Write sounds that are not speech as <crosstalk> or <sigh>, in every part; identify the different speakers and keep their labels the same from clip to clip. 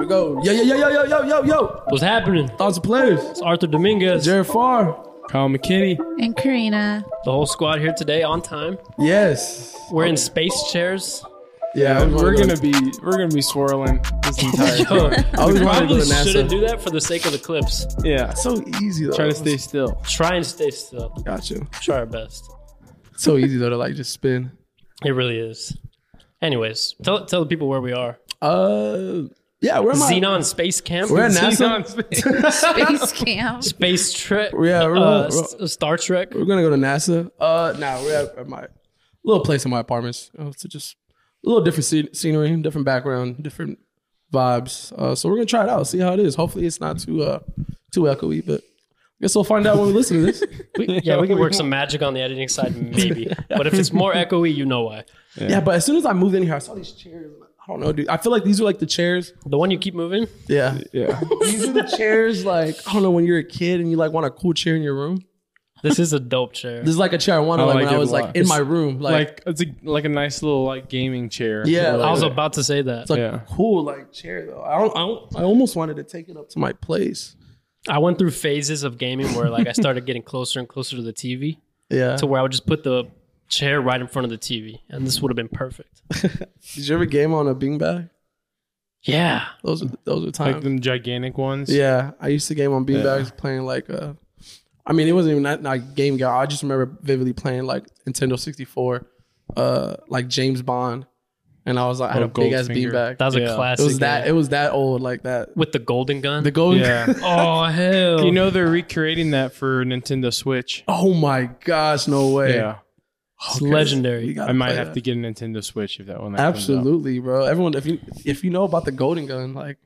Speaker 1: go. Yo, yo, yo, yo, yo, yo, yo, yo.
Speaker 2: What's happening?
Speaker 1: Thoughts of players.
Speaker 2: It's Arthur Dominguez,
Speaker 1: Jared Farr.
Speaker 3: Kyle McKinney.
Speaker 4: And Karina.
Speaker 2: the whole squad here today on time.
Speaker 1: Yes.
Speaker 2: We're in space
Speaker 1: <laughs>
Speaker 2: chairs.
Speaker 1: Yeah,
Speaker 3: We're gonna be we're gonna be swirling
Speaker 1: <laughs>
Speaker 3: this entire
Speaker 2: Yo,
Speaker 3: time.
Speaker 1: I was wanted to
Speaker 2: we
Speaker 1: go
Speaker 2: probably
Speaker 1: to NASA.
Speaker 2: shouldn't do that for the sake of the clips.
Speaker 3: Yeah.
Speaker 1: So easy though.
Speaker 3: Trying to stay still.
Speaker 2: Try and stay still.
Speaker 1: Got you.
Speaker 2: Try our best.
Speaker 1: So easy though to like just spin.
Speaker 2: It really is. Anyways, tell tell the people where we are.
Speaker 1: Uh, yeah, where am I?
Speaker 2: Xenon Space Camp.
Speaker 1: We're at
Speaker 3: She's
Speaker 1: NASA.
Speaker 3: on space.
Speaker 4: Space camp.
Speaker 2: Space Trek.
Speaker 1: Yeah, we're-
Speaker 2: uh,
Speaker 1: we're-
Speaker 2: S- Star Trek.
Speaker 1: We're gonna go to NASA. Uh, now we're at, at my little place in my apartments. Oh, it's just a little different sce- scenery, different background, different vibes. Uh, so we're gonna try it out, see how it is. Hopefully, it's not too uh too echoey, but I guess we'll find out when we listen to this.
Speaker 2: We,
Speaker 1: <laughs>
Speaker 2: yeah, we can work some magic on the editing side, maybe. But if it's more echoey, you know why.
Speaker 1: yeah. but as soon as I moved in here, I saw these chairs. I don't know, dude. I feel like these are like the chairs.
Speaker 2: The one you keep moving.
Speaker 1: Yeah,
Speaker 2: <laughs>
Speaker 3: Yeah.
Speaker 1: these are the chairs. Like I don't know, when you're a kid and you like want a cool chair in your room.
Speaker 2: This is a
Speaker 1: <laughs>
Speaker 2: dope chair.
Speaker 1: This is like a chair I wanted
Speaker 3: I
Speaker 1: like, when
Speaker 3: like
Speaker 1: I
Speaker 3: it a
Speaker 1: was
Speaker 3: lot.
Speaker 1: like in my room, like.
Speaker 3: Like it's a, like a nice little like gaming chair.
Speaker 1: Yeah,
Speaker 2: I
Speaker 1: like-
Speaker 2: was about to say that.
Speaker 1: It's like
Speaker 3: Yeah.
Speaker 1: cool, like chair though. I don't, I don't, I almost wanted to take it up to my place.
Speaker 2: I went through phases of gaming where like I started getting closer and closer to the TV
Speaker 1: Yeah.
Speaker 2: to where I would just put the chair right in front of the TV and this would have been perfect.
Speaker 1: Did you ever game on a beanbag?
Speaker 2: Yeah.
Speaker 1: Those are those are
Speaker 3: Like
Speaker 1: times.
Speaker 3: them gigantic ones.
Speaker 1: yeah, I used to game on beanbags, playing like uh, I mean, it wasn't even that like game guy. I just remember vividly playing like Nintendo sixty four, uh, like James Bond, and I was like, I had
Speaker 3: Oh,
Speaker 1: a big ass
Speaker 3: Goldfinger.
Speaker 1: beanbag.
Speaker 2: That was
Speaker 3: Yeah. It
Speaker 2: a
Speaker 3: was
Speaker 1: It
Speaker 2: classic.
Speaker 1: was that. It
Speaker 2: game.
Speaker 1: was that old, like that.
Speaker 2: with the golden gun.
Speaker 1: The gold.
Speaker 2: <laughs>
Speaker 3: Yeah. <laughs>
Speaker 2: oh hell.
Speaker 3: You know they're recreating that for Nintendo Switch.
Speaker 1: <laughs> Oh my gosh! No way.
Speaker 3: Yeah.
Speaker 2: it's
Speaker 1: Okay. You
Speaker 2: legendary.
Speaker 1: gotta
Speaker 3: I might
Speaker 1: play
Speaker 3: have
Speaker 1: that.
Speaker 3: to get a Nintendo Switch if that one. that comes out.
Speaker 1: Absolutely, bro. Everyone, if you if you know about the golden gun,
Speaker 2: <laughs>
Speaker 1: like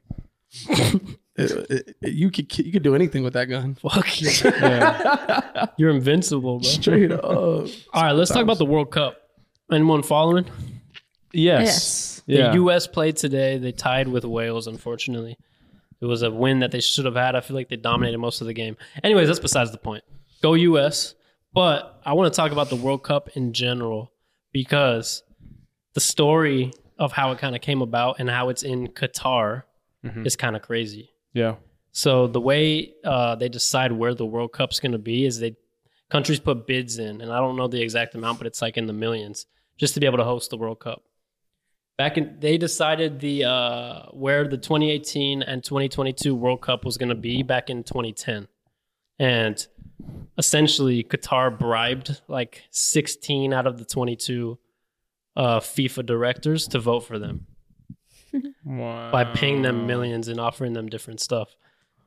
Speaker 1: it, it- it- you could ki- you could do anything with that gun. <laughs>
Speaker 2: Fuck you.
Speaker 3: Yeah.
Speaker 2: You're invincible, bro.
Speaker 1: Straight up.
Speaker 2: All right, let's talk about the World Cup. Anyone following?
Speaker 3: yes. Yeah.
Speaker 2: The US played today. They tied with Wales, unfortunately. It was a win that they should have had. I feel like they dominated most of the game. Anyways, that's besides the point. Go US. But I want to talk about the World Cup in general because the story of how it kind of came about and how it's in Qatar
Speaker 3: Mhm.
Speaker 2: is kind of crazy.
Speaker 3: yeah.
Speaker 2: So the way uh, they decide where the World Cup's going to be is they countries put bids in, and I don't know the exact amount, but it's like in the millions just to be able to host the World Cup. Back in, they decided the uh, where the 2018 and 2022 World Cup was going to be back in 2010, and essentially Qatar bribed like 16 out of the 22 uh, FIFA directors to vote for them
Speaker 3: Wow.
Speaker 2: by paying
Speaker 3: Oh.
Speaker 2: them millions and offering them different stuff.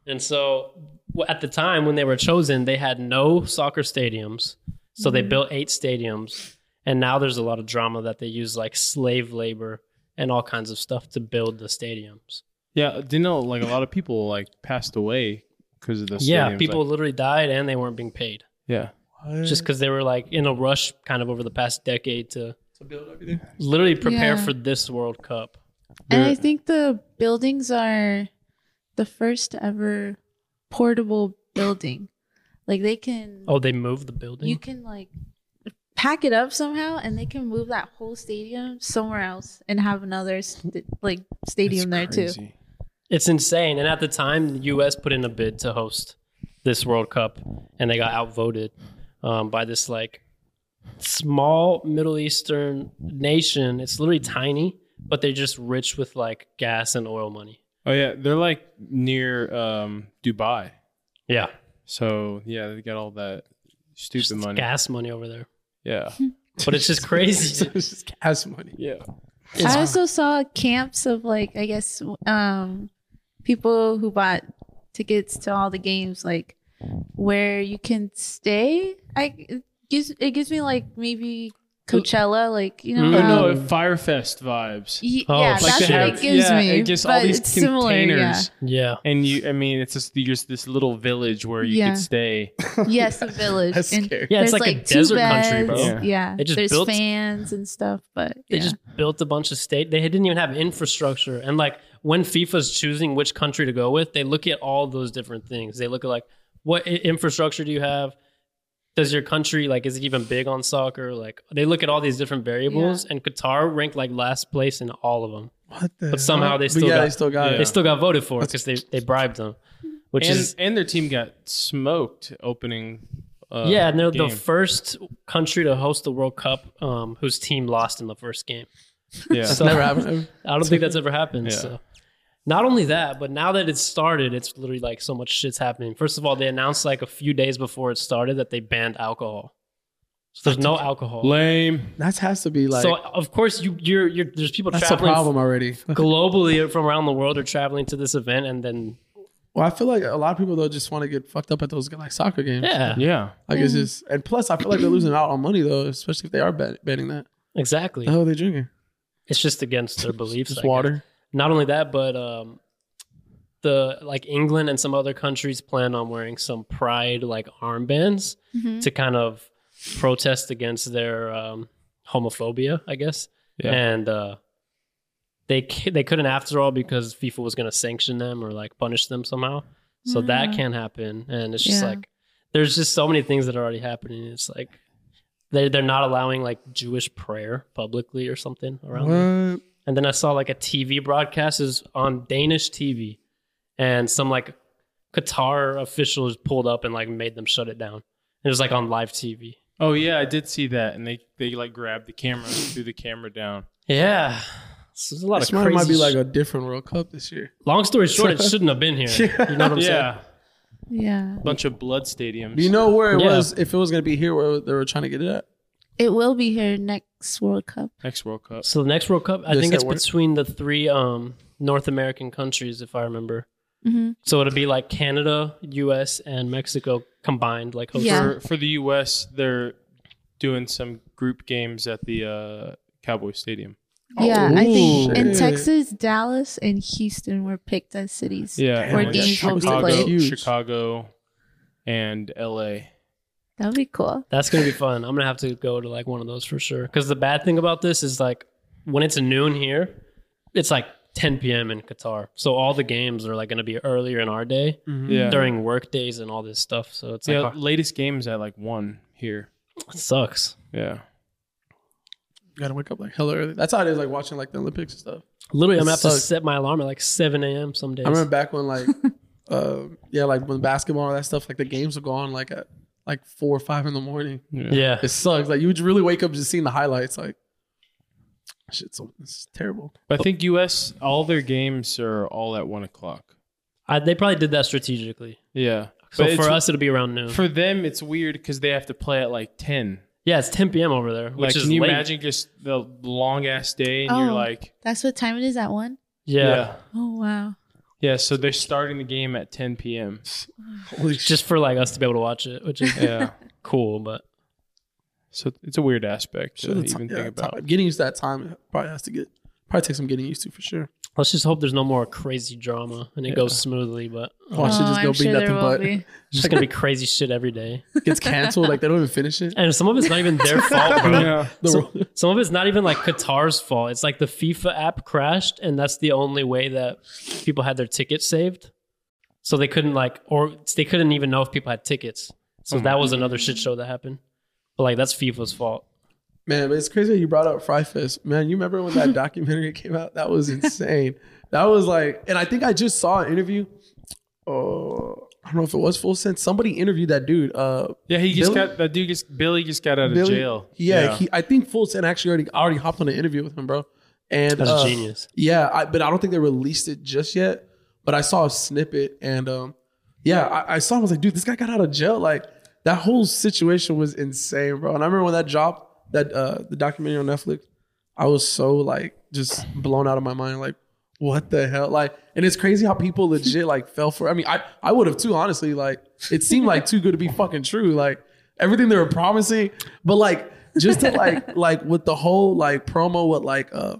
Speaker 2: And so w- at the time when they were chosen, they had no soccer stadiums. So they built eight stadiums. And now there's a lot of drama that they use like slave labor and all kinds of stuff to build the stadiums.
Speaker 3: Yeah, do you know like a lot of people like passed away because of the
Speaker 2: yeah,
Speaker 3: stadiums,
Speaker 2: people
Speaker 3: like-
Speaker 2: literally died and they weren't being paid
Speaker 3: yeah,
Speaker 2: just because they were like in a rush kind of over the past decade to
Speaker 1: to build everything.
Speaker 2: literally prepare
Speaker 4: Yeah.
Speaker 2: for this World Cup.
Speaker 4: And
Speaker 3: They're-
Speaker 4: I think the buildings are the first ever portable building. Like they can,
Speaker 2: Oh, they moved the building?
Speaker 4: you can like pack it up somehow, and they can move that whole stadium somewhere else and have another st- like stadium there too.
Speaker 2: It's insane. And at the time, the U.S. put in a bid to host this World Cup, and they got outvoted um, by this like small Middle Eastern nation. It's literally tiny, but they're just rich with like gas and oil money.
Speaker 3: Oh yeah, they're like near um Dubai,
Speaker 2: Yeah,
Speaker 3: so yeah, they got all that stupid
Speaker 2: just
Speaker 3: money.
Speaker 2: gas money over there.
Speaker 3: Yeah,
Speaker 2: But
Speaker 1: <laughs>
Speaker 2: it's just crazy.
Speaker 1: it's just gas money.
Speaker 3: yeah,
Speaker 4: I also saw camps of like I guess um, people who bought tickets to all the games, like where you can stay. I it gives it gives me like maybe Coachella, like you know.
Speaker 2: Mm.
Speaker 3: oh,
Speaker 4: how-
Speaker 3: no, Firefest vibes.
Speaker 4: Ye-
Speaker 2: Oh,
Speaker 4: yeah,
Speaker 2: like
Speaker 4: that's
Speaker 2: they
Speaker 4: what
Speaker 2: have-
Speaker 4: it gives
Speaker 3: yeah,
Speaker 4: me.
Speaker 3: it gives
Speaker 4: but
Speaker 3: all these
Speaker 4: it's
Speaker 3: containers,
Speaker 4: similar, yeah.
Speaker 2: yeah.
Speaker 3: and you, I mean, it's just you're just this little village where you
Speaker 4: Yeah.
Speaker 3: could stay.
Speaker 4: <laughs> yes, a village.
Speaker 1: That's
Speaker 4: and
Speaker 1: scary.
Speaker 2: Yeah, it's
Speaker 4: there's,
Speaker 2: like a
Speaker 4: two
Speaker 2: desert country, bro.
Speaker 4: beds. Yeah,
Speaker 2: They just
Speaker 4: there's
Speaker 2: built-
Speaker 4: fans and stuff, but
Speaker 2: They
Speaker 4: yeah.
Speaker 2: just built a bunch of state. They didn't even have infrastructure. And like when FIFA's choosing which country to go with, they look at all those different things. They look at like what i- infrastructure do you have? does your country like is it even big on soccer? Like they look at all these different variables, and Qatar ranked like last place in all of them,
Speaker 1: What the?
Speaker 2: but somehow they still
Speaker 1: yeah,
Speaker 2: got
Speaker 1: they still got
Speaker 2: they
Speaker 1: it.
Speaker 2: still got voted for because they they bribed them, which
Speaker 3: and,
Speaker 2: is
Speaker 3: and their team got smoked opening. Uh,
Speaker 2: yeah, and they're the
Speaker 3: game. <laughs>
Speaker 2: first country to host the World Cup um, whose team lost in the first game.
Speaker 3: yeah.
Speaker 2: so-
Speaker 1: Never
Speaker 2: <laughs>
Speaker 1: happened.
Speaker 2: I
Speaker 1: <laughs>
Speaker 2: don't think that's ever happened.
Speaker 3: Yeah.
Speaker 2: So. Not only that, but now that it's started, it's literally like so much shit's happening. First of all, they announced like a few days before it started that they banned alcohol. So there's no alcohol.
Speaker 3: Lame.
Speaker 1: That has to be like
Speaker 2: so of course you you're you're there's people
Speaker 1: that's a
Speaker 2: traveling
Speaker 1: problem <laughs> already.
Speaker 2: globally from around the world are traveling to this event and then
Speaker 1: Well, I feel like a lot of people though just want to get fucked up at those like soccer games.
Speaker 2: yeah,
Speaker 3: Yeah.
Speaker 1: Like it's just, and plus I feel like they're losing out on money though, especially if they are bet- betting that.
Speaker 2: exactly.
Speaker 1: The hell are they drinking?
Speaker 2: It's just against
Speaker 1: <laughs>
Speaker 2: their beliefs. I
Speaker 1: Oh. Just
Speaker 2: guess.
Speaker 1: water.
Speaker 2: Not only that, but um the like England and some other countries plan on wearing some pride like armbands
Speaker 4: Mhm.
Speaker 2: to kind of protest against their um, homophobia, I guess.
Speaker 3: Yeah.
Speaker 2: And uh, they c- they couldn't after all because FIFA was going to sanction them or like punish them somehow. So that
Speaker 4: Mm.
Speaker 2: can't happen. And it's just
Speaker 4: Yeah.
Speaker 2: like there's just so many things that are already happening. It's like they they're not allowing like Jewish prayer publicly or something around. there.
Speaker 1: What?
Speaker 2: And then I saw like a TV broadcast is on Danish TV, and some like Qatar officials pulled up and like made them shut it down. It was like on live TV.
Speaker 3: Oh yeah, I did see that, and they they like grabbed the camera, and threw the camera down.
Speaker 2: Yeah, so there's a lot
Speaker 1: This
Speaker 2: of
Speaker 1: one
Speaker 2: crazy.
Speaker 1: might be like
Speaker 2: sh-
Speaker 1: a different World Cup this year.
Speaker 2: long story short,
Speaker 1: <laughs>
Speaker 2: it shouldn't have been here. You know what I'm saying?
Speaker 3: Yeah,
Speaker 4: Yeah.
Speaker 3: bunch of blood stadiums.
Speaker 1: Do you know where it
Speaker 2: Yeah.
Speaker 1: was? If it was gonna be here, where they were trying to get it at?
Speaker 4: It will be here next World Cup.
Speaker 3: next World Cup.
Speaker 2: So the next World Cup, I
Speaker 1: Yes,
Speaker 2: think
Speaker 1: that
Speaker 2: it's
Speaker 1: worked.
Speaker 2: between the three um, North American countries, if I remember.
Speaker 4: Mhm.
Speaker 2: So it'll be like Canada, U.S., and Mexico combined, like hosting.
Speaker 4: Yeah.
Speaker 3: For for the U.S., they're doing some group games at the uh, Cowboy Stadium.
Speaker 4: Yeah, I think
Speaker 1: Ooh.
Speaker 4: in
Speaker 1: Shit.
Speaker 4: Texas, Dallas, and Houston were picked as cities.
Speaker 3: Yeah,
Speaker 1: Damn,
Speaker 4: Or
Speaker 3: and
Speaker 4: games will be
Speaker 3: Chicago,
Speaker 1: played.
Speaker 3: Chicago, and L.A.
Speaker 4: That would be cool.
Speaker 2: That's gonna be fun. I'm gonna have to go to like one of those for sure. Because the bad thing about this is like when it's noon here, it's like 10 p.m. in Qatar. So all the games are like gonna be earlier in our day
Speaker 3: Yeah,
Speaker 2: during work days and all this stuff. So it's
Speaker 3: Mm-hmm. yeah.
Speaker 2: like oh,
Speaker 3: uh, Latest games at like one here.
Speaker 2: it sucks.
Speaker 3: Yeah,
Speaker 1: You gotta wake up like hella early. That's how it is, like watching like the Olympics and stuff.
Speaker 2: Literally, I'm gonna
Speaker 1: It
Speaker 2: have to
Speaker 1: sucks.
Speaker 2: set my alarm at like 7 a.m. some days.
Speaker 1: I remember back when
Speaker 4: <laughs>
Speaker 1: like, uh, yeah, like when basketball and all that stuff, like the games would go on like at like four or five in the morning.
Speaker 2: yeah.
Speaker 1: It sucks. Like you would really wake up just seeing the highlights. Like, shit, so this is terrible.
Speaker 3: But I think U.S. all their games are all at one o'clock.
Speaker 2: I, they probably did that strategically.
Speaker 3: Yeah.
Speaker 2: So
Speaker 3: But
Speaker 2: for
Speaker 3: it's-
Speaker 2: us, it'll be around noon.
Speaker 3: for them, it's weird because they have to play at like ten.
Speaker 2: yeah, it's 10 p.m. over there, which
Speaker 3: like,
Speaker 2: is
Speaker 3: can you
Speaker 2: late.
Speaker 3: imagine just the long ass day and you're
Speaker 4: Oh.
Speaker 3: like,
Speaker 4: That's what time it is at one.
Speaker 2: Yeah.
Speaker 3: yeah.
Speaker 4: Oh wow.
Speaker 3: Yeah, so they're starting the game at 10
Speaker 2: <laughs>
Speaker 3: p.m.
Speaker 1: Holy shit.
Speaker 2: Just for like us to be able to watch it, which is
Speaker 3: <laughs> Yeah.
Speaker 2: cool. But
Speaker 3: so it's a weird aspect to
Speaker 1: Sure, the ti-
Speaker 3: even
Speaker 1: yeah,
Speaker 3: think about.
Speaker 1: time- Getting used to that time probably has to get probably takes some getting used to for sure.
Speaker 2: let's just hope there's no more crazy drama and it
Speaker 3: Yeah.
Speaker 2: goes smoothly. But
Speaker 1: Watch it
Speaker 4: Oh,
Speaker 1: just go
Speaker 4: I'm
Speaker 1: be
Speaker 4: sure there
Speaker 1: nothing
Speaker 4: will
Speaker 1: but
Speaker 4: be.
Speaker 2: It's just gonna be crazy shit every day,
Speaker 1: gets canceled. like they don't even finish
Speaker 4: <laughs>
Speaker 1: it.
Speaker 2: and some of it's not even their
Speaker 3: Oh,
Speaker 2: fault. Bro.
Speaker 3: <laughs> Yeah.
Speaker 1: The
Speaker 2: So- Some of it's not even like Qatar's fault. It's like the FIFA app crashed, and that's the only way that people had their tickets saved. So they couldn't like, or they couldn't even know if people had tickets. So
Speaker 3: Oh my
Speaker 2: that was another shit show that happened. But like, that's FIFA's fault.
Speaker 1: Man, but it's crazy that you brought up Fry Fest. Man, you remember when that documentary came out? That was insane. That was like, and I think I just saw an interview. Oh, I don't know if it was Full Sense. Somebody interviewed that dude. Uh,
Speaker 3: Yeah, he just
Speaker 1: Billy-
Speaker 3: got that dude just Billy just got out of
Speaker 1: Billy-
Speaker 3: jail.
Speaker 1: yeah, He, I think Full Sense actually already already hopped on an interview with him, bro. And
Speaker 2: That's
Speaker 1: uh,
Speaker 2: genius.
Speaker 1: Yeah, I, but I don't think they released it just yet. But I saw a snippet, and um, yeah, I, I saw. Him, I was like, dude, this guy got out of jail. Like that whole situation was insane, bro. And I remember when that dropped, that uh, the documentary on Netflix, I was so like just blown out of my mind. Like, what the hell? Like, and it's crazy how people legit like fell for. I mean, I I would have too, honestly. Like, it seemed like too good to be fucking true. Like everything they were promising, but like just to like like with the whole like promo with like uh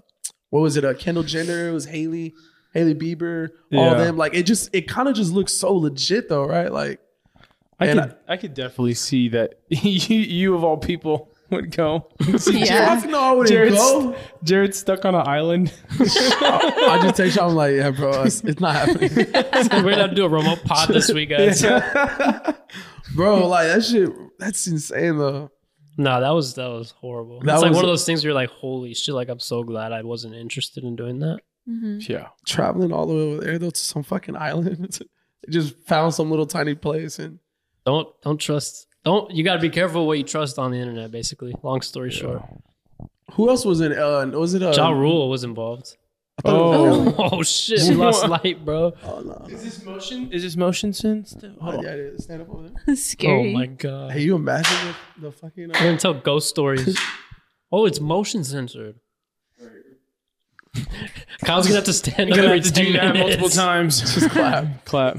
Speaker 1: what was it? Uh, Kendall Jenner, it was Haley, Haley Bieber, all
Speaker 3: Yeah.
Speaker 1: them. Like it just it kind of just looks so legit though, right? Like
Speaker 3: I
Speaker 1: And
Speaker 3: could I, could definitely see that <laughs> you you of all people would go. <laughs> See
Speaker 1: <laughs>
Speaker 4: Yeah.
Speaker 1: fuck no, I wouldn't
Speaker 3: Jared's, <laughs>
Speaker 1: go.
Speaker 3: Jared's stuck on an island.
Speaker 1: I just text you. I'm like, yeah, bro, it's, it's not happening.
Speaker 3: <laughs>
Speaker 1: <laughs>
Speaker 2: We're gonna do a remote pod this week, guys.
Speaker 1: but bro. Like that shit. That's insane though.
Speaker 2: No, that was that was horrible.
Speaker 1: That
Speaker 2: it's like
Speaker 1: was-
Speaker 2: one of those things where you're like, holy shit, like I'm so glad I wasn't interested in doing that.
Speaker 4: Mhm.
Speaker 3: Yeah.
Speaker 1: Traveling all the way over there though to some fucking <laughs> island. They just found some little tiny place and
Speaker 2: Don't don't trust don't you gotta be careful what you trust on the internet, basically. Long story short.
Speaker 1: who else was in? Uh, was it uh?
Speaker 2: Ja Rule was
Speaker 3: <laughs>
Speaker 2: involved.
Speaker 1: I thought it was-
Speaker 2: Oh, <laughs> shit, we lost light, bro.
Speaker 1: Oh no.
Speaker 3: Is this motion? Is this motion sin? Still? Hold
Speaker 1: Oh,
Speaker 3: on.
Speaker 1: yeah, yeah, stand up over there.
Speaker 4: <laughs> Scary.
Speaker 2: Oh my god.
Speaker 1: Hey, you imagine the, the fucking.
Speaker 2: We're
Speaker 1: Uh,
Speaker 2: gonna tell ghost stories. oh, it's motion censored. <laughs> Kyle's gonna have to stand up
Speaker 3: <laughs> Gonna
Speaker 2: every
Speaker 3: have to
Speaker 2: 10
Speaker 3: do that
Speaker 2: minutes.
Speaker 3: <laughs> multiple times. Just clap, <laughs> clap.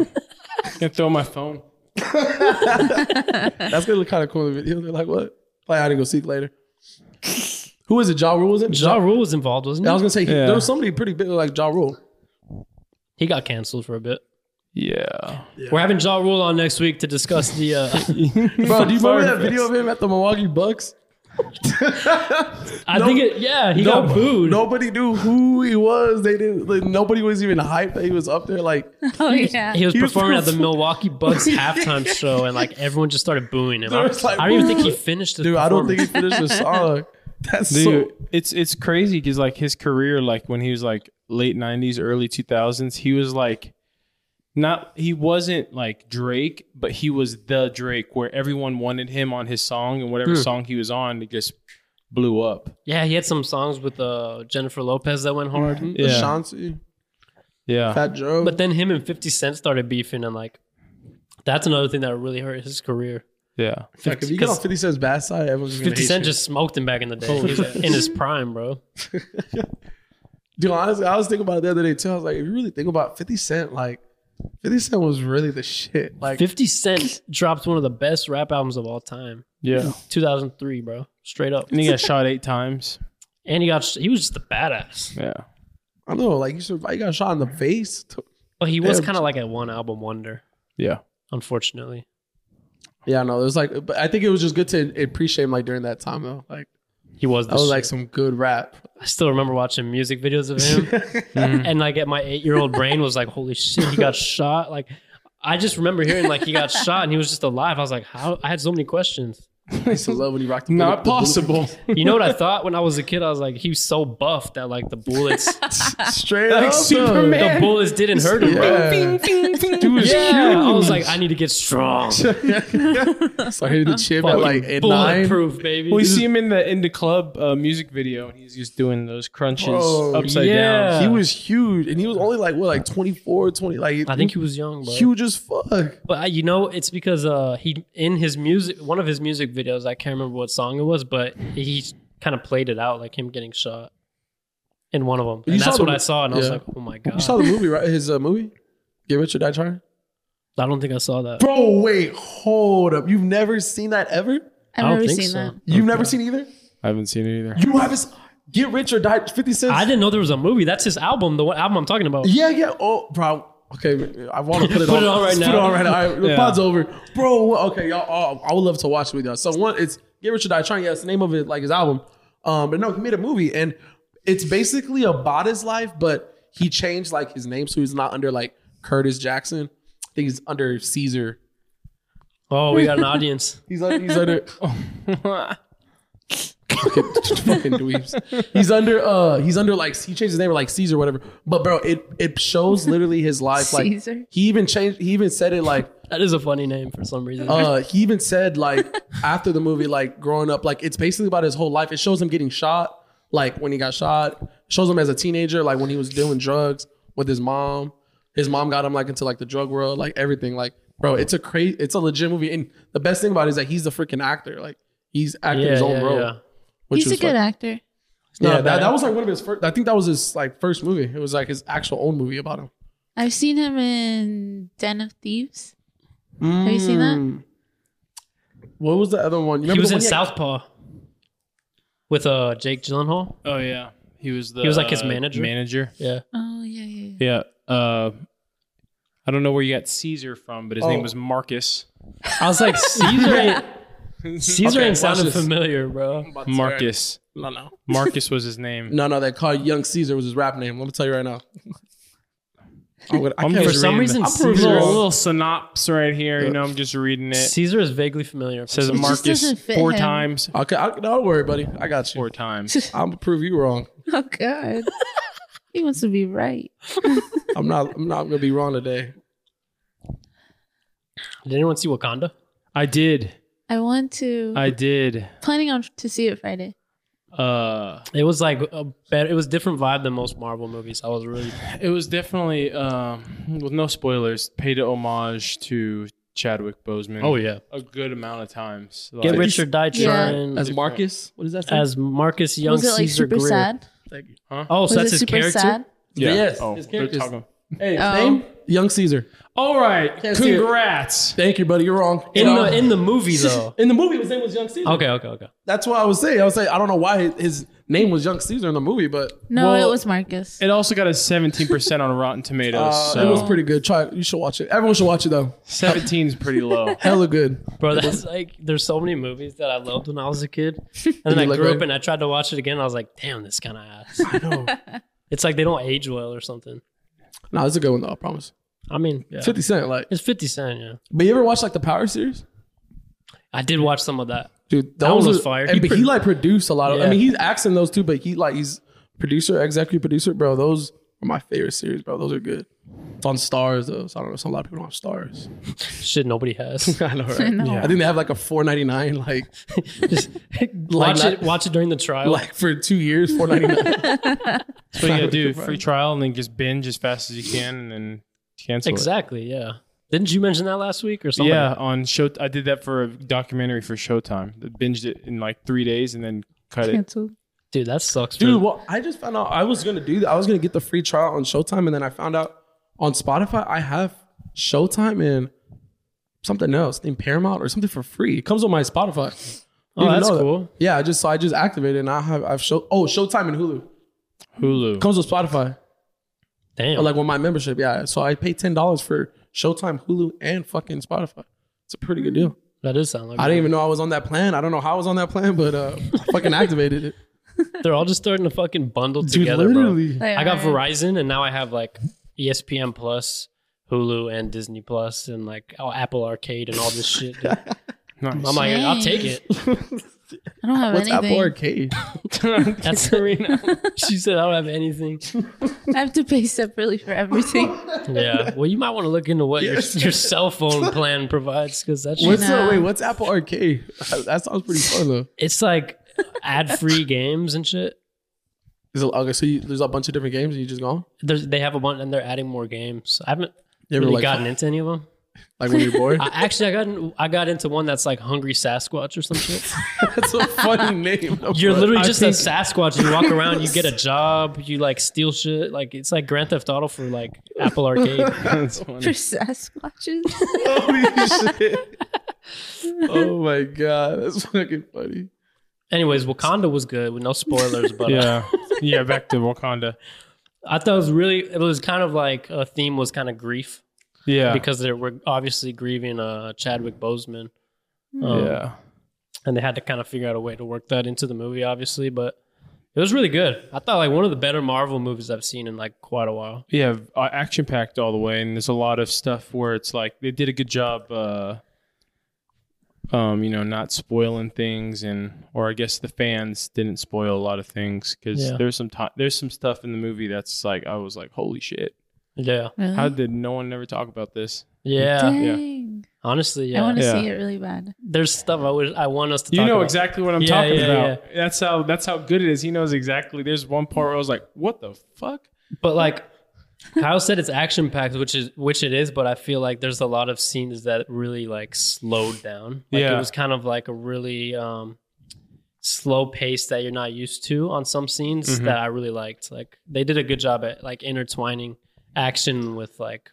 Speaker 3: Gonna throw my phone.
Speaker 1: that's gonna look kind of cool in the video. They're like, what? Like, I didn't go seek later. who was it? Ja Rule was it?
Speaker 2: <laughs> Ja Rule was involved, wasn't
Speaker 1: Yeah, I was
Speaker 2: he?
Speaker 1: gonna say he-
Speaker 3: Yeah.
Speaker 1: there was somebody pretty big like Ja Rule.
Speaker 2: He got canceled for a bit.
Speaker 3: Yeah.
Speaker 2: We're having Ja Rule on next week to discuss the uh,
Speaker 3: <laughs>
Speaker 1: Bro, do you remember that
Speaker 3: Firefest.
Speaker 1: video of him at the Milwaukee Bucks?
Speaker 2: I think it. Yeah, he got booed.
Speaker 1: Nobody knew who he was. They didn't. Like, nobody was even hyped that he was up there. Like,
Speaker 4: oh yeah.
Speaker 2: He was
Speaker 1: He was
Speaker 2: performing at the
Speaker 1: perform- <laughs>
Speaker 2: Milwaukee Bucks halftime show, and like everyone just started booing him.
Speaker 1: There
Speaker 2: I,
Speaker 1: was, like,
Speaker 2: I don't even think he finished. His
Speaker 1: dude, I don't think he
Speaker 2: performance.
Speaker 1: finished the song. <laughs> That's
Speaker 3: Dude,
Speaker 1: so.
Speaker 3: it's it's crazy because like his career, like when he was like late '90s, early 2000s, he was like not he wasn't like Drake, but he was the Drake where everyone wanted him on his song and whatever
Speaker 2: Hmm.
Speaker 3: song he was on, it just blew up.
Speaker 2: Yeah, he had some songs with uh, Jennifer Lopez that went hard,
Speaker 1: Mhm.
Speaker 3: Yeah. Uh,
Speaker 1: Ashanti,
Speaker 3: Yeah,
Speaker 1: Fat Joe.
Speaker 2: but then him and Fifty Cent started beefing, and like that's another thing that really hurt his career.
Speaker 3: yeah.
Speaker 1: Like, if you get on
Speaker 2: 'cause-
Speaker 1: Fifty Cent's bad side, everyone's just gonna
Speaker 2: 50
Speaker 1: hate
Speaker 2: Cent
Speaker 1: you.
Speaker 2: just smoked him back in the day. He was in his prime, bro.
Speaker 1: Dude, honestly, I was thinking about it the other day too. I was like, if you really think about Fifty Cent, like Fifty Cent was really the shit. Like,
Speaker 2: 50 Cent dropped one of the best rap albums of all time.
Speaker 3: Yeah.
Speaker 2: 2003, bro. Straight up.
Speaker 3: And he got shot eight times.
Speaker 2: And he got, he was just a badass.
Speaker 3: Yeah.
Speaker 1: I don't know, like you survived, you got shot in the face. too.
Speaker 2: But he was
Speaker 1: Damn.
Speaker 2: kind of like a one album wonder,
Speaker 3: Yeah.
Speaker 2: unfortunately.
Speaker 1: Yeah, no, it was like, but I think it was just good to appreciate him like during that time though. Like,
Speaker 2: He was the
Speaker 1: that was
Speaker 2: shit.
Speaker 1: like some good rap.
Speaker 2: I still remember watching music videos of
Speaker 1: <laughs>
Speaker 2: him. and like at my eight year old brain was like, holy shit, he got shot. Like I just remember hearing like he got shot and he was just alive. I was like, how? I had so many questions.
Speaker 1: I used to love when he rocked the
Speaker 3: Not
Speaker 1: bullet- the bullet-
Speaker 3: <laughs> possible.
Speaker 2: You know what I thought when I was a kid? I was like, he was so buff that like the bullets,
Speaker 1: straight
Speaker 3: Like
Speaker 1: up though.
Speaker 3: Superman.
Speaker 2: the bullets didn't hurt him. bro.
Speaker 1: Yeah.
Speaker 3: Dude was
Speaker 2: Yeah, I was
Speaker 3: huge.
Speaker 2: like, I need to get
Speaker 1: <laughs>
Speaker 2: strong,
Speaker 1: so I hit the chip at
Speaker 2: Fucking
Speaker 1: like at nine.
Speaker 2: bulletproof, baby.
Speaker 3: we see him in the in the club uh, music video, and he's just doing those crunches
Speaker 1: Bro,
Speaker 3: upside
Speaker 2: yeah.
Speaker 3: down.
Speaker 1: He was huge, and he was only like what, like 24, 20, like
Speaker 2: I think he was young, bro.
Speaker 1: huge as fuck.
Speaker 2: But I, you know, it's because uh, he in his music, one of his music videos, I can't remember what song it was, but he kind of played it out like him getting shot in one of them,
Speaker 1: You
Speaker 2: and
Speaker 1: saw
Speaker 2: that's what
Speaker 1: the-
Speaker 2: I saw, and I was
Speaker 1: yeah.
Speaker 2: like, oh my god,
Speaker 1: You saw the movie, right? His uh, movie, Get Rich or Die Trying.
Speaker 2: I don't think I saw that.
Speaker 1: Bro, wait, hold up. You've never seen that ever?
Speaker 2: I
Speaker 4: I've
Speaker 2: don't
Speaker 4: never
Speaker 2: think
Speaker 4: seen
Speaker 2: so.
Speaker 4: that.
Speaker 1: You've never seen either?
Speaker 3: I haven't seen it either.
Speaker 1: You haven't. s- Get Rich or Die. Fifty Cent.
Speaker 2: I didn't know there was a movie. That's his album, the one album I'm talking about.
Speaker 1: Yeah, yeah. Oh, bro. Okay, I want to put it
Speaker 2: Put
Speaker 1: on.
Speaker 2: it on right
Speaker 1: Let's Put
Speaker 2: now.
Speaker 1: it on right now. All right, the
Speaker 3: Yeah.
Speaker 1: pod's over, bro. what- Okay, y'all. Oh, I would love to watch it with y'all. So one, it's Get Rich or Die Trying. Yeah, it's the name of it, like his album. Um, but no, he made a movie, and it's basically about his life, but he changed like his name, so he's not under like Curtis Jackson. I think he's under Caesar.
Speaker 2: Oh, we got an audience.
Speaker 1: He's under. He's
Speaker 3: <laughs>
Speaker 1: under. fucking, fucking dweebs. He's under. Uh, he's under like he changed his name or like Caesar, whatever. But bro, it it shows literally his life. Like
Speaker 4: Caesar.
Speaker 1: he even changed. He even said it like.
Speaker 2: That is a funny name for some reason.
Speaker 1: Uh, he even said like <laughs> after the movie, like growing up, like it's basically about his whole life. It shows him getting shot, like when he got shot. shows him as a teenager, like when he was doing drugs with his mom. His mom got him like into like the drug world, like everything. Like, bro, it's a crazy, it's a legit movie. And the best thing about it is that he's the freaking actor. Like, he's acting
Speaker 2: yeah,
Speaker 1: his own
Speaker 2: yeah,
Speaker 1: role.
Speaker 2: yeah.
Speaker 1: Which
Speaker 4: He's a
Speaker 1: was,
Speaker 4: good
Speaker 1: like-
Speaker 4: actor.
Speaker 2: not
Speaker 1: Yeah, that,
Speaker 2: bad.
Speaker 1: that was like one of his first. I think that was his like first movie. It was like his actual own movie about him.
Speaker 4: I've seen him in Den of Thieves. you seen that?
Speaker 1: Mm. What was the other one? You
Speaker 2: He
Speaker 1: remember
Speaker 2: was
Speaker 1: the
Speaker 2: in
Speaker 1: one had-
Speaker 2: Southpaw with uh Jake Gyllenhaal.
Speaker 3: Oh yeah, he was the
Speaker 2: He was like his
Speaker 3: uh,
Speaker 2: manager?
Speaker 3: Manager.
Speaker 2: Yeah,
Speaker 4: Oh yeah, yeah. yeah.
Speaker 3: Yeah. Uh, I don't know where you got Caesar from, but his
Speaker 1: Oh.
Speaker 3: name was Marcus.
Speaker 2: I was like Caesar. ain't- Caesar
Speaker 1: Okay,
Speaker 2: ain't
Speaker 1: watch
Speaker 2: sounding
Speaker 1: this.
Speaker 2: familiar, bro.
Speaker 3: Marcus.
Speaker 1: No, no.
Speaker 3: Marcus was his name.
Speaker 1: No, no, that called Young Caesar was his rap name. Let me tell you right now. <laughs> I'm gonna, I
Speaker 3: I'm
Speaker 1: can't
Speaker 2: For
Speaker 3: just
Speaker 2: some
Speaker 3: reading
Speaker 2: reason,
Speaker 3: the-
Speaker 1: I'm pretty
Speaker 3: There's <laughs> a
Speaker 2: Caesar-
Speaker 1: wrong.
Speaker 3: little synopsis right here. You know, I'm just reading it.
Speaker 2: Caesar is vaguely familiar.
Speaker 3: Says
Speaker 4: It just
Speaker 3: Marcus
Speaker 4: doesn't fit
Speaker 3: four
Speaker 4: him.
Speaker 3: times.
Speaker 1: Okay, I, don't worry, buddy. I got you.
Speaker 3: Four times. <laughs>
Speaker 1: I'm gonna prove you wrong.
Speaker 4: Oh God, he wants to be right.
Speaker 1: I'm not. I'm not gonna be wrong today.
Speaker 2: Did anyone see Wakanda?
Speaker 3: I did.
Speaker 4: I want to.
Speaker 3: I did.
Speaker 4: planning on to see it Friday.
Speaker 3: Uh,
Speaker 2: It was like a better, it was different vibe than most Marvel movies. I was really
Speaker 3: it was definitely um, with no spoilers. Paid a homage to Chadwick Boseman.
Speaker 2: yeah,
Speaker 3: a good amount of times.
Speaker 2: get
Speaker 3: Like-
Speaker 2: rich or die
Speaker 4: Yeah.
Speaker 2: trying
Speaker 1: As Marcus, what is that?
Speaker 2: as Marcus Young
Speaker 4: was it like
Speaker 2: Caesar
Speaker 4: super
Speaker 2: Greer.
Speaker 4: sad?
Speaker 2: Oh, so
Speaker 4: was
Speaker 2: that's
Speaker 4: it
Speaker 2: his
Speaker 4: super
Speaker 2: character.
Speaker 4: sad?
Speaker 1: Yeah. Yes,
Speaker 3: Oh,
Speaker 1: his
Speaker 3: they're
Speaker 1: character's-
Speaker 3: talking.
Speaker 1: Hey,
Speaker 4: Oh.
Speaker 1: name Young Caesar.
Speaker 3: All right.
Speaker 1: Can't see it.
Speaker 3: Congrats.
Speaker 1: Thank you, buddy. You're wrong.
Speaker 2: In
Speaker 1: You know,
Speaker 2: the in the
Speaker 4: <laughs>
Speaker 2: movie though.
Speaker 1: in the movie, his name was Young Caesar.
Speaker 2: okay, okay, okay.
Speaker 1: That's what I was saying. I was saying I don't know why his- his name was Young Caesar in the movie, but
Speaker 4: No,
Speaker 3: Well,
Speaker 4: it was Marcus.
Speaker 3: It also got a 17% on Rotten Tomatoes.
Speaker 1: uh,
Speaker 3: so
Speaker 1: it was pretty good. Try. You should watch it. Everyone should watch it though.
Speaker 3: 17 is pretty low.
Speaker 1: Hella good.
Speaker 2: Bro, that's like there's so many movies that I loved when I was a
Speaker 4: <laughs>
Speaker 2: kid, and then
Speaker 1: you
Speaker 2: I
Speaker 1: like
Speaker 2: grew up
Speaker 1: Ray?
Speaker 2: and I tried to watch it again. I was like, damn, this kind of ass.
Speaker 1: I know.
Speaker 2: <laughs> It's like they don't age well or something.
Speaker 1: nah, it's a good one though. I promise.
Speaker 2: I mean, yeah.
Speaker 1: Fifty Cent, like.
Speaker 2: it's Fifty Cent. Yeah,
Speaker 1: But you ever watch like the Power series?
Speaker 2: I did watch some of that.
Speaker 1: Dude,
Speaker 2: That one
Speaker 1: those
Speaker 2: was
Speaker 1: are-
Speaker 2: fire.
Speaker 1: And,
Speaker 2: He
Speaker 1: but he
Speaker 2: pro-
Speaker 1: like produced a lot of. I
Speaker 2: Yeah.
Speaker 1: mean, he's acts in those too, but he like he's producer, executive producer, bro. Those are my favorite series, bro. Those are good. It's on Stars though, so I don't know. Some a lot of people don't have Stars.
Speaker 2: Shit, nobody has.
Speaker 1: <laughs> I know, right?
Speaker 4: I know.
Speaker 1: I think they have like a four ninety nine, like <laughs>
Speaker 2: Just watch
Speaker 1: that-
Speaker 2: it. Watch it during the trial.
Speaker 1: like for two years, four ninety nine.
Speaker 3: That's what you gotta do. Free trial and then just binge as fast as you can and then cancel it.
Speaker 2: exactly. Yeah. Didn't you mention that last week or something?
Speaker 3: Yeah, on show I did that for a documentary for Showtime. I binged it in like three days and then
Speaker 1: <laughs>
Speaker 3: cut it.
Speaker 4: Canceled.
Speaker 2: Dude, that sucks. for-
Speaker 1: Dude, well, I just found out I was gonna do that. I was gonna get the free trial on Showtime, and then I found out on Spotify I have Showtime and something else named Paramount or something for free. It comes on my Spotify.
Speaker 2: oh,
Speaker 1: Didn't
Speaker 2: that's
Speaker 1: know that.
Speaker 2: cool.
Speaker 1: Yeah, I just so I just activated and I have I've show oh Showtime and Hulu
Speaker 3: Hulu.
Speaker 1: comes with Spotify
Speaker 2: Damn.
Speaker 1: or like with my membership. Yeah, so I pay ten dollars for Showtime, Hulu, and fucking Spotify. It's a pretty good deal.
Speaker 2: that does sound like.
Speaker 1: I didn't even know I was on that plan. I don't know how I was on that plan, but uh, I fucking <laughs> activated it.
Speaker 2: They're all just starting to fucking bundle
Speaker 1: Dude,
Speaker 2: together, bro.
Speaker 1: literally.
Speaker 4: They
Speaker 2: I got
Speaker 4: are.
Speaker 2: Verizon, and now I have like E ESPN Plus, Hulu, and Disney Plus, and like oh, Apple Arcade and all this shit. dude. I'm
Speaker 3: Nice.
Speaker 2: like, I'll
Speaker 4: Dang.
Speaker 2: take it.
Speaker 4: I don't have
Speaker 1: What's Apple
Speaker 4: anything.
Speaker 1: Arcade?
Speaker 2: That's Karina. <laughs> she said, I don't have anything.
Speaker 4: <laughs> I have to pay separately for everything.
Speaker 2: Yeah. Well, you might want to look into what your, your cell phone plan provides because that's
Speaker 1: What's
Speaker 4: Nah.
Speaker 1: uh, wait? What's Apple Arcade? <laughs> That sounds pretty fun though.
Speaker 2: it's like ad free games and shit.
Speaker 1: Is it, okay, so you, there's a bunch of different games and you just go on.
Speaker 2: There's, they have a bunch and they're adding more games. I haven't
Speaker 1: You ever
Speaker 2: really
Speaker 1: like,
Speaker 2: gotten into any of them.
Speaker 1: like when you're bored?
Speaker 2: <laughs> I, actually, I got in, I got into one that's like Hungry Sasquatch or
Speaker 1: <laughs>
Speaker 2: some shit.
Speaker 1: <laughs> That's a funny name. No
Speaker 2: <laughs> You're
Speaker 1: front.
Speaker 2: literally
Speaker 1: I
Speaker 2: just a
Speaker 1: think-
Speaker 2: Sasquatch. and You walk around, you get a job, you like steal shit. Like it's like Grand Theft Auto for like
Speaker 1: <laughs>
Speaker 2: Apple Arcade.
Speaker 3: That's
Speaker 4: for
Speaker 3: <laughs> funny.
Speaker 4: Sasquatches.
Speaker 1: <laughs> Holy shit.
Speaker 2: <laughs>
Speaker 1: Oh my god, that's fucking funny.
Speaker 2: Anyways, Wakanda was good with no spoilers, but uh,
Speaker 3: <laughs> Yeah. Yeah, back to Wakanda.
Speaker 2: I thought it was really it was kind of like a theme was kind of grief
Speaker 3: Yeah.
Speaker 2: because they were obviously grieving uh Chadwick Boseman. Um,
Speaker 3: yeah.
Speaker 2: and they had to kind of figure out a way to work that into the movie obviously, but it was really good. I thought like one of the better Marvel movies I've seen in like quite a while.
Speaker 3: Yeah, uh, action packed all the way, and there's a lot of stuff where it's like they did a good job, uh, um, you know, not spoiling things, and or I guess the fans didn't spoil a lot of things because
Speaker 2: Yeah.
Speaker 3: there's some time, there's some stuff in the movie that's like I was like, holy shit,
Speaker 2: Yeah.
Speaker 4: Really?
Speaker 3: how did no one ever talk about this?
Speaker 2: Yeah.
Speaker 4: Dang.
Speaker 2: Honestly,
Speaker 4: I
Speaker 2: yeah.
Speaker 4: want to
Speaker 3: Yeah.
Speaker 4: see it really bad.
Speaker 2: There's stuff I wish I want us to
Speaker 3: You
Speaker 2: talk
Speaker 3: know
Speaker 2: about.
Speaker 3: exactly what I'm
Speaker 2: Yeah,
Speaker 3: talking
Speaker 2: yeah,
Speaker 3: about. That's how that's how good it is. He knows exactly. There's one part where I was like, what the fuck?
Speaker 2: But like Kyle said, it's action packed, which is which it is. But I feel like there's a lot of scenes that really like slowed down. Like
Speaker 3: Yeah.
Speaker 2: it was kind of like a really um, slow pace that you're not used to on some scenes
Speaker 3: Mhm.
Speaker 2: that I really liked. Like they did a good job at like intertwining action with like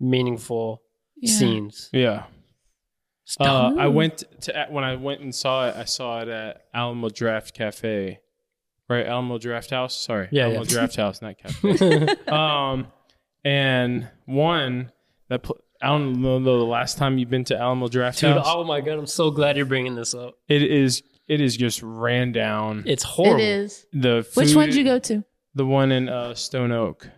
Speaker 2: meaningful
Speaker 4: Yeah.
Speaker 2: scenes.
Speaker 3: Yeah. Uh,
Speaker 2: <laughs>
Speaker 3: <laughs>
Speaker 2: Stop.
Speaker 3: I went to uh, when I went and saw it. I saw it at Alamo Draft Cafe, right? Alamo Draft House. Sorry,
Speaker 2: Yeah,
Speaker 3: Alamo
Speaker 2: yeah.
Speaker 3: Draft House,
Speaker 2: <laughs>
Speaker 3: not cafe. um, and one that pl- I don't know the last time you've been to Alamo Draft
Speaker 2: Dude,
Speaker 3: House.
Speaker 2: oh my god! I'm so glad you're bringing this up.
Speaker 3: it is it is just ran down.
Speaker 2: It's horrible.
Speaker 4: It is.
Speaker 3: the
Speaker 4: Which
Speaker 3: food-
Speaker 4: one did you go to?
Speaker 3: The one in uh, Stone Oak.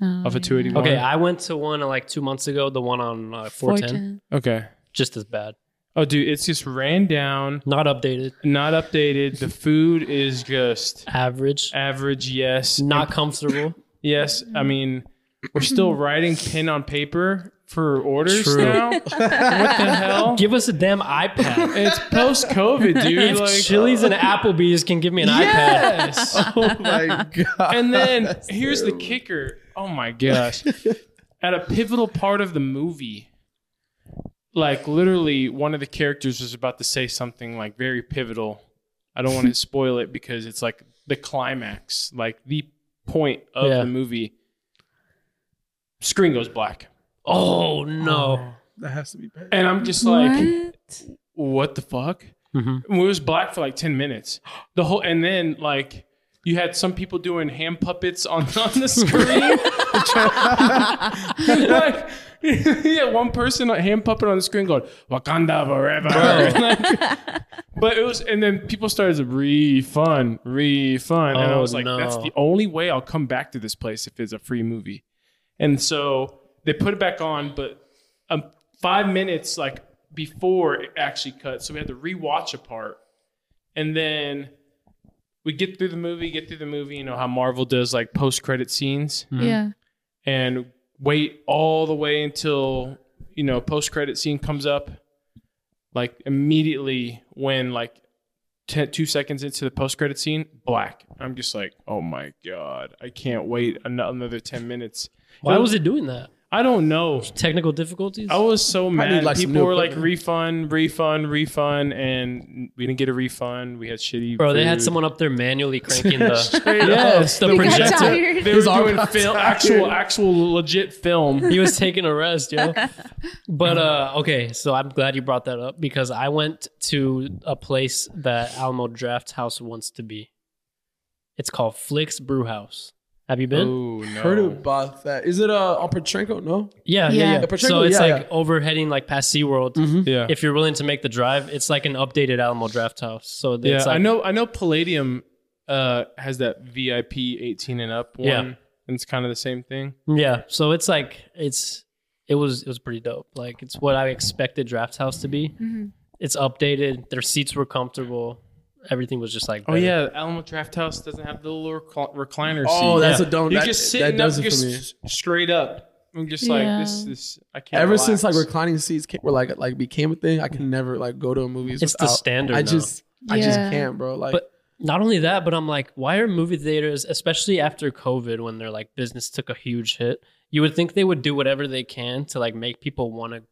Speaker 4: Um,
Speaker 3: Off of 281.
Speaker 2: Oh, Okay, I went to one like two months ago. The one on uh, 410,
Speaker 3: Okay.
Speaker 2: just as bad.
Speaker 3: Oh, dude, it's just ran down,
Speaker 2: Not updated.
Speaker 3: not updated. The food is just
Speaker 2: Average.
Speaker 3: average. Yes.
Speaker 2: Not comfortable.
Speaker 3: Yes. I mean, we're still writing pen on paper for orders
Speaker 2: True. <laughs>
Speaker 3: now. what the hell?
Speaker 2: Give us a damn <laughs> iPad.
Speaker 3: It's post COVID, dude.
Speaker 2: if
Speaker 3: like,
Speaker 2: Chili's and Applebee's can give me an iPad.
Speaker 3: yes.
Speaker 1: Oh
Speaker 2: <laughs>
Speaker 1: my god.
Speaker 3: and then
Speaker 1: That's
Speaker 3: here's
Speaker 1: terrible.
Speaker 3: the kicker. Oh
Speaker 2: <laughs>
Speaker 3: my gosh. At a pivotal part of the movie, like literally one of the characters was about to say something like very pivotal. I don't want
Speaker 2: <laughs>
Speaker 3: to spoil it because it's like the climax, like the point of
Speaker 2: Yeah.
Speaker 3: the movie. Screen goes black.
Speaker 2: Oh no.
Speaker 1: that has to be bad.
Speaker 3: And I'm just
Speaker 4: What?
Speaker 3: like, mm-hmm. what the fuck?
Speaker 2: Mhm.
Speaker 3: It was black for like 10 minutes. The whole, and then like, you had some people doing hand puppets on, <laughs> on the screen. like, <laughs> yeah, one person like, hand puppet on the screen going Wakanda forever. <laughs> Like, but it was, and then people started to refund, refund, and I
Speaker 2: Oh,
Speaker 3: was like, that's
Speaker 2: no.
Speaker 3: the only way I'll come back to this place if it's a free movie. And so they put it back on, but um, five minutes like before it actually cut, so we had to rewatch a part, and then. We get through the movie, get through the movie. You know how Marvel does like post credit scenes
Speaker 4: Yeah.
Speaker 3: and wait all the way until you know post credit scene comes up like immediately when like ten, 2 seconds into the post credit scene black i'm just like oh my god i can't wait ano- another 10 minutes
Speaker 2: Why was it doing that?
Speaker 3: i don't know
Speaker 2: Technical difficulties.
Speaker 3: i was so mad
Speaker 1: need, like, some
Speaker 3: people
Speaker 1: new
Speaker 3: were like
Speaker 1: equipment.
Speaker 3: refund refund refund and we didn't get a refund we had shitty
Speaker 2: Bro, they had
Speaker 3: food.
Speaker 2: someone Oh, up there <laughs> manually cranking the.
Speaker 3: <laughs>
Speaker 2: <laughs>
Speaker 3: yes
Speaker 2: the
Speaker 3: the
Speaker 4: got
Speaker 2: projector. <laughs>
Speaker 4: tired.
Speaker 3: they were
Speaker 1: His arm
Speaker 3: doing
Speaker 1: got
Speaker 3: film,
Speaker 1: tired.
Speaker 3: actual actual legit film
Speaker 2: He was taking a rest, <laughs> yo. But uh, okay, so I'm glad you brought that up because I went to a place that Alamo Draft House wants to be. It's called Flicks Brew House. Have you been?
Speaker 3: oh no
Speaker 1: Heard about that? Is it uh on Petrenko? No.
Speaker 2: Yeah,
Speaker 4: Yeah.
Speaker 2: yeah, yeah.
Speaker 1: Yeah,
Speaker 2: So it's
Speaker 1: yeah, Mm-hmm.
Speaker 2: like overheading like past SeaWorld.
Speaker 3: yeah
Speaker 2: If you're willing to make the drive, it's like an updated Alamo Draft House. So it's
Speaker 3: Yeah,
Speaker 2: like,
Speaker 3: I know. I know. Palladium uh, has that VIP eighteen and up one,
Speaker 2: Yeah.
Speaker 3: and it's kind of the same thing.
Speaker 2: Yeah, so it's like it's it was it was pretty dope. Like it's what I expected Draft House to be.
Speaker 4: Mhm.
Speaker 2: It's updated. Their seats were comfortable. Everything was just like
Speaker 3: Oh
Speaker 2: better.
Speaker 3: yeah, Alamo Draft House doesn't have the little recl- recliner
Speaker 1: Oh,
Speaker 3: seat.
Speaker 1: that's
Speaker 2: Yeah.
Speaker 1: a don't.
Speaker 3: you
Speaker 1: that,
Speaker 3: just
Speaker 1: that
Speaker 3: sitting up,
Speaker 1: does it
Speaker 3: just
Speaker 1: for me.
Speaker 3: s- straight up. I'm just like
Speaker 4: Yeah.
Speaker 3: this. This I can't.
Speaker 1: Ever
Speaker 3: relax.
Speaker 1: since like reclining seats came, were like like became a thing, I can never like go to a movie.
Speaker 2: It's the standard
Speaker 1: I
Speaker 2: now.
Speaker 1: just I just
Speaker 4: Yeah.
Speaker 1: can't, bro. Like
Speaker 2: But- Not only that, but I'm like, why are movie theaters, especially after COVID, when their like business took a huge hit? You would think they would do whatever they can to like make people want to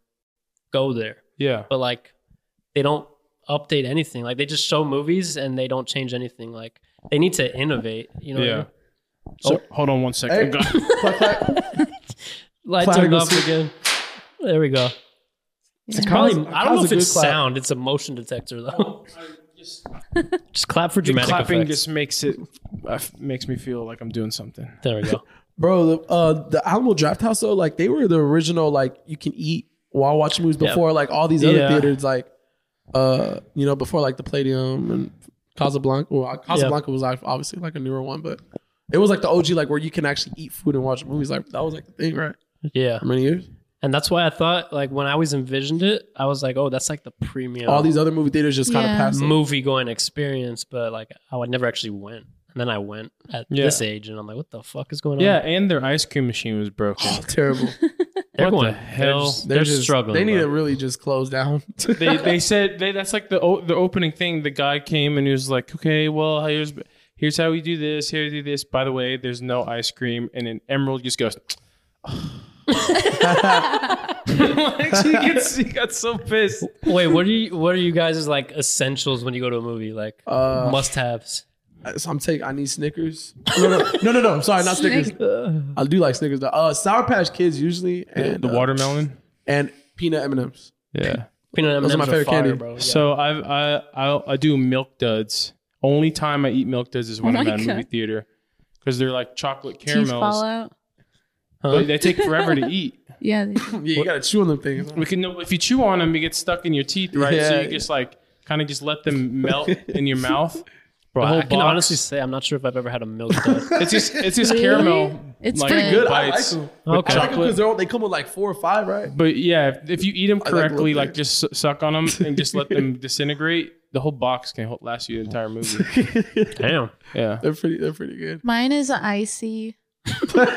Speaker 2: go there,
Speaker 3: yeah,
Speaker 2: but like they don't update anything. Like they just show movies and they don't change anything. Like they need to innovate. You know? what I
Speaker 3: yeah.
Speaker 2: mean?
Speaker 3: So hold on one second.
Speaker 1: Hey. Clap, clap.
Speaker 2: Light
Speaker 1: Clap.
Speaker 2: turned off again. There we go.
Speaker 3: <laughs>
Speaker 2: It's probably. I don't know
Speaker 1: Kyle's
Speaker 2: if
Speaker 1: a
Speaker 2: it's
Speaker 1: good clap.
Speaker 2: sound. It's a motion detector though.
Speaker 3: Oh, just,
Speaker 2: <laughs> Just clap for
Speaker 3: the
Speaker 2: dramatic
Speaker 3: clapping
Speaker 2: effects.
Speaker 3: just makes it uh, makes me feel like I'm doing something.
Speaker 2: There we
Speaker 3: <laughs>
Speaker 2: go.
Speaker 1: Bro, the uh the Alamo Draft House though, like they were the original like you can eat while watching movies
Speaker 2: Yeah.
Speaker 1: before like all these other
Speaker 3: Yeah.
Speaker 1: theaters like uh you know before like the Palladium and Casablanca. Well, Casablanca was like, obviously like a newer one, but it was like the OG like where you can actually eat food and watch movies. Like that was like the thing, right?
Speaker 2: Yeah,
Speaker 1: For many years.
Speaker 2: and that's why I thought like when I always envisioned it, I was like, oh, that's like the premium
Speaker 1: All these other movie theaters just kind of
Speaker 4: Yeah.
Speaker 1: passed. it.
Speaker 2: movie going experience, but like I would never actually went. And then I went at
Speaker 3: Yeah.
Speaker 2: this age, and I'm like, what the fuck is going <laughs>
Speaker 3: Yeah,
Speaker 2: on?
Speaker 3: and their ice cream machine was
Speaker 2: <sighs>
Speaker 3: broken.
Speaker 1: <laughs> Terrible.
Speaker 2: they're
Speaker 3: what the
Speaker 2: going
Speaker 3: hell?
Speaker 2: They're, just, they're
Speaker 1: just-
Speaker 2: struggling.
Speaker 1: They need
Speaker 2: bro.
Speaker 1: to really just close down.
Speaker 3: they they said they, that's like the o- the opening thing. The guy came and he was like, "Okay, well, here's here's how we do this. Here we do this. By the way, there's no ice cream." And then Emerald just goes. <laughs> like she gets, she got so pissed.
Speaker 2: Wait, what are you? What are you guys' like essentials when you go to a movie? Like
Speaker 1: Uh,
Speaker 2: must haves.
Speaker 1: <laughs> so I'm taking. I need Snickers. No, no, no, no, no. I'm sorry, not Snickers. I do like Snickers. Though. Uh, Sour Patch Kids usually, and
Speaker 3: the
Speaker 1: uh,
Speaker 2: <laughs>
Speaker 3: watermelon.
Speaker 1: and peanut M and M's.
Speaker 3: Yeah.
Speaker 2: Peanut M&Ms
Speaker 1: Those are my favorite
Speaker 2: fire,
Speaker 1: candy.
Speaker 2: bro. Yeah.
Speaker 3: So I've, I I I do milk duds. Only time I eat milk duds is when
Speaker 4: Oh
Speaker 3: I'm
Speaker 4: my
Speaker 3: at a
Speaker 4: God.
Speaker 3: movie theater because they're like chocolate
Speaker 4: Teeth fall
Speaker 3: caramels,
Speaker 4: out.
Speaker 3: but they take forever
Speaker 4: <laughs>
Speaker 3: to eat. <laughs>
Speaker 4: Yeah. they do.
Speaker 1: <laughs> Yeah, you gotta chew on them things.
Speaker 3: We can if you chew on them, you get stuck in your teeth, right? So
Speaker 1: Yeah.
Speaker 3: you just like kind of just let them melt in your mouth. Bro,
Speaker 2: the whole
Speaker 3: I can
Speaker 2: honestly say I'm not sure if I've ever had a milk
Speaker 1: <laughs>
Speaker 2: dud.
Speaker 3: <laughs> It's just it's just
Speaker 4: Really?
Speaker 3: caramel.
Speaker 4: It's
Speaker 3: like,
Speaker 4: pretty
Speaker 1: Good. I like
Speaker 3: bites.
Speaker 1: them.
Speaker 2: Okay.
Speaker 1: Because they're all- they come with like four or five, right?
Speaker 3: But yeah, if, if you eat them
Speaker 1: I like little
Speaker 3: correctly, like,
Speaker 1: things.
Speaker 3: just su- suck on them and just let them disintegrate, the whole box can hold- last you the entire movie.
Speaker 2: Damn.
Speaker 3: Yeah.
Speaker 1: They're pretty. They're pretty good.
Speaker 4: Mine is an
Speaker 3: <laughs>
Speaker 4: icy.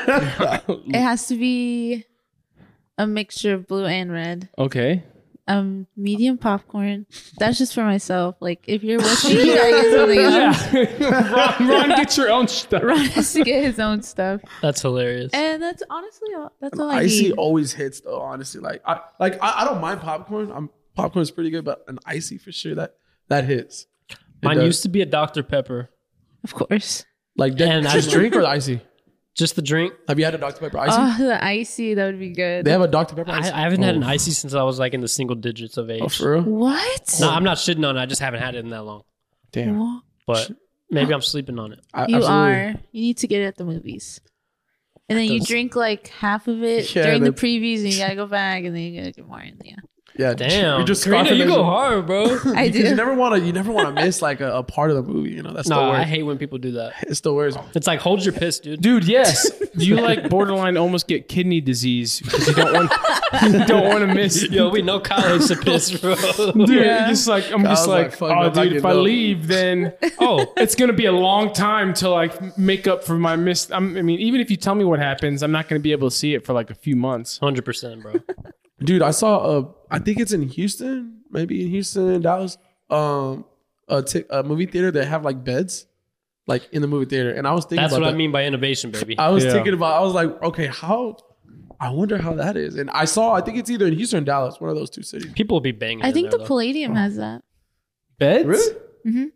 Speaker 4: It has to be a mixture of blue and red.
Speaker 3: Okay. <laughs>
Speaker 4: Um, medium popcorn. That's just for myself. Like if you're
Speaker 3: <laughs>
Speaker 4: with me, I get something else.
Speaker 3: Ron, Ron, get your own stuff.
Speaker 4: Ron has to get his own stuff,
Speaker 2: That's hilarious.
Speaker 4: and that's honestly all. That's all I
Speaker 1: icy
Speaker 4: need.
Speaker 1: always hits though. Honestly, like I like I, I don't mind popcorn. I'm popcorn's pretty good, but an icy for sure that that hits. It
Speaker 2: Mine
Speaker 1: does.
Speaker 2: used to be a Dr. Pepper.
Speaker 4: Of course.
Speaker 1: like that,
Speaker 2: And I-
Speaker 1: just drink or the icy.
Speaker 2: Just the drink.
Speaker 1: Have you had a Dr Pepper icy?
Speaker 4: Oh, the icy. That would be good.
Speaker 1: they have a Dr Pepper
Speaker 2: I,
Speaker 1: icy.
Speaker 2: I haven't had an
Speaker 1: Oh.
Speaker 2: icy since I was like in the single digits of age.
Speaker 1: Oh, for real?
Speaker 4: what?
Speaker 2: No, I'm not shitting on it. I just haven't had it in that long.
Speaker 3: Damn.
Speaker 4: What?
Speaker 2: But maybe I'm sleeping on it.
Speaker 1: <laughs> I,
Speaker 4: You
Speaker 1: absolutely.
Speaker 4: are. You need to get it at the movies. And then you
Speaker 1: Those-
Speaker 4: drink like half of it
Speaker 1: Yeah,
Speaker 4: during the
Speaker 1: but-
Speaker 4: previews, and you gotta go back, and then you gotta get more. And yeah,
Speaker 1: Yeah,
Speaker 2: Damn.
Speaker 1: You just
Speaker 2: Karina,
Speaker 1: scoffing
Speaker 2: you
Speaker 1: as
Speaker 2: go
Speaker 1: you-
Speaker 2: hard, bro.
Speaker 4: I
Speaker 1: Because
Speaker 4: do.
Speaker 1: You never want to. You never want to miss like a, a part of the movie. You know that's
Speaker 2: no,
Speaker 1: the
Speaker 2: I
Speaker 1: worst.
Speaker 2: hate when people do that.
Speaker 1: it's the worst.
Speaker 2: It's like hold your piss, dude. <laughs>
Speaker 3: Dude, yes. You like borderline almost get kidney disease because you don't want <laughs> you don't want to miss.
Speaker 2: Yo, we know Kyle hates to piss,
Speaker 1: <laughs>
Speaker 2: bro.
Speaker 3: Dude,
Speaker 4: Yeah.
Speaker 3: just like I'm
Speaker 1: was
Speaker 3: just
Speaker 1: like,
Speaker 3: like,
Speaker 1: fuck, I'm
Speaker 3: oh,
Speaker 1: not
Speaker 3: dude, if I
Speaker 1: getting up."
Speaker 2: <laughs>
Speaker 3: leave, then
Speaker 2: oh,
Speaker 3: it's gonna be a long time to like make up for my miss. I'm, I mean, even if you tell me what happens, I'm not gonna be able to see it for like a few months.
Speaker 2: 100%, bro.
Speaker 1: dude i saw uh i think it's in houston maybe in houston dallas um a, t- a movie theater that have like beds like in the movie theater and i was thinking
Speaker 2: That's
Speaker 1: about
Speaker 2: what I
Speaker 1: that. uh,
Speaker 2: mean by innovation, baby.
Speaker 1: i was
Speaker 3: Yeah.
Speaker 1: thinking about i was like okay how i wonder how that is and i saw i think it's either in houston or dallas one of those two cities
Speaker 2: People will be banging.
Speaker 4: I
Speaker 2: in
Speaker 4: think
Speaker 2: there,
Speaker 4: the
Speaker 2: though.
Speaker 4: Palladium has that.
Speaker 3: Beds?
Speaker 1: really
Speaker 4: Mhm.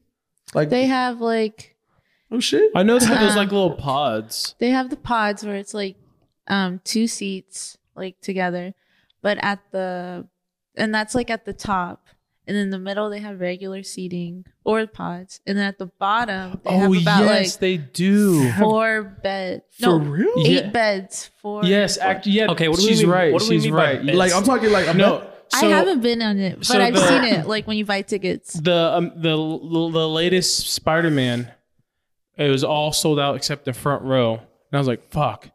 Speaker 1: like
Speaker 4: They have like
Speaker 1: oh shit
Speaker 3: I know they have those
Speaker 4: Um,
Speaker 3: like
Speaker 2: Uh-huh.
Speaker 3: little pods.
Speaker 4: they have the pods where it's like um two seats like together, but at the and that's like at the top. And in the middle, they have regular seating or pods, and then at the bottom, they have about like
Speaker 3: Oh, they do.
Speaker 4: four beds.
Speaker 1: for
Speaker 4: No,
Speaker 1: real
Speaker 4: eight
Speaker 3: Yeah.
Speaker 4: beds. Four.
Speaker 3: Yes, act, yeah.
Speaker 2: Okay, what do we
Speaker 3: she's
Speaker 2: mean-
Speaker 3: right.
Speaker 2: what do we
Speaker 3: she's
Speaker 2: mean by
Speaker 3: right.
Speaker 2: beds?
Speaker 1: like i'm talking like i'm
Speaker 3: No,
Speaker 1: not
Speaker 3: so-
Speaker 4: I haven't been on it, but
Speaker 3: so
Speaker 4: I've
Speaker 3: the-
Speaker 4: seen it like when you buy
Speaker 3: <laughs>
Speaker 4: tickets.
Speaker 3: the um, the l- the latest Spider Man, it was all sold out except the front row, and I was like, "Fuck,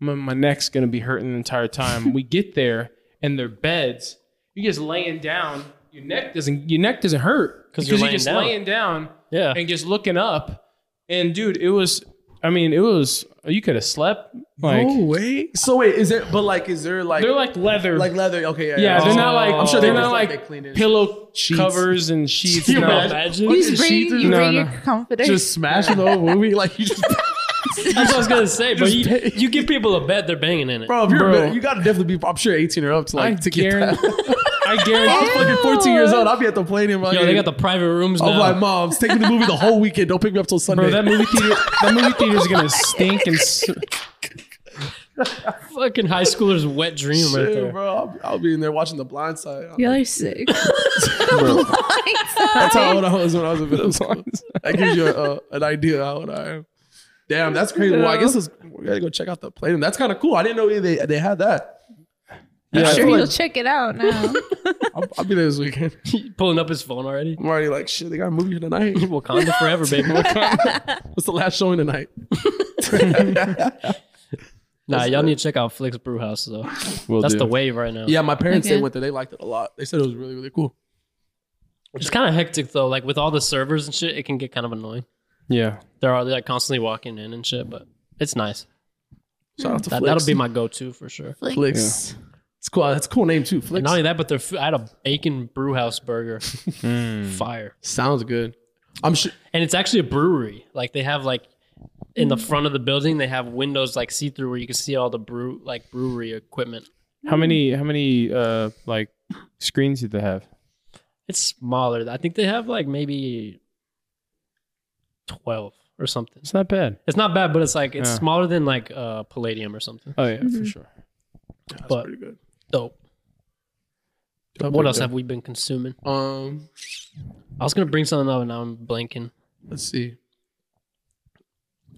Speaker 3: my, my neck's gonna be hurting the entire time." we get there, and their beds, you just laying down, your neck doesn't your neck doesn't hurt
Speaker 2: 'Cause you're laying
Speaker 3: just
Speaker 2: down. <laughs>
Speaker 3: laying down
Speaker 2: Yeah.
Speaker 3: and just looking up. And dude, it was, I mean, it was you could have slept like
Speaker 1: no way so wait is there but like is there like
Speaker 3: they're like leather,
Speaker 1: like leather okay yeah
Speaker 3: yeah, they're not like
Speaker 2: Oh.
Speaker 1: i'm sure
Speaker 3: they're
Speaker 1: they
Speaker 3: not
Speaker 1: like,
Speaker 3: like
Speaker 1: they clean it.
Speaker 3: pillow
Speaker 1: Sheets.
Speaker 3: covers and
Speaker 1: <laughs>
Speaker 3: sheets.
Speaker 2: Can you
Speaker 3: no.
Speaker 2: imagine?
Speaker 4: You
Speaker 1: Fucking
Speaker 4: just
Speaker 1: sheets
Speaker 4: bring,
Speaker 1: is-
Speaker 4: you
Speaker 3: No,
Speaker 4: bring
Speaker 3: no.
Speaker 4: your confidence.
Speaker 1: just smashing the whole movie <laughs> like you just
Speaker 2: That's what I was gonna say, but
Speaker 1: Just
Speaker 2: you,
Speaker 1: bang.
Speaker 2: you give people a bed, they're banging in it.
Speaker 1: Bro, if you're
Speaker 3: Bro.
Speaker 1: a bit- you gotta definitely be. I'm sure 18 or up to like
Speaker 3: I
Speaker 1: to get
Speaker 3: guarantee-
Speaker 1: that. <laughs>
Speaker 3: I guarantee.
Speaker 1: I'm fucking 14 years old. I'll be at the plane. and I'm Like,
Speaker 2: Yo, they got the private rooms
Speaker 1: I'm
Speaker 2: now.
Speaker 1: like, mom, take me to the movie the whole weekend. Don't pick me up till Sunday.
Speaker 3: Bro, that movie theater, that movie theater is gonna stink and s-
Speaker 2: Fucking high schooler's wet dream
Speaker 1: Shit,
Speaker 2: right there.
Speaker 1: bro. I'll, I'll be in there watching The Blind Side.
Speaker 4: Y'all
Speaker 3: <laughs>
Speaker 4: are sick. <laughs>
Speaker 1: That's how old I was when I was in middle school. That gives you a, uh, an idea how old I am. Damn, that's crazy. Well, I guess it's, we gotta go check out the plane. That's kind of cool. I didn't know they they had that.
Speaker 4: I'm
Speaker 1: Yeah, I
Speaker 4: sure
Speaker 1: feel like-
Speaker 4: you'll check it
Speaker 3: <laughs>
Speaker 4: out now.
Speaker 1: I'll, I'll be there this weekend. <laughs>
Speaker 2: Pulling up his phone already.
Speaker 1: I'm already like, shit. They got a movie tonight. <laughs>
Speaker 2: Wakanda forever, baby.
Speaker 1: What's the last showing tonight? <laughs>
Speaker 2: nah, y'all need to check out Flicks Brewhouse though. That's the wave right now.
Speaker 1: Yeah, my parents they
Speaker 4: Okay.
Speaker 1: went there. They liked it a lot. They said it was really really cool.
Speaker 2: It's kind of hectic though. Like with all the servers and shit, it can get kind of annoying.
Speaker 3: Yeah.
Speaker 2: They're all like constantly walking in and shit, but it's nice.
Speaker 1: Shout out to
Speaker 2: That,
Speaker 1: Flicks.
Speaker 2: that'll be my go-to for sure.
Speaker 4: Like,
Speaker 1: Flicks. It's cool. That's a cool name too.
Speaker 2: And
Speaker 1: Flicks
Speaker 2: not only that, but their food, I had a bacon brewhouse
Speaker 1: <laughs>
Speaker 2: burger,
Speaker 1: Hmm.
Speaker 3: Hmm.
Speaker 2: fire,
Speaker 1: sounds good. I'm sure.
Speaker 2: and it's actually a brewery. Like they have like in the front of the building, they have windows like see through where you can see all the brew like brewery equipment.
Speaker 3: How many? How many? Uh, like screens did they have?
Speaker 2: It's smaller. I think they have like maybe twelve or something.
Speaker 3: It's not bad.
Speaker 2: It's not bad, but it's like it's
Speaker 3: Yeah.
Speaker 2: smaller than like uh Palladium or something.
Speaker 3: Oh yeah,
Speaker 1: Mm-hmm.
Speaker 3: for sure.
Speaker 1: That's
Speaker 2: But-
Speaker 1: pretty good.
Speaker 2: Dope. What else have we been consuming?
Speaker 1: Um,
Speaker 2: I was gonna bring something up, and now I'm blanking.
Speaker 1: let's see.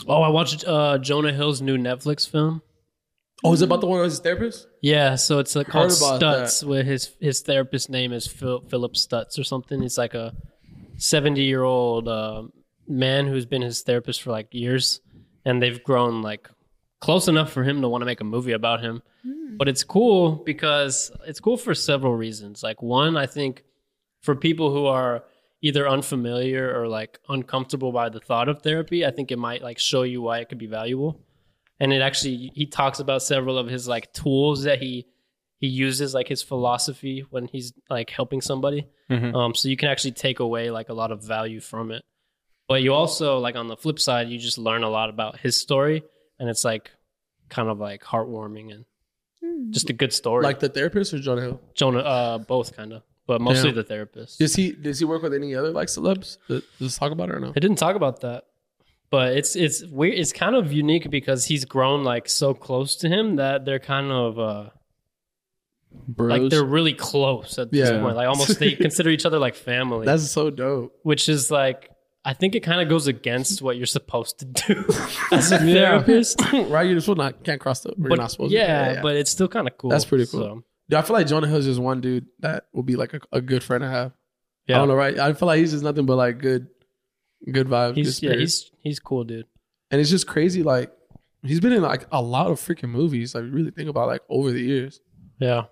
Speaker 2: Oh, I watched uh, Jonah Hill's new Netflix film.
Speaker 1: Oh, is it about the one who was his therapist?
Speaker 2: Yeah, so it's uh, called
Speaker 1: about
Speaker 2: Stutz. Where his his therapist name is Phil, Philip Stutz or something. He's like a seventy year old uh, man who's been his therapist for like years, and they've grown like close enough for him to want to make a movie about him.
Speaker 4: Hmm.
Speaker 2: But it's cool because it's cool for several reasons. Like one, I think for people who are either unfamiliar or like uncomfortable by the thought of therapy, I think it might like show you why it could be valuable. And it actually he talks about several of his like tools that he he uses like his philosophy when he's like helping somebody.
Speaker 3: Mhm.
Speaker 2: Um so you can actually take away like a lot of value from it. But you also like on the flip side, you just learn a lot about his story and it's like kind of like heartwarming and
Speaker 4: Hmm.
Speaker 2: just a good story.
Speaker 1: Like the therapist or Jonah Hill?
Speaker 2: Jonah, uh, both kind of, but mostly
Speaker 1: Yeah.
Speaker 2: the therapist.
Speaker 1: Does he does he work with any other like celebs? Does does talk about it or no?
Speaker 2: They didn't talk about that, but it's it's weird. It's kind of unique because he's grown like so close to him that they're kind of uh,
Speaker 3: Bros.
Speaker 2: like they're really close at this
Speaker 1: Yeah.
Speaker 2: point. Like
Speaker 1: <laughs>
Speaker 2: almost they consider each other like family,
Speaker 1: That's so dope. <clears throat>
Speaker 2: which is like I think it kind of goes against what you're supposed to do <laughs> as a
Speaker 3: Yeah.
Speaker 2: therapist.
Speaker 1: right? You're supposed not can't cross the. You're
Speaker 2: But
Speaker 1: not supposed. to.
Speaker 2: yeah, but it's still kind of cool.
Speaker 1: That's pretty cool.
Speaker 2: So,
Speaker 1: Dude, I feel like Jonah Hill is just one dude that will be like a, a good friend to have.
Speaker 2: yeah,
Speaker 1: I don't know, right? I feel like he's just nothing but like good, good vibes. good
Speaker 2: he's yeah,
Speaker 1: spirit.
Speaker 2: he's he's cool, dude.
Speaker 1: and it's just crazy. Like he's been in like a lot of freaking movies. Like you really think about like over the years.
Speaker 2: Yeah,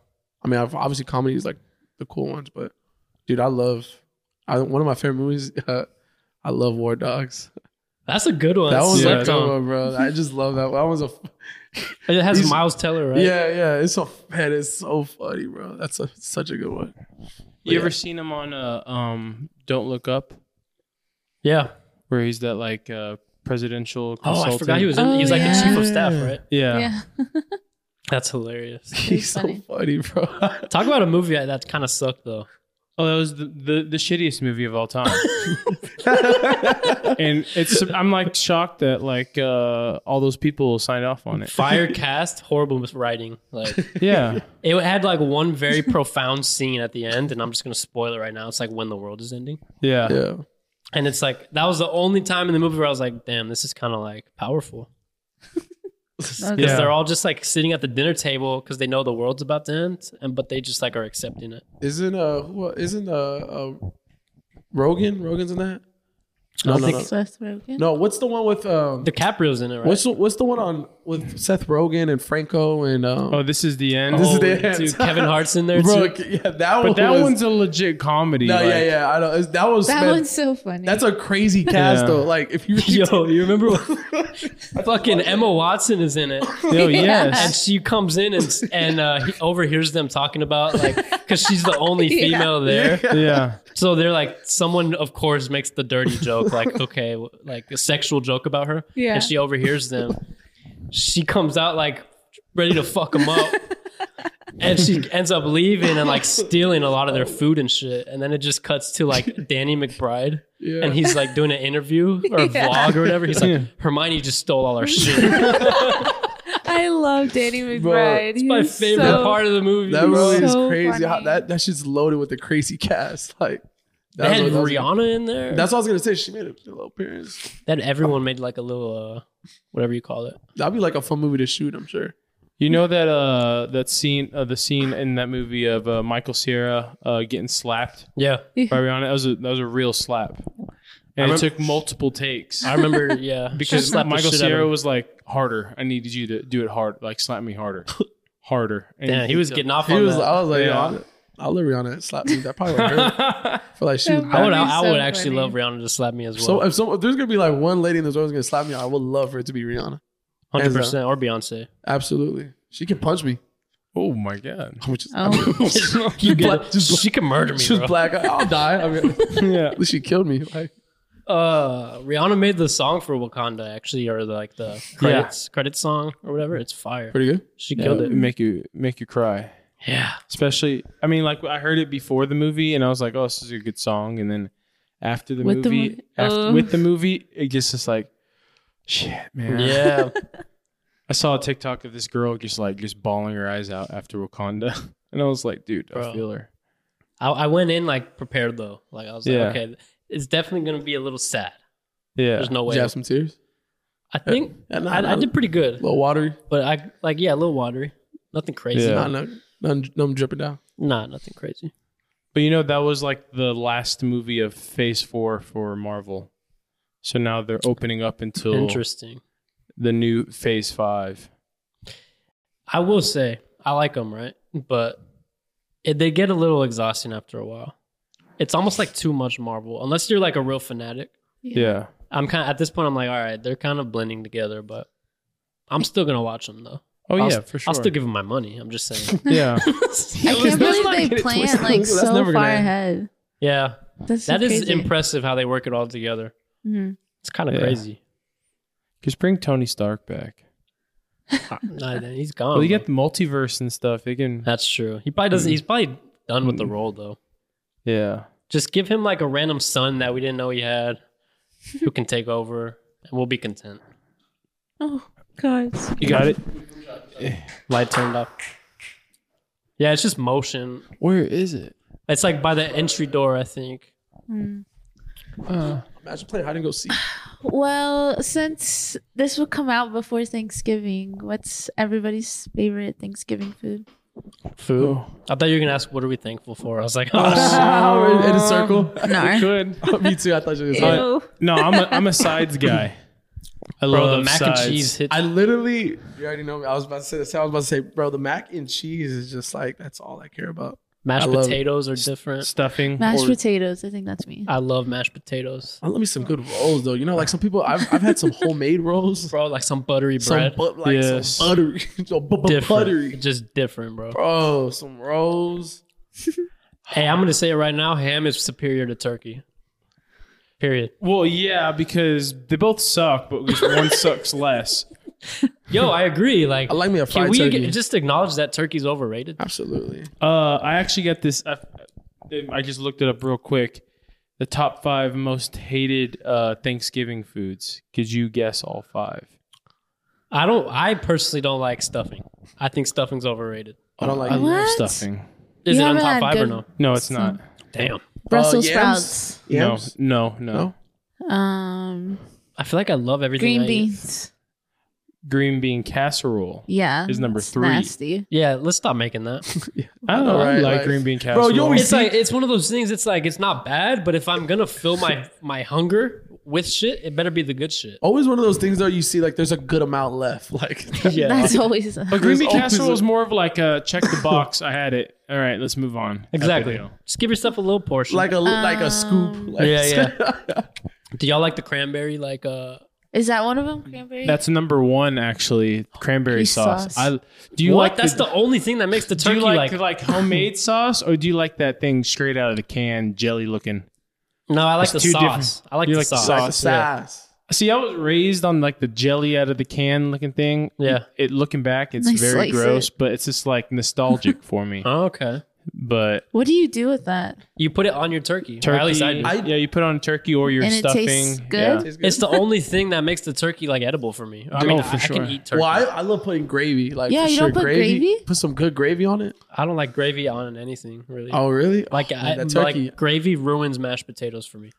Speaker 1: I mean, I've- obviously comedy is like the cool ones, but dude, I love. I one of my favorite movies. <laughs> Uh, I love War Dogs.
Speaker 2: that's a good one.
Speaker 1: that
Speaker 2: That's
Speaker 1: one's
Speaker 2: slept
Speaker 1: like,
Speaker 2: on.
Speaker 1: oh, bro. I just love that. one. That one's a.
Speaker 2: It has
Speaker 1: He's-
Speaker 2: Miles Teller, right?
Speaker 1: Yeah, yeah. It's so man, it's so funny, bro. That's a, such a good one.
Speaker 3: you ever
Speaker 1: Yeah.
Speaker 3: seen him on uh, um Don't Look Up,
Speaker 2: Yeah.
Speaker 3: where he's that like uh, presidential
Speaker 2: Oh,
Speaker 3: consultant?
Speaker 2: I forgot he was. In, he's
Speaker 4: Oh,
Speaker 2: like
Speaker 4: yeah.
Speaker 2: the chief of staff, right?
Speaker 3: Yeah.
Speaker 4: yeah.
Speaker 2: That's hilarious.
Speaker 1: <laughs> He's so
Speaker 4: funny.
Speaker 1: funny, bro. <laughs>
Speaker 2: Talk about a movie that kind of sucked though.
Speaker 3: Oh, that was the, the, the shittiest movie of
Speaker 2: <laughs>
Speaker 3: all time. and it's I'm like shocked that like uh, all those people signed off on it.
Speaker 2: Fire cast, horrible mis- writing. Like
Speaker 3: Yeah.
Speaker 2: it had like
Speaker 1: <laughs>
Speaker 2: one very profound scene at the end, and I'm just gonna spoil it right now. It's like when the world is ending,
Speaker 3: Yeah.
Speaker 1: yeah.
Speaker 2: and it's like that was the only time in the movie where I was like, damn, this is kind of like powerful.
Speaker 4: That's-
Speaker 2: Because
Speaker 3: Yeah.
Speaker 2: they're all just like sitting at the dinner table because they know the world's about to end, and but they just like are accepting it.
Speaker 1: Isn't uh who isn't uh, uh Rogan? Rogan's in that? No,
Speaker 2: don't
Speaker 1: no,
Speaker 2: think
Speaker 1: no.
Speaker 4: Seth Rogen.
Speaker 1: No, what's the one with um
Speaker 2: DiCaprio's in it, right?
Speaker 1: what's the, what's the one on with Seth Rogan and Franco and um <laughs>
Speaker 3: Oh, this is the end.
Speaker 1: This is the
Speaker 2: Oh,
Speaker 1: end.
Speaker 3: <laughs>
Speaker 2: dude, Kevin Hart's in
Speaker 1: <laughs>
Speaker 2: there
Speaker 1: bro,
Speaker 2: too.
Speaker 1: yeah, that one
Speaker 3: but that
Speaker 1: was-
Speaker 3: one's a legit comedy.
Speaker 1: No,
Speaker 3: like-
Speaker 1: yeah, yeah. I know. That was
Speaker 4: that
Speaker 1: man,
Speaker 4: one's so funny.
Speaker 1: That's a crazy cast
Speaker 3: Yeah.
Speaker 1: though. Like if you <laughs>
Speaker 2: Yo, you remember when fucking Emma Watson is
Speaker 1: <laughs>
Speaker 2: in it?
Speaker 3: Oh,
Speaker 2: and
Speaker 3: <laughs> yes.
Speaker 2: she comes in and and uh, he overhears them talking about like because she's the
Speaker 1: <laughs>
Speaker 2: only
Speaker 4: Yeah.
Speaker 2: female there.
Speaker 3: <laughs> yeah.
Speaker 2: So they're like, someone of course makes the dirty joke,
Speaker 4: <laughs>
Speaker 2: like okay, w- like a sexual joke about her,
Speaker 4: Yeah.
Speaker 2: and she overhears them. She comes out like ready to fuck them
Speaker 4: <laughs>
Speaker 2: up. And she ends up leaving and like stealing a lot of their food and shit. And then it just cuts to
Speaker 4: <laughs>
Speaker 2: like Danny McBride
Speaker 1: yeah.
Speaker 2: and he's like doing an interview or a
Speaker 4: Yeah.
Speaker 2: vlog or whatever. He's like,
Speaker 3: Yeah.
Speaker 2: Hermione just stole all our shit. <laughs>
Speaker 4: I love Danny McBride.
Speaker 2: It's
Speaker 4: <laughs>
Speaker 2: my
Speaker 4: He's
Speaker 2: favorite
Speaker 4: so-
Speaker 2: part of the movie.
Speaker 1: that really is
Speaker 4: so
Speaker 1: crazy. How,
Speaker 4: funny.
Speaker 1: that that shit's loaded with a crazy cast. <laughs> Like
Speaker 2: They had
Speaker 1: was- was-
Speaker 2: Rihanna in there.
Speaker 1: That's what I was gonna say. She made a little appearance.
Speaker 2: that everyone made like a little uh whatever you call it.
Speaker 1: That'd be like a fun movie to shoot. I'm sure.
Speaker 3: You know that uh that scene uh, the scene in that movie of uh, Michael Sierra uh, getting slapped
Speaker 2: Yeah.
Speaker 3: by Rihanna. That was a that was a real slap. And
Speaker 2: remember-
Speaker 3: it took multiple takes.
Speaker 2: I
Speaker 3: <laughs>
Speaker 2: remember yeah. She
Speaker 3: because
Speaker 2: slapped the
Speaker 3: Michael
Speaker 2: shit out of
Speaker 3: Sierra
Speaker 2: him.
Speaker 3: was like harder. I needed you to do it hard, like slap me <laughs> harder, harder. And
Speaker 2: Damn, he was getting off
Speaker 1: He
Speaker 2: on
Speaker 1: was.
Speaker 2: that.
Speaker 1: I was like,
Speaker 3: Yeah.
Speaker 1: yo, I, I love Rihanna. Slap me. That probably would hurt. For like she.
Speaker 4: That
Speaker 1: was
Speaker 2: I would,
Speaker 1: bad.
Speaker 4: That'd be
Speaker 2: I,
Speaker 4: so
Speaker 2: would actually
Speaker 4: funny.
Speaker 2: love Rihanna to slap me as well.
Speaker 1: <laughs> So if, so if there's gonna be like one lady in this world who's gonna slap me, I would love for it to be Rihanna.
Speaker 2: 100% or Beyonce.
Speaker 1: Absolutely. She can punch me. <laughs>
Speaker 3: oh my god.
Speaker 1: Which <laughs> is,
Speaker 4: Oh.
Speaker 2: You get
Speaker 1: black-
Speaker 2: it.
Speaker 1: just black-
Speaker 2: she can murder me,
Speaker 1: She's
Speaker 2: bro.
Speaker 1: black. I- I'll die. I mean,
Speaker 3: yeah.
Speaker 1: <laughs> at least she killed me. Like,
Speaker 2: Uh, Rihanna made the song for Wakanda actually, or the, like the credits credit song or whatever. It's fire.
Speaker 1: pretty good.
Speaker 2: She killed it.
Speaker 3: Make you make you cry.
Speaker 2: Yeah,
Speaker 3: Especially, I mean, like I heard it before the movie, and I was like, "Oh, this is a good song." And then after the uh.
Speaker 4: With the
Speaker 3: movie,
Speaker 4: movie-
Speaker 3: after,
Speaker 4: Oh.
Speaker 3: with the movie, it gets just like, shit, man.
Speaker 2: yeah.
Speaker 3: I saw a TikTok of this girl just like just bawling her eyes out after Wakanda, <laughs> and I was like, dude,
Speaker 2: Bro.
Speaker 3: I feel her.
Speaker 2: I, I went in like prepared though. Like I was like,
Speaker 3: Yeah.
Speaker 2: okay, it's definitely gonna be a little sad.
Speaker 3: Yeah.
Speaker 2: There's no way.
Speaker 1: Did you have some tears?
Speaker 2: I think
Speaker 1: Yeah, nah,
Speaker 2: I, I
Speaker 1: nah.
Speaker 2: did pretty
Speaker 1: A
Speaker 2: good,
Speaker 1: little watery.
Speaker 2: but I like yeah, a little watery, nothing crazy.
Speaker 3: Yeah.
Speaker 1: Nah, nah, nothing, nothing dripping down.
Speaker 2: Nah, nothing crazy.
Speaker 3: But you know, that was like the last movie of Phase Four for Marvel. So now they're opening up until
Speaker 2: Interesting.
Speaker 3: the new phase five.
Speaker 2: I will say I like them, right? But it, they get a little exhausting after a while. It's almost like too much Marvel, unless you're like a real fanatic.
Speaker 3: Yeah.
Speaker 2: I'm kind of at this point. I'm like, all right, they're kind of blending together, but I'm still gonna watch them though.
Speaker 3: Oh
Speaker 2: I'll
Speaker 3: yeah,
Speaker 2: s-
Speaker 3: for sure.
Speaker 2: I'll still give them my money. I'm just
Speaker 3: <laughs>
Speaker 2: saying.
Speaker 3: yeah.
Speaker 4: I can't believe they
Speaker 1: twisted.
Speaker 4: plan like
Speaker 1: That's
Speaker 4: so
Speaker 1: never
Speaker 4: far
Speaker 1: gonna end.
Speaker 4: ahead.
Speaker 2: yeah,
Speaker 4: That's so
Speaker 2: that is
Speaker 4: crazy.
Speaker 2: impressive how they work it all together.
Speaker 4: Mhm.
Speaker 2: It's kind of
Speaker 3: Yeah.
Speaker 2: crazy.
Speaker 3: Just bring Tony Stark back.
Speaker 2: Nah, then he's gone.
Speaker 3: Uh, Well, you
Speaker 2: bro.
Speaker 3: get the multiverse and stuff. They can.
Speaker 2: That's true. He probably doesn't.
Speaker 3: Mhm.
Speaker 2: He's probably done with the
Speaker 3: Mhm.
Speaker 2: role though.
Speaker 3: Yeah.
Speaker 2: Just give him like a random son that we didn't know he had, who can take over, and we'll be content.
Speaker 4: Oh God.
Speaker 3: You got it.
Speaker 2: Light turned off. Yeah, it's just motion.
Speaker 3: Where is it?
Speaker 2: It's like by the entry door, I think.
Speaker 4: Mm.
Speaker 1: Imagine playing hide and go seek.
Speaker 4: Well, since this will come out before Thanksgiving, what's everybody's favorite Thanksgiving food?
Speaker 2: Food.
Speaker 3: Oh.
Speaker 2: I thought you were gonna ask, "What are we thankful for?" I was like, <laughs> "Oh, shit."
Speaker 1: Oh, in, in a circle. <laughs>
Speaker 4: No.
Speaker 3: Good.
Speaker 1: Me too. I thought you were
Speaker 3: Yeah.
Speaker 1: gonna say-
Speaker 4: Ew.
Speaker 3: No, I'm a, I'm
Speaker 1: <laughs>
Speaker 3: a sides guy. I
Speaker 2: bro,
Speaker 3: love
Speaker 2: the mac
Speaker 3: sides.
Speaker 2: and cheese hit."
Speaker 1: I literally, you already know me. I was about to say this. I was about to say, bro, the mac and cheese is just like that's all I care about.
Speaker 2: mashed
Speaker 1: I love it.
Speaker 2: potatoes are different.
Speaker 3: stuffing.
Speaker 4: Mashed
Speaker 3: or-
Speaker 4: potatoes. I think that's me.
Speaker 2: I love mashed potatoes,
Speaker 1: I love me some good rolls though. You know, like some people, I've, I've had some homemade rolls,
Speaker 2: bro. Like some buttery
Speaker 1: some
Speaker 2: bread,
Speaker 1: but like
Speaker 3: Yes.
Speaker 1: some buttery, <laughs> some bu- bu-
Speaker 2: different,
Speaker 1: buttery,
Speaker 2: just different, bro.
Speaker 1: bro, some rolls.
Speaker 2: Hey, I'm gonna say it right now: ham is superior to turkey. Period.
Speaker 3: Well, yeah, because they both suck, but at
Speaker 1: <laughs>
Speaker 3: least one sucks less.
Speaker 2: Yo, I agree. Like,
Speaker 1: I like me a
Speaker 2: can
Speaker 1: fried
Speaker 2: we
Speaker 1: turkey.
Speaker 2: get- just acknowledge that turkey's overrated?
Speaker 1: Absolutely.
Speaker 3: Uh, I actually got this. I, I just looked it up real quick. The top five most hated uh, Thanksgiving foods. Could you guess all five?
Speaker 2: I don't. I personally don't like stuffing. I think stuffing's overrated.
Speaker 1: I don't like
Speaker 3: I love
Speaker 4: What?
Speaker 3: stuffing.
Speaker 2: Is
Speaker 4: You
Speaker 2: it on
Speaker 4: haven't
Speaker 2: top
Speaker 4: had
Speaker 2: five or
Speaker 4: good-
Speaker 2: no?
Speaker 3: No, it's not.
Speaker 2: Damn.
Speaker 4: Brussels
Speaker 1: Uh, yams?
Speaker 4: sprouts.
Speaker 1: Yams?
Speaker 3: No, no, no.
Speaker 1: No?
Speaker 4: Um,
Speaker 2: I feel like I love everything. I
Speaker 4: green
Speaker 2: eat.
Speaker 4: beans.
Speaker 3: Green bean casserole.
Speaker 1: Oh,
Speaker 4: Yeah.
Speaker 3: Is number
Speaker 4: it's
Speaker 3: three.
Speaker 4: Nasty.
Speaker 2: Yeah, let's stop making
Speaker 3: <laughs>
Speaker 2: that.
Speaker 3: I don't know. I
Speaker 1: Right,
Speaker 3: like
Speaker 1: right.
Speaker 3: green bean casserole.
Speaker 1: Bro, you always
Speaker 2: it's like it's one of those things. It's like it's not bad, but if I'm gonna fill my my hunger with shit, it better be the good
Speaker 3: Oh,
Speaker 2: shit.
Speaker 1: always one of those things though. You see, like there's a good amount left. <laughs> Like
Speaker 2: Yeah.
Speaker 4: That's always.
Speaker 3: But green bean
Speaker 1: There's always
Speaker 3: casserole
Speaker 1: a-
Speaker 3: is more of like a check the box. I had it. All right, let's move on.
Speaker 2: Exactly.
Speaker 3: Happy meal.
Speaker 2: Just give yourself a little portion.
Speaker 1: like a like a scoop.
Speaker 4: Um,
Speaker 1: <laughs> Like,
Speaker 2: Yeah, yeah. do y'all like the cranberry? Like uh,
Speaker 4: Is that one of them? Cranberry.
Speaker 3: That's number one, actually. Cranberry
Speaker 4: Cheese
Speaker 3: sauce.
Speaker 4: sauce.
Speaker 3: I do you
Speaker 2: what?
Speaker 3: like
Speaker 2: That's the, only thing that makes the
Speaker 3: <laughs> do
Speaker 2: turkey
Speaker 3: you
Speaker 2: like,
Speaker 3: like, like homemade sauce or do you like that thing straight out of the can, jelly looking?
Speaker 2: No, I like
Speaker 3: It's
Speaker 2: the
Speaker 3: two
Speaker 2: sauce. I like
Speaker 3: you
Speaker 2: the
Speaker 3: like the
Speaker 2: sauce.
Speaker 1: Like a
Speaker 3: Sauce, yeah.
Speaker 1: size.
Speaker 3: See, I was raised on like the jelly out of the can looking thing.
Speaker 2: Yeah.
Speaker 3: It looking back, it's
Speaker 4: They
Speaker 3: very
Speaker 4: slice eh?
Speaker 3: gross, but it's just like nostalgic for <laughs> me.
Speaker 2: Oh, okay.
Speaker 3: But
Speaker 4: What do you do with that?
Speaker 2: You put it on your turkey. Or
Speaker 3: turkey,
Speaker 2: at least I do.
Speaker 1: I-
Speaker 3: yeah, you put on turkey or your
Speaker 4: And it
Speaker 3: stuffing.
Speaker 4: tastes
Speaker 3: Yeah.
Speaker 4: good?
Speaker 1: Tastes good.
Speaker 2: It's the only thing that makes the turkey like edible for me. I
Speaker 3: Oh,
Speaker 2: mean,
Speaker 3: for
Speaker 2: I, I
Speaker 3: sure.
Speaker 2: can eat turkey.
Speaker 1: Well, I, I love putting gravy. Like
Speaker 4: Yeah,
Speaker 1: for
Speaker 4: you
Speaker 1: sure,
Speaker 4: don't put gravy?
Speaker 1: Put some good gravy on it.
Speaker 2: I don't like gravy on anything really.
Speaker 1: Oh, really?
Speaker 2: Like,
Speaker 1: Oh,
Speaker 2: I,
Speaker 1: that turkey.
Speaker 2: like gravy ruins mashed potatoes for me.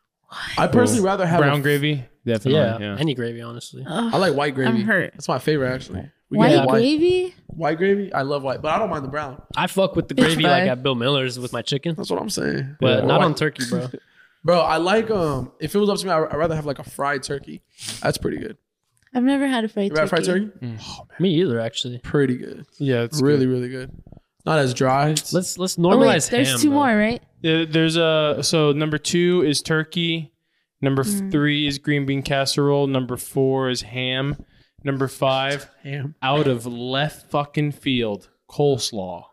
Speaker 1: I personally rather have
Speaker 3: Brown
Speaker 1: a-
Speaker 3: gravy? Definitely.
Speaker 2: Yeah,
Speaker 3: Oh, Yeah.
Speaker 2: any gravy, honestly.
Speaker 4: Oh.
Speaker 1: I like white gravy.
Speaker 4: hurt.
Speaker 1: That's my favorite actually. We can
Speaker 4: White
Speaker 1: have white
Speaker 4: gravy.
Speaker 1: white gravy. I love white, but I don't mind the brown.
Speaker 2: I fuck with the
Speaker 4: It's
Speaker 2: gravy like
Speaker 4: fine.
Speaker 2: at Bill Miller's with my chicken,
Speaker 1: That's what I'm saying.
Speaker 2: but
Speaker 3: Yeah.
Speaker 2: not
Speaker 1: White-
Speaker 2: on turkey,
Speaker 1: <laughs>
Speaker 2: bro.
Speaker 1: Bro, I like um. If it was up to me, I, I'd rather have like a fried turkey. That's pretty good.
Speaker 4: I've never had a fried
Speaker 1: You
Speaker 4: turkey.
Speaker 1: ever had fried turkey?
Speaker 2: me either, actually.
Speaker 1: Pretty good.
Speaker 3: yeah Mm-hmm. it's good.
Speaker 1: really, really good. Not as dry. It's-
Speaker 2: Let's let's
Speaker 4: Oh, wait,
Speaker 2: normalize
Speaker 4: there's
Speaker 2: ham,
Speaker 4: two
Speaker 2: though.
Speaker 4: more, right?
Speaker 3: Yeah, There's a so number two is turkey. Number f-
Speaker 4: Mm.
Speaker 3: three is green bean casserole. Number four is ham. Number five,
Speaker 1: Ham.
Speaker 3: out of left fucking field, coleslaw.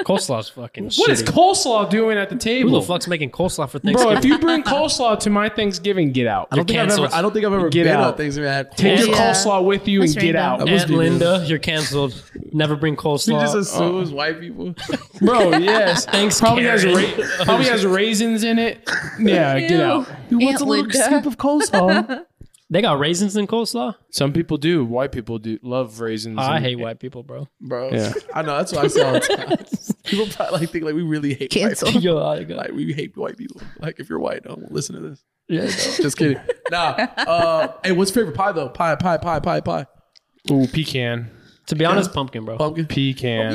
Speaker 2: Coleslaw's fucking.
Speaker 3: What is
Speaker 2: shitty.
Speaker 3: coleslaw doing at the
Speaker 2: Who the
Speaker 3: table?
Speaker 2: fuck's making coleslaw for
Speaker 3: Bro,
Speaker 2: Thanksgiving?
Speaker 3: if you bring coleslaw to my Thanksgiving, get out.
Speaker 1: I don't think I've
Speaker 2: canceled.
Speaker 1: ever. I don't think I've ever
Speaker 3: Get
Speaker 1: been on
Speaker 3: out.
Speaker 1: Thanksgiving. I had
Speaker 3: Take your
Speaker 4: Yeah.
Speaker 3: coleslaw with you
Speaker 4: That's
Speaker 3: and get
Speaker 4: right,
Speaker 3: out.
Speaker 4: <laughs>
Speaker 1: though.
Speaker 2: Aunt
Speaker 1: must be
Speaker 2: Linda, you're canceled. Never bring
Speaker 1: You
Speaker 2: coleslaw.
Speaker 1: just assume
Speaker 3: Oh.
Speaker 1: it's white
Speaker 3: <laughs>
Speaker 1: people.
Speaker 3: Bro, yes.
Speaker 2: Thanks,
Speaker 3: Probably has,
Speaker 2: Karen.
Speaker 3: ra- probably has raisins in it. Yeah, get
Speaker 4: Ew.
Speaker 3: out.
Speaker 4: Aunt Linda.
Speaker 1: of coleslaw?
Speaker 2: They got raisins in coleslaw.
Speaker 3: <laughs> Some people do. White people do love raisins.
Speaker 2: I
Speaker 3: in-
Speaker 2: hate white people, bro.
Speaker 1: bro.
Speaker 3: Yeah.
Speaker 1: I know that's what I say
Speaker 3: <laughs>
Speaker 1: all the time. people probably like, think like we really hate
Speaker 4: Cancel.
Speaker 1: white people.
Speaker 2: <laughs> Yo, I got-
Speaker 1: Like we hate white people. Like if you're white, don't listen to this.
Speaker 2: yeah, no.
Speaker 1: Just kidding. nah. Uh, hey, what's your favorite pie though? Pie, pie, pie, pie, pie.
Speaker 3: Ooh, pecan.
Speaker 2: <laughs> To be honest, pumpkin, bro.
Speaker 1: Pumpkin. <laughs>
Speaker 3: Pecan.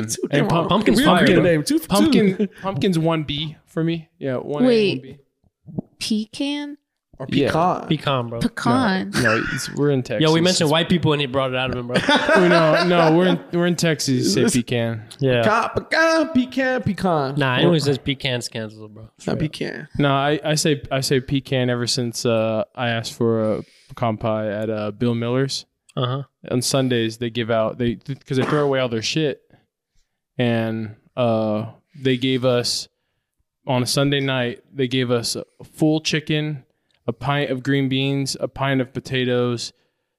Speaker 1: Oh, me too.
Speaker 3: and
Speaker 1: Damn,
Speaker 3: pum-
Speaker 2: Pumpkin's
Speaker 3: weird
Speaker 2: fire,
Speaker 3: Pumpkin,
Speaker 2: bro.
Speaker 1: Name two for <laughs>
Speaker 3: pumpkin,
Speaker 1: two.
Speaker 3: pumpkin's 1B for me. Yeah, 1A,
Speaker 4: Wait.
Speaker 3: 1B.
Speaker 4: Pecan.
Speaker 1: Or
Speaker 3: Yeah.
Speaker 1: pecan.
Speaker 2: Be calm, bro.
Speaker 4: Pecan.
Speaker 3: No, it's, we're in Texas.
Speaker 2: Yo, we mentioned white people and he brought it out of
Speaker 3: <laughs>
Speaker 2: him, bro.
Speaker 1: <laughs>
Speaker 2: <laughs>
Speaker 3: We know- no, we're in we're in Texas. You say pecan.
Speaker 2: Yeah.
Speaker 1: Pecan, pecan, pecan, pecan.
Speaker 2: Nah, anyone who says pecans canceled, bro.
Speaker 1: Not pecan.
Speaker 3: No, I, I say I say pecan ever since uh, I asked for a pecan pie at uh, Bill Miller's.
Speaker 2: Uh huh.
Speaker 3: on Sundays they give out they because they throw away all their shit, and uh, they gave us on a Sunday night they gave us a full chicken, a pint of green beans, a pint of potatoes,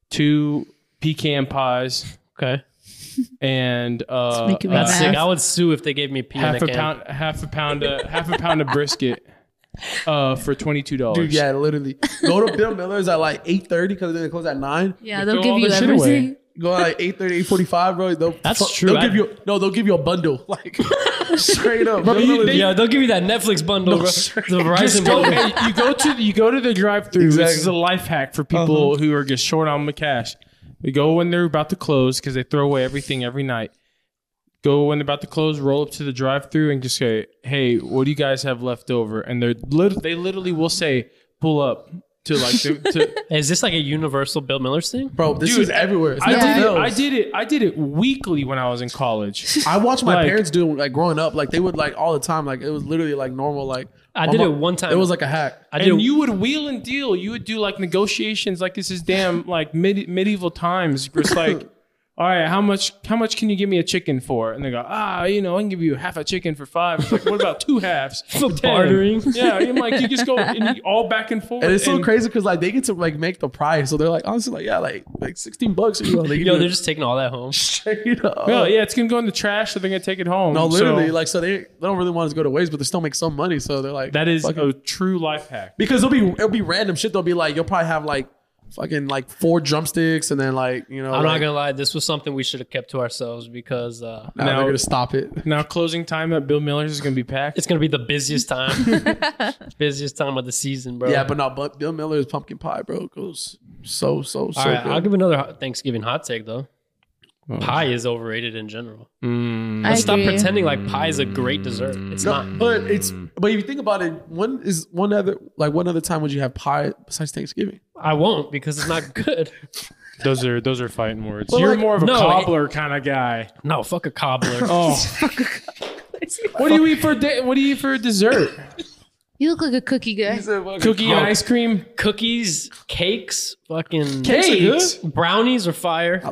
Speaker 3: two pecan pies,
Speaker 2: Okay.
Speaker 3: and uh,
Speaker 4: making me
Speaker 3: uh,
Speaker 2: That's
Speaker 4: Dumbass.
Speaker 2: sick. I would sue if they gave me pee
Speaker 3: half
Speaker 2: in
Speaker 3: a
Speaker 2: a can.
Speaker 3: pound half a pound of half a pound of brisket uh, for twenty two dollars.
Speaker 1: Dude, yeah, literally. Go to Bill Miller's at like 8.30 because then they close at 9.
Speaker 3: They
Speaker 4: Yeah, they'll
Speaker 3: throw
Speaker 4: give
Speaker 3: all
Speaker 4: you
Speaker 3: their shit away.
Speaker 4: everything.
Speaker 1: Go at like 8.30, 8.45, bro. They'll,
Speaker 2: That's
Speaker 1: fu-
Speaker 2: true.
Speaker 1: They'll
Speaker 2: I-
Speaker 1: give you, no, they'll give you a bundle. <laughs> Like, straight up. Bill
Speaker 3: you-
Speaker 1: Miller's-
Speaker 3: they-
Speaker 2: Yo, they'll give you that Netflix bundle,
Speaker 1: No,
Speaker 2: bro.
Speaker 1: sure.
Speaker 2: The Verizon
Speaker 3: Just go-
Speaker 2: bundle.
Speaker 3: hey, you go to you go to the drive-through. This
Speaker 1: Exactly.
Speaker 3: is a life hack for people who are just short on the cash. We go when they're about to close because they throw away everything every night. Go when they're about to close, roll up to the drive-through and just say, "Hey, what do you guys have left over?" And they're lit- they literally will say, "Pull up." To like, to, to,
Speaker 2: Is this like a universal Bill Miller's thing?
Speaker 1: Bro, this
Speaker 3: Dude,
Speaker 1: is everywhere. It's
Speaker 3: I,
Speaker 1: not
Speaker 4: Yeah.
Speaker 3: did it,
Speaker 1: Bill's.
Speaker 3: I did it. I did it weekly when I was in college.
Speaker 1: I watched my
Speaker 3: Like-
Speaker 1: parents do it, like growing up. Like they would like all the time. Like it was literally like normal. Like
Speaker 2: I
Speaker 1: my
Speaker 2: did it
Speaker 1: mom-
Speaker 2: one time.
Speaker 1: It was like a hack.
Speaker 2: I did.
Speaker 3: And you would wheel and deal. You would do like negotiations, like this
Speaker 1: <laughs>
Speaker 3: is damn like mid- medieval times. Where it's like, all right, how much how much can you give me a chicken for? And they go, ah, you know, I can give you half a chicken for five. It's like, what about
Speaker 1: <laughs>
Speaker 3: two halves? For
Speaker 2: bartering.
Speaker 3: Yeah, I'm like you just go and you, all back and forth.
Speaker 1: And it's so crazy because like they get to like make the price. So they're like honestly like yeah like like sixteen bucks. You know, they can
Speaker 2: Yo,
Speaker 1: do
Speaker 2: they're
Speaker 1: it
Speaker 2: just taking all that home.
Speaker 1: straight up.
Speaker 3: No, Oh, yeah, it's gonna go in the trash, so they're gonna take it home.
Speaker 1: No, literally,
Speaker 3: So
Speaker 1: like so they, they don't really want it to go to waste, but they still make some money. So they're like
Speaker 3: that is
Speaker 1: fuck it.
Speaker 3: a true life hack.
Speaker 1: because it'll be it'll be random shit. They'll be like you'll probably have like fucking like four drumsticks and then like you know
Speaker 2: I'm not
Speaker 1: like,
Speaker 2: gonna lie, this was something we should have kept to ourselves because uh,
Speaker 1: nah, they're
Speaker 3: No.
Speaker 1: gonna stop it.
Speaker 3: Now closing time at Bill Miller's is gonna be packed.
Speaker 2: it's gonna be the busiest <laughs> time, busiest time of the season, bro.
Speaker 1: Yeah, but no, but Bill Miller's pumpkin pie, bro, goes so so so
Speaker 2: all right,
Speaker 1: good.
Speaker 2: I'll give another hot- Thanksgiving hot take though.
Speaker 3: Oh.
Speaker 2: Pie is overrated in general.
Speaker 3: Mm.
Speaker 4: I
Speaker 2: Stop
Speaker 4: agree.
Speaker 2: pretending like pie is a great dessert. It's
Speaker 1: No,
Speaker 2: not.
Speaker 1: but it's but if you think about it, when is one other like one other time would you have pie besides Thanksgiving? <laughs>
Speaker 2: I won't because it's not <laughs> good.
Speaker 3: Those are those are fighting words.
Speaker 1: Well,
Speaker 3: You're
Speaker 1: like-
Speaker 3: more of a
Speaker 2: no, it-
Speaker 3: cobbler kind of guy.
Speaker 2: No, fuck
Speaker 1: <laughs>
Speaker 2: a cobbler.
Speaker 3: Oh. what do you eat for da- what do you eat for dessert?
Speaker 4: You look like a cookie guy.
Speaker 3: Cookie and ice cream?
Speaker 2: Cookies, cakes, fucking
Speaker 3: Cakes?
Speaker 2: brownies are fire.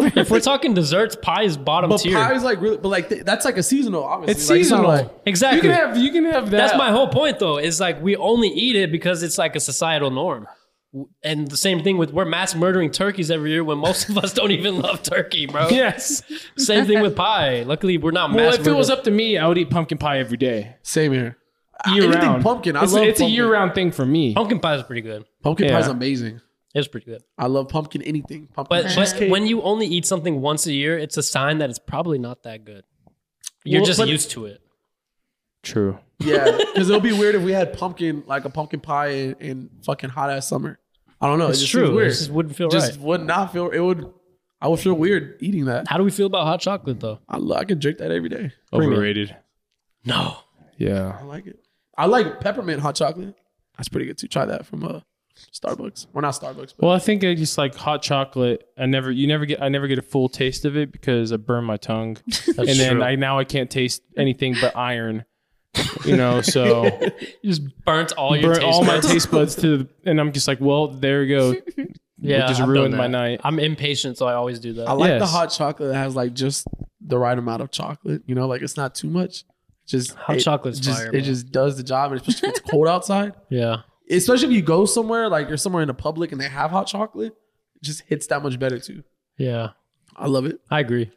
Speaker 2: if we're talking desserts, pie is bottom
Speaker 1: Uh, but
Speaker 2: tier.
Speaker 1: pie is like really, but like th- that's like a seasonal. Obviously,
Speaker 3: It's
Speaker 1: Like,
Speaker 3: seasonal.
Speaker 1: not like-
Speaker 2: exactly.
Speaker 3: you can have you can have that.
Speaker 2: That's my whole point, though. Is like we only eat it because it's like a societal norm. And the same thing with we're mass murdering turkeys every year when most of us don't even love turkey, bro.
Speaker 3: <laughs> Yes.
Speaker 2: Same thing with pie. Luckily, we're not mass.
Speaker 3: Well, if it
Speaker 2: murdering.
Speaker 3: was up to me, I would eat pumpkin pie every day.
Speaker 1: same here.
Speaker 3: Year
Speaker 1: Anything
Speaker 3: round.
Speaker 1: pumpkin. I
Speaker 3: it's
Speaker 1: love
Speaker 3: it's a
Speaker 1: pumpkin.
Speaker 3: year round thing for me.
Speaker 2: pumpkin pie is pretty good.
Speaker 1: Pumpkin
Speaker 3: Yeah.
Speaker 1: pie is amazing.
Speaker 2: It's pretty good.
Speaker 1: I love pumpkin anything. Pumpkin
Speaker 2: But, but
Speaker 1: cheesecake.
Speaker 2: when you only eat something once a year, it's a sign that it's probably not that good. You're
Speaker 1: Well,
Speaker 2: just
Speaker 1: but-
Speaker 2: used to it.
Speaker 3: True.
Speaker 1: <laughs> yeah, because it'll be weird if we had pumpkin like a pumpkin pie in, in fucking hot ass summer. I don't know.
Speaker 2: It's
Speaker 1: it just
Speaker 2: true.
Speaker 1: seems
Speaker 2: It
Speaker 1: Weird.
Speaker 2: just wouldn't feel
Speaker 1: Just
Speaker 2: right.
Speaker 1: would not feel. It would. I would feel weird eating that.
Speaker 2: How do we feel about hot chocolate though?
Speaker 1: I, lo- I could drink that every day.
Speaker 3: Overrated.
Speaker 2: No.
Speaker 1: I
Speaker 3: Yeah.
Speaker 1: like it. I like peppermint hot chocolate. That's pretty good too. Try that from uh, Starbucks. Well, not Starbucks, but
Speaker 3: Well, I think I just like hot chocolate. I never you never get I never get a full taste of it because I burn my tongue. and then
Speaker 2: true.
Speaker 3: I now I can't taste anything but iron. You know, so
Speaker 2: You just burnt all your
Speaker 3: burn
Speaker 2: taste
Speaker 3: all my
Speaker 2: buds.
Speaker 3: taste buds to the, and I'm just like, well, there you go.
Speaker 2: Yeah,
Speaker 3: just
Speaker 2: I've done
Speaker 3: ruined my
Speaker 2: that.
Speaker 3: night.
Speaker 2: I'm impatient, so I always do that.
Speaker 1: I like the
Speaker 3: Yes.
Speaker 1: hot chocolate that has like just the right amount of chocolate. You know, like it's not too much. Just
Speaker 2: Hot
Speaker 1: it,
Speaker 2: chocolate's
Speaker 1: just
Speaker 2: fire,
Speaker 1: it
Speaker 2: bro.
Speaker 1: just does the job, and especially if it's cold outside.
Speaker 2: yeah.
Speaker 1: Especially if you go somewhere like you're somewhere in the public and they have hot chocolate, it just hits that much better too.
Speaker 2: Yeah,
Speaker 1: I love it.
Speaker 2: I agree.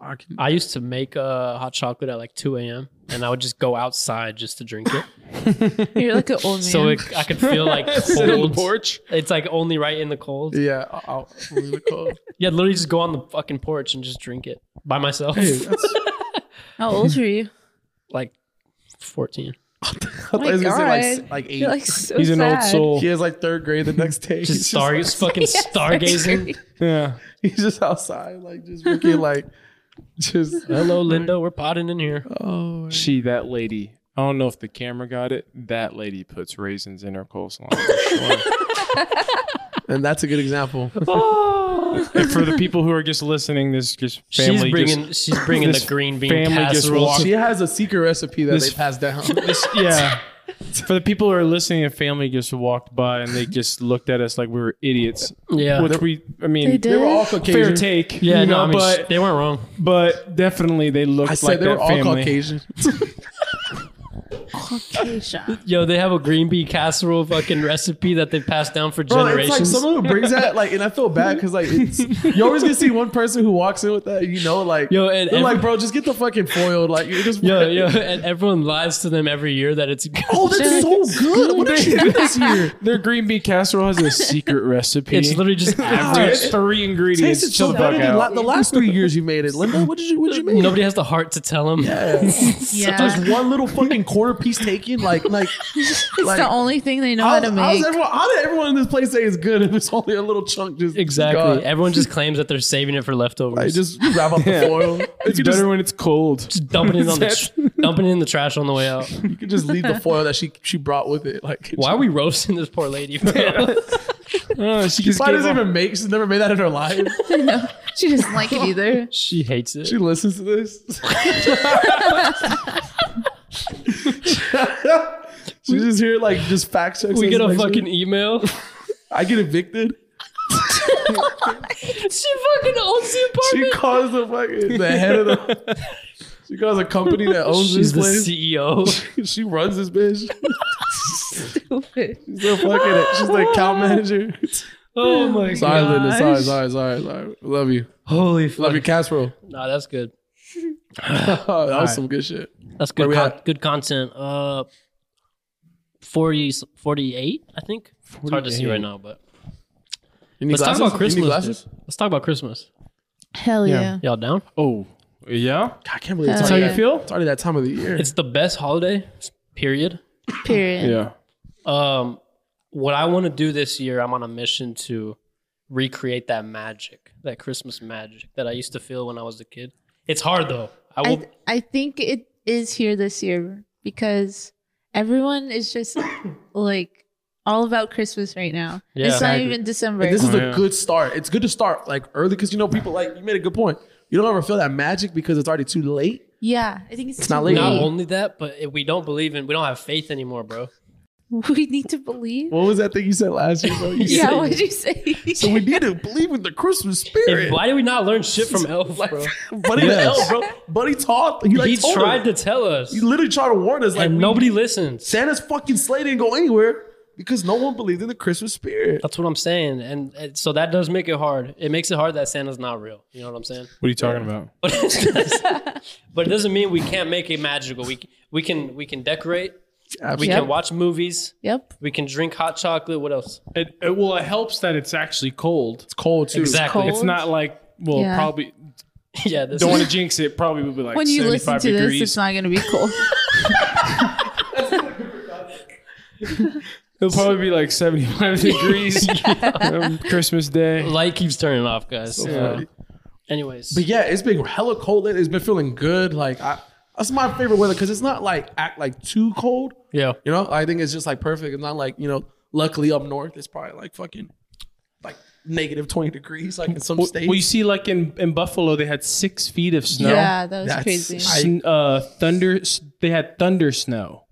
Speaker 1: I can.
Speaker 2: I used to make uh, hot chocolate at like 2 a.m. and I would just go outside just to drink it,
Speaker 4: You're like an old
Speaker 2: <laughs>
Speaker 4: man.
Speaker 2: so it, I could feel like
Speaker 3: Sit on the
Speaker 2: cold.
Speaker 3: porch.
Speaker 2: It's like only right in the cold.
Speaker 1: yeah, I- I'll, I'm really cold.
Speaker 2: Yeah, literally just go on the fucking porch and just drink it by myself. <laughs>
Speaker 1: Hey, that's,
Speaker 4: How old were you?
Speaker 2: like
Speaker 1: <laughs>
Speaker 2: 14,
Speaker 1: <laughs> I
Speaker 4: my
Speaker 1: was gonna say
Speaker 4: God.
Speaker 1: like, like eight.
Speaker 4: You're like so
Speaker 3: He's an old
Speaker 4: sad.
Speaker 3: soul.
Speaker 1: he has like third grade the next
Speaker 3: <laughs>
Speaker 1: day.
Speaker 2: just
Speaker 1: He's
Speaker 2: star,
Speaker 1: <laughs>
Speaker 2: fucking
Speaker 4: <laughs> Yes,
Speaker 2: stargazing.
Speaker 3: Yeah.
Speaker 1: He's just outside, like just looking like just
Speaker 2: Hello, Linda, we're potting in here.
Speaker 1: oh
Speaker 3: She, that lady. I don't know if the camera got it. That lady puts raisins in
Speaker 1: <laughs>
Speaker 3: her coleslaw. for sure.
Speaker 1: <laughs> and that's a good example.
Speaker 3: and for the people who are just listening, this just
Speaker 2: She's
Speaker 3: family just-
Speaker 2: bringing she's bringing the
Speaker 3: this
Speaker 2: green bean
Speaker 3: family just
Speaker 2: casserole.
Speaker 3: walked-
Speaker 1: she has a secret recipe that
Speaker 3: This-
Speaker 1: they passed down.
Speaker 3: <laughs> This- yeah. For the people who are listening, a family just walked by and they just looked at us like we were idiots.
Speaker 2: Yeah,
Speaker 3: which we, I mean,
Speaker 4: They did.
Speaker 1: they were
Speaker 4: <laughs>
Speaker 1: all
Speaker 3: fair
Speaker 1: Caucasian.
Speaker 3: take.
Speaker 2: yeah.
Speaker 3: you
Speaker 2: No,
Speaker 3: know,
Speaker 2: I mean,
Speaker 3: but
Speaker 2: they weren't wrong.
Speaker 3: but definitely they looked
Speaker 1: I said
Speaker 3: like
Speaker 1: they
Speaker 3: that
Speaker 1: were all
Speaker 3: family.
Speaker 1: Caucasian.
Speaker 3: <laughs>
Speaker 4: Caucasian.
Speaker 2: Yo, they have a green bean casserole fucking recipe that they passed down for
Speaker 1: Bro, it's like
Speaker 2: generations.
Speaker 1: someone who brings that, like, and I feel bad because, like,
Speaker 2: <laughs>
Speaker 1: it's, you're always gonna see one person who walks in with that, you know, like,
Speaker 2: Yo, and
Speaker 1: they're
Speaker 2: every-
Speaker 1: like, bro, just get the fucking foiled, like, you just, <laughs>
Speaker 2: <laughs> yo, yo, and everyone lies to them every year that it's
Speaker 1: oh, that's so good. What did she do
Speaker 2: <laughs>
Speaker 1: this year?
Speaker 3: Their green bean
Speaker 1: <laughs>
Speaker 3: casserole has a secret recipe.
Speaker 2: it's literally just average.
Speaker 3: It's three ingredients.
Speaker 1: Tasted
Speaker 3: Chill
Speaker 1: so
Speaker 3: the fuck
Speaker 1: better than
Speaker 3: out.
Speaker 1: la- the last
Speaker 2: <laughs>
Speaker 1: three years you made it, Linda. What did you, what did you make?
Speaker 2: Nobody has the heart to tell them.
Speaker 1: Yeah.
Speaker 4: Yeah.
Speaker 1: Just one little fucking quarter piece taken, like, like,
Speaker 4: <laughs> It's
Speaker 1: like,
Speaker 4: the only thing they know how
Speaker 1: how's-
Speaker 4: to
Speaker 1: how's
Speaker 4: make.
Speaker 1: everyone- how did everyone in this place say it's good if it's only a little chunk? Just
Speaker 2: Exactly.
Speaker 1: God.
Speaker 2: Everyone just claims that they're saving it for leftovers.
Speaker 1: Like, just wrap
Speaker 2: <laughs>
Speaker 1: up the
Speaker 3: Yeah.
Speaker 1: foil.
Speaker 3: It's
Speaker 1: you,
Speaker 3: better
Speaker 1: just,
Speaker 3: when it's cold.
Speaker 2: just dumping it on
Speaker 1: <laughs>
Speaker 2: the tr- dumping it in the trash on the way out.
Speaker 1: you can just leave the foil that she she brought with it. Like,
Speaker 2: Why are we roasting this poor lady? bro?
Speaker 3: Oh, she just
Speaker 1: Why
Speaker 3: gave
Speaker 1: doesn't
Speaker 3: off-
Speaker 1: even make? She's never made that in her life.
Speaker 4: No, she doesn't like it either.
Speaker 2: <laughs>
Speaker 4: <laughs>
Speaker 2: she hates
Speaker 1: <laughs>
Speaker 2: it.
Speaker 1: She listens to this. She's just here, like just fact checks.
Speaker 2: we
Speaker 1: us,
Speaker 2: get a
Speaker 1: make sure-
Speaker 2: fucking email.
Speaker 1: I get evicted.
Speaker 2: she fucking owns the
Speaker 1: She
Speaker 4: <laughs>
Speaker 2: apartment.
Speaker 1: calls the fucking the head of the. She calls a company that <laughs> owns
Speaker 2: She's the E
Speaker 1: this <laughs>
Speaker 2: CEO.
Speaker 1: place. she runs this bitch.
Speaker 4: Stupid.
Speaker 1: She's the fucking. She's the account manager.
Speaker 2: Oh my god.
Speaker 1: Sorry, Linda. Sorry,
Speaker 4: Gosh.
Speaker 1: sorry, sorry, sorry. Love you.
Speaker 2: Holy
Speaker 1: Love your
Speaker 2: fuck.
Speaker 1: casserole.
Speaker 2: Nah, that's good.
Speaker 1: <laughs> that was
Speaker 2: right.
Speaker 1: some good shit.
Speaker 2: That's
Speaker 1: Where
Speaker 2: good.
Speaker 1: we
Speaker 2: Con-
Speaker 1: at?
Speaker 2: good content. Uh, 40, 48, I think. It's hard to see
Speaker 3: 48.
Speaker 2: right now, but
Speaker 1: You need
Speaker 2: let's talk
Speaker 1: glasses?
Speaker 2: about
Speaker 1: You need
Speaker 2: Christmas.
Speaker 1: glasses?
Speaker 2: dude. Let's talk about Christmas.
Speaker 4: Hell
Speaker 3: Yeah.
Speaker 4: yeah.
Speaker 2: Y'all down?
Speaker 3: Oh, yeah.
Speaker 1: God, I can't believe it's
Speaker 4: Hell
Speaker 3: That's how
Speaker 1: already,
Speaker 4: yeah.
Speaker 3: you feel?
Speaker 1: it's already that time of the year.
Speaker 2: It's the best holiday. Period.
Speaker 4: Period.
Speaker 3: Yeah.
Speaker 2: Um, what I want to do this year, I'm on a mission to recreate that magic, that Christmas magic that I used to feel when I was a kid. It's hard though. I
Speaker 4: I,
Speaker 2: will.
Speaker 4: th- I think it is here this year because everyone is just <coughs> like all about Christmas right now.
Speaker 2: Yeah.
Speaker 4: it's
Speaker 1: Exactly.
Speaker 4: not even December.
Speaker 1: And this is
Speaker 3: Oh,
Speaker 1: a
Speaker 3: yeah.
Speaker 1: good start. It's good to start like early because you know people like you made a good point. You don't ever feel that magic because it's already too late.
Speaker 4: yeah, I think it's,
Speaker 1: It's not
Speaker 4: too
Speaker 1: late.
Speaker 2: not
Speaker 1: Hey.
Speaker 2: only that, but if we don't believe in, we don't have faith anymore, bro.
Speaker 4: <laughs> We need to believe.
Speaker 1: What was that thing you said last year? Bro? <laughs> You
Speaker 2: <laughs>
Speaker 4: yeah,
Speaker 1: said-
Speaker 4: what did you say?
Speaker 1: so we need to believe in the Christmas
Speaker 2: If,
Speaker 1: spirit.
Speaker 2: why do we not learn shit from Elf, bro?
Speaker 1: Buddy,
Speaker 2: Yes.
Speaker 1: the hell, bro. Buddy taught. He, like,
Speaker 2: he
Speaker 1: told
Speaker 2: tried
Speaker 1: us.
Speaker 2: to tell us,
Speaker 1: He literally tried to warn us. Like
Speaker 2: and
Speaker 1: we-
Speaker 2: nobody listens.
Speaker 1: Santa's fucking sleigh didn't go anywhere because no one believed in the Christmas spirit.
Speaker 2: That's what I'm saying, and, and so that does make it hard. It makes it hard that Santa's not real. You know what I'm saying? <laughs>
Speaker 3: What are you talking about?
Speaker 2: But but it doesn't mean we can't make it magical. We c- we can we can decorate. We
Speaker 4: Yep.
Speaker 2: can watch movies.
Speaker 4: <laughs> yep.
Speaker 2: We can drink hot chocolate. What else?
Speaker 3: It, it, well, it helps that it's actually cold.
Speaker 1: It's cold too.
Speaker 2: Exactly.
Speaker 4: cold.
Speaker 3: It's not like well,
Speaker 4: Yeah.
Speaker 3: probably
Speaker 2: <laughs> yeah, this
Speaker 3: don't
Speaker 2: is-
Speaker 3: want to jinx it. Probably would be like
Speaker 4: When you listen
Speaker 3: 75
Speaker 4: to
Speaker 3: degrees.
Speaker 4: this, it's not going to be cold.
Speaker 1: <laughs>
Speaker 3: It'll probably be like
Speaker 4: <laughs>
Speaker 3: seventy-five degrees. um, Christmas Day.
Speaker 2: light keeps turning off, guys.
Speaker 3: Yeah.
Speaker 2: So, anyways,
Speaker 1: But yeah, it's been hella cold lately. It's been feeling good. Like I, that's my favorite weather because it's not like act like too cold.
Speaker 2: yeah,
Speaker 1: You know, I think it's just like perfect. It's not like you know. Luckily, up north, it's probably like fucking like negative twenty degrees, like in some
Speaker 3: Well,
Speaker 1: states.
Speaker 3: well, you see, like in, in Buffalo, they had six feet of snow.
Speaker 4: yeah, that was
Speaker 1: That's-
Speaker 4: crazy.
Speaker 1: I-
Speaker 3: Sn- uh, thunder. s- They had thunder snow.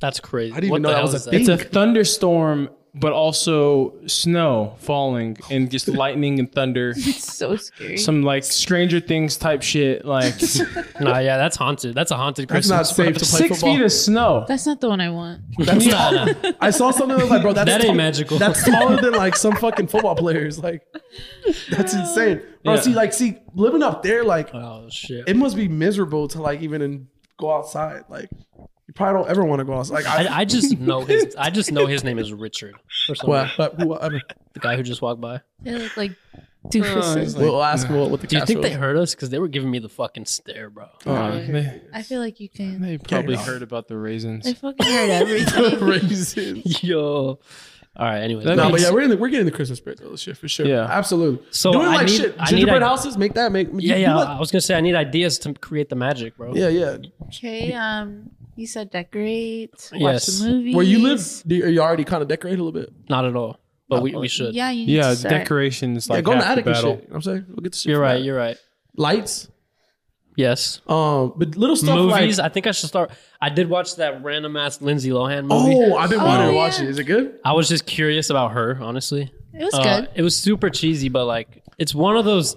Speaker 2: that's crazy.
Speaker 1: I didn't
Speaker 2: What
Speaker 1: even know
Speaker 2: the
Speaker 1: that
Speaker 2: hell
Speaker 1: was a
Speaker 2: is
Speaker 1: thing.
Speaker 3: It's a thunderstorm, but also snow falling and just lightning and
Speaker 4: <laughs>
Speaker 3: thunder.
Speaker 4: it's so scary.
Speaker 3: Some like Stranger Things type shit. Like
Speaker 4: <laughs>
Speaker 2: Nah, yeah, that's haunted. That's a haunted
Speaker 1: That's not
Speaker 2: Christmas. <laughs>
Speaker 1: safe to play
Speaker 3: six
Speaker 1: football.
Speaker 3: feet of snow.
Speaker 4: That's not the one I want.
Speaker 1: <laughs> That's
Speaker 2: Nah, nah.
Speaker 1: <laughs> I saw something that was like, bro, that's
Speaker 2: <laughs> That
Speaker 1: tall-
Speaker 2: ain't magical.
Speaker 1: <laughs> That's taller than like some fucking football players. Like, that's insane, bro.
Speaker 3: Yeah.
Speaker 1: See, like, see, living up there, like,
Speaker 2: Oh shit.
Speaker 1: it must be miserable to like even in, go outside. Like, you probably don't ever want to go outside. Like, I,
Speaker 2: I, I just know his. I just know
Speaker 1: <laughs>
Speaker 2: his name is Richard or something.
Speaker 1: well, but who- I mean,
Speaker 2: The guy who just walked by.
Speaker 4: They look like
Speaker 3: it's
Speaker 4: doofuses.
Speaker 3: like-
Speaker 1: we'll ask what, what the
Speaker 2: Do you
Speaker 1: casserole-
Speaker 2: think they heard us? Because they were giving me the fucking stare,
Speaker 1: <laughs>
Speaker 2: bro.
Speaker 3: Uh,
Speaker 4: weird.
Speaker 3: they,
Speaker 4: I feel like you can.
Speaker 3: they probably
Speaker 1: off.
Speaker 3: heard about the raisins.
Speaker 4: I fucking
Speaker 2: <laughs>
Speaker 4: heard everything.
Speaker 1: Raisins.
Speaker 2: Yo. All right. Anyways,
Speaker 3: That
Speaker 1: No, but
Speaker 3: means-
Speaker 1: yeah, we're in the, we're getting the Christmas spirit though this year for sure.
Speaker 3: Yeah.
Speaker 1: absolutely.
Speaker 2: So
Speaker 1: doing
Speaker 2: I
Speaker 1: like
Speaker 2: need-
Speaker 1: shit,
Speaker 2: I need
Speaker 1: gingerbread
Speaker 2: a-
Speaker 1: houses, make that make
Speaker 2: yeah,
Speaker 1: do
Speaker 2: yeah.
Speaker 1: like-
Speaker 2: I was gonna say I need ideas to create the magic, bro.
Speaker 1: yeah, yeah.
Speaker 4: okay, um, You said decorate, watch
Speaker 2: Yes.
Speaker 4: the movies.
Speaker 1: Where you live, do you, are you already kind of decorated a little bit?
Speaker 2: Not at all. But we, we should.
Speaker 4: Yeah, you need
Speaker 3: Yeah,
Speaker 4: to start.
Speaker 3: decorations like
Speaker 1: yeah, go in the
Speaker 3: half
Speaker 1: attic and shit.
Speaker 3: battle.
Speaker 1: You know what I'm saying? We'll get the shit.
Speaker 2: You're
Speaker 1: from
Speaker 2: right.
Speaker 1: that.
Speaker 2: You're right.
Speaker 1: Lights.
Speaker 2: Yes.
Speaker 1: Um, but little stuff
Speaker 2: movies.
Speaker 1: like.
Speaker 2: I think I should start. I did watch that random ass Lindsay Lohan movie.
Speaker 1: Oh, I've been
Speaker 4: Oh,
Speaker 1: wanting to
Speaker 4: yeah.
Speaker 1: watch it. Is it good?
Speaker 2: I was just curious about her, honestly.
Speaker 4: It was
Speaker 2: Uh,
Speaker 4: good.
Speaker 2: It was super cheesy, but like it's one of those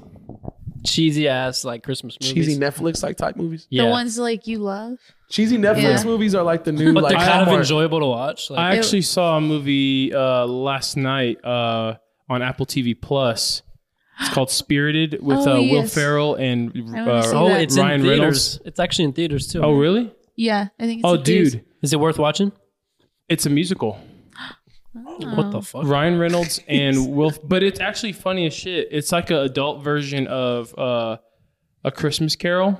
Speaker 2: cheesy ass like Christmas movies.
Speaker 1: Cheesy Netflix like type movies.
Speaker 2: yeah.
Speaker 4: The ones like you love.
Speaker 1: Cheesy Netflix
Speaker 4: Yeah.
Speaker 1: movies are like the new
Speaker 2: but
Speaker 1: like
Speaker 2: they're kind of
Speaker 1: Hallmark.
Speaker 2: enjoyable to watch. Like,
Speaker 3: I actually saw a movie uh, last night uh, on Apple TV Plus. It's called Spirited with
Speaker 4: Oh,
Speaker 3: uh, Will
Speaker 4: yes.
Speaker 3: Ferrell and
Speaker 4: I wanna see
Speaker 3: uh,
Speaker 4: that.
Speaker 2: oh, it's
Speaker 3: Ryan
Speaker 2: in theaters.
Speaker 3: Reynolds.
Speaker 2: It's actually in theaters too.
Speaker 3: oh really?
Speaker 4: Yeah, I think. It's
Speaker 3: Oh
Speaker 4: a dude.
Speaker 3: dude,
Speaker 2: Is it worth watching?
Speaker 3: it's a musical.
Speaker 2: What the fuck?
Speaker 3: Ryan
Speaker 4: <laughs>
Speaker 3: Reynolds and Will, but it's actually funny as shit. It's like an adult version of uh, a Christmas Carol.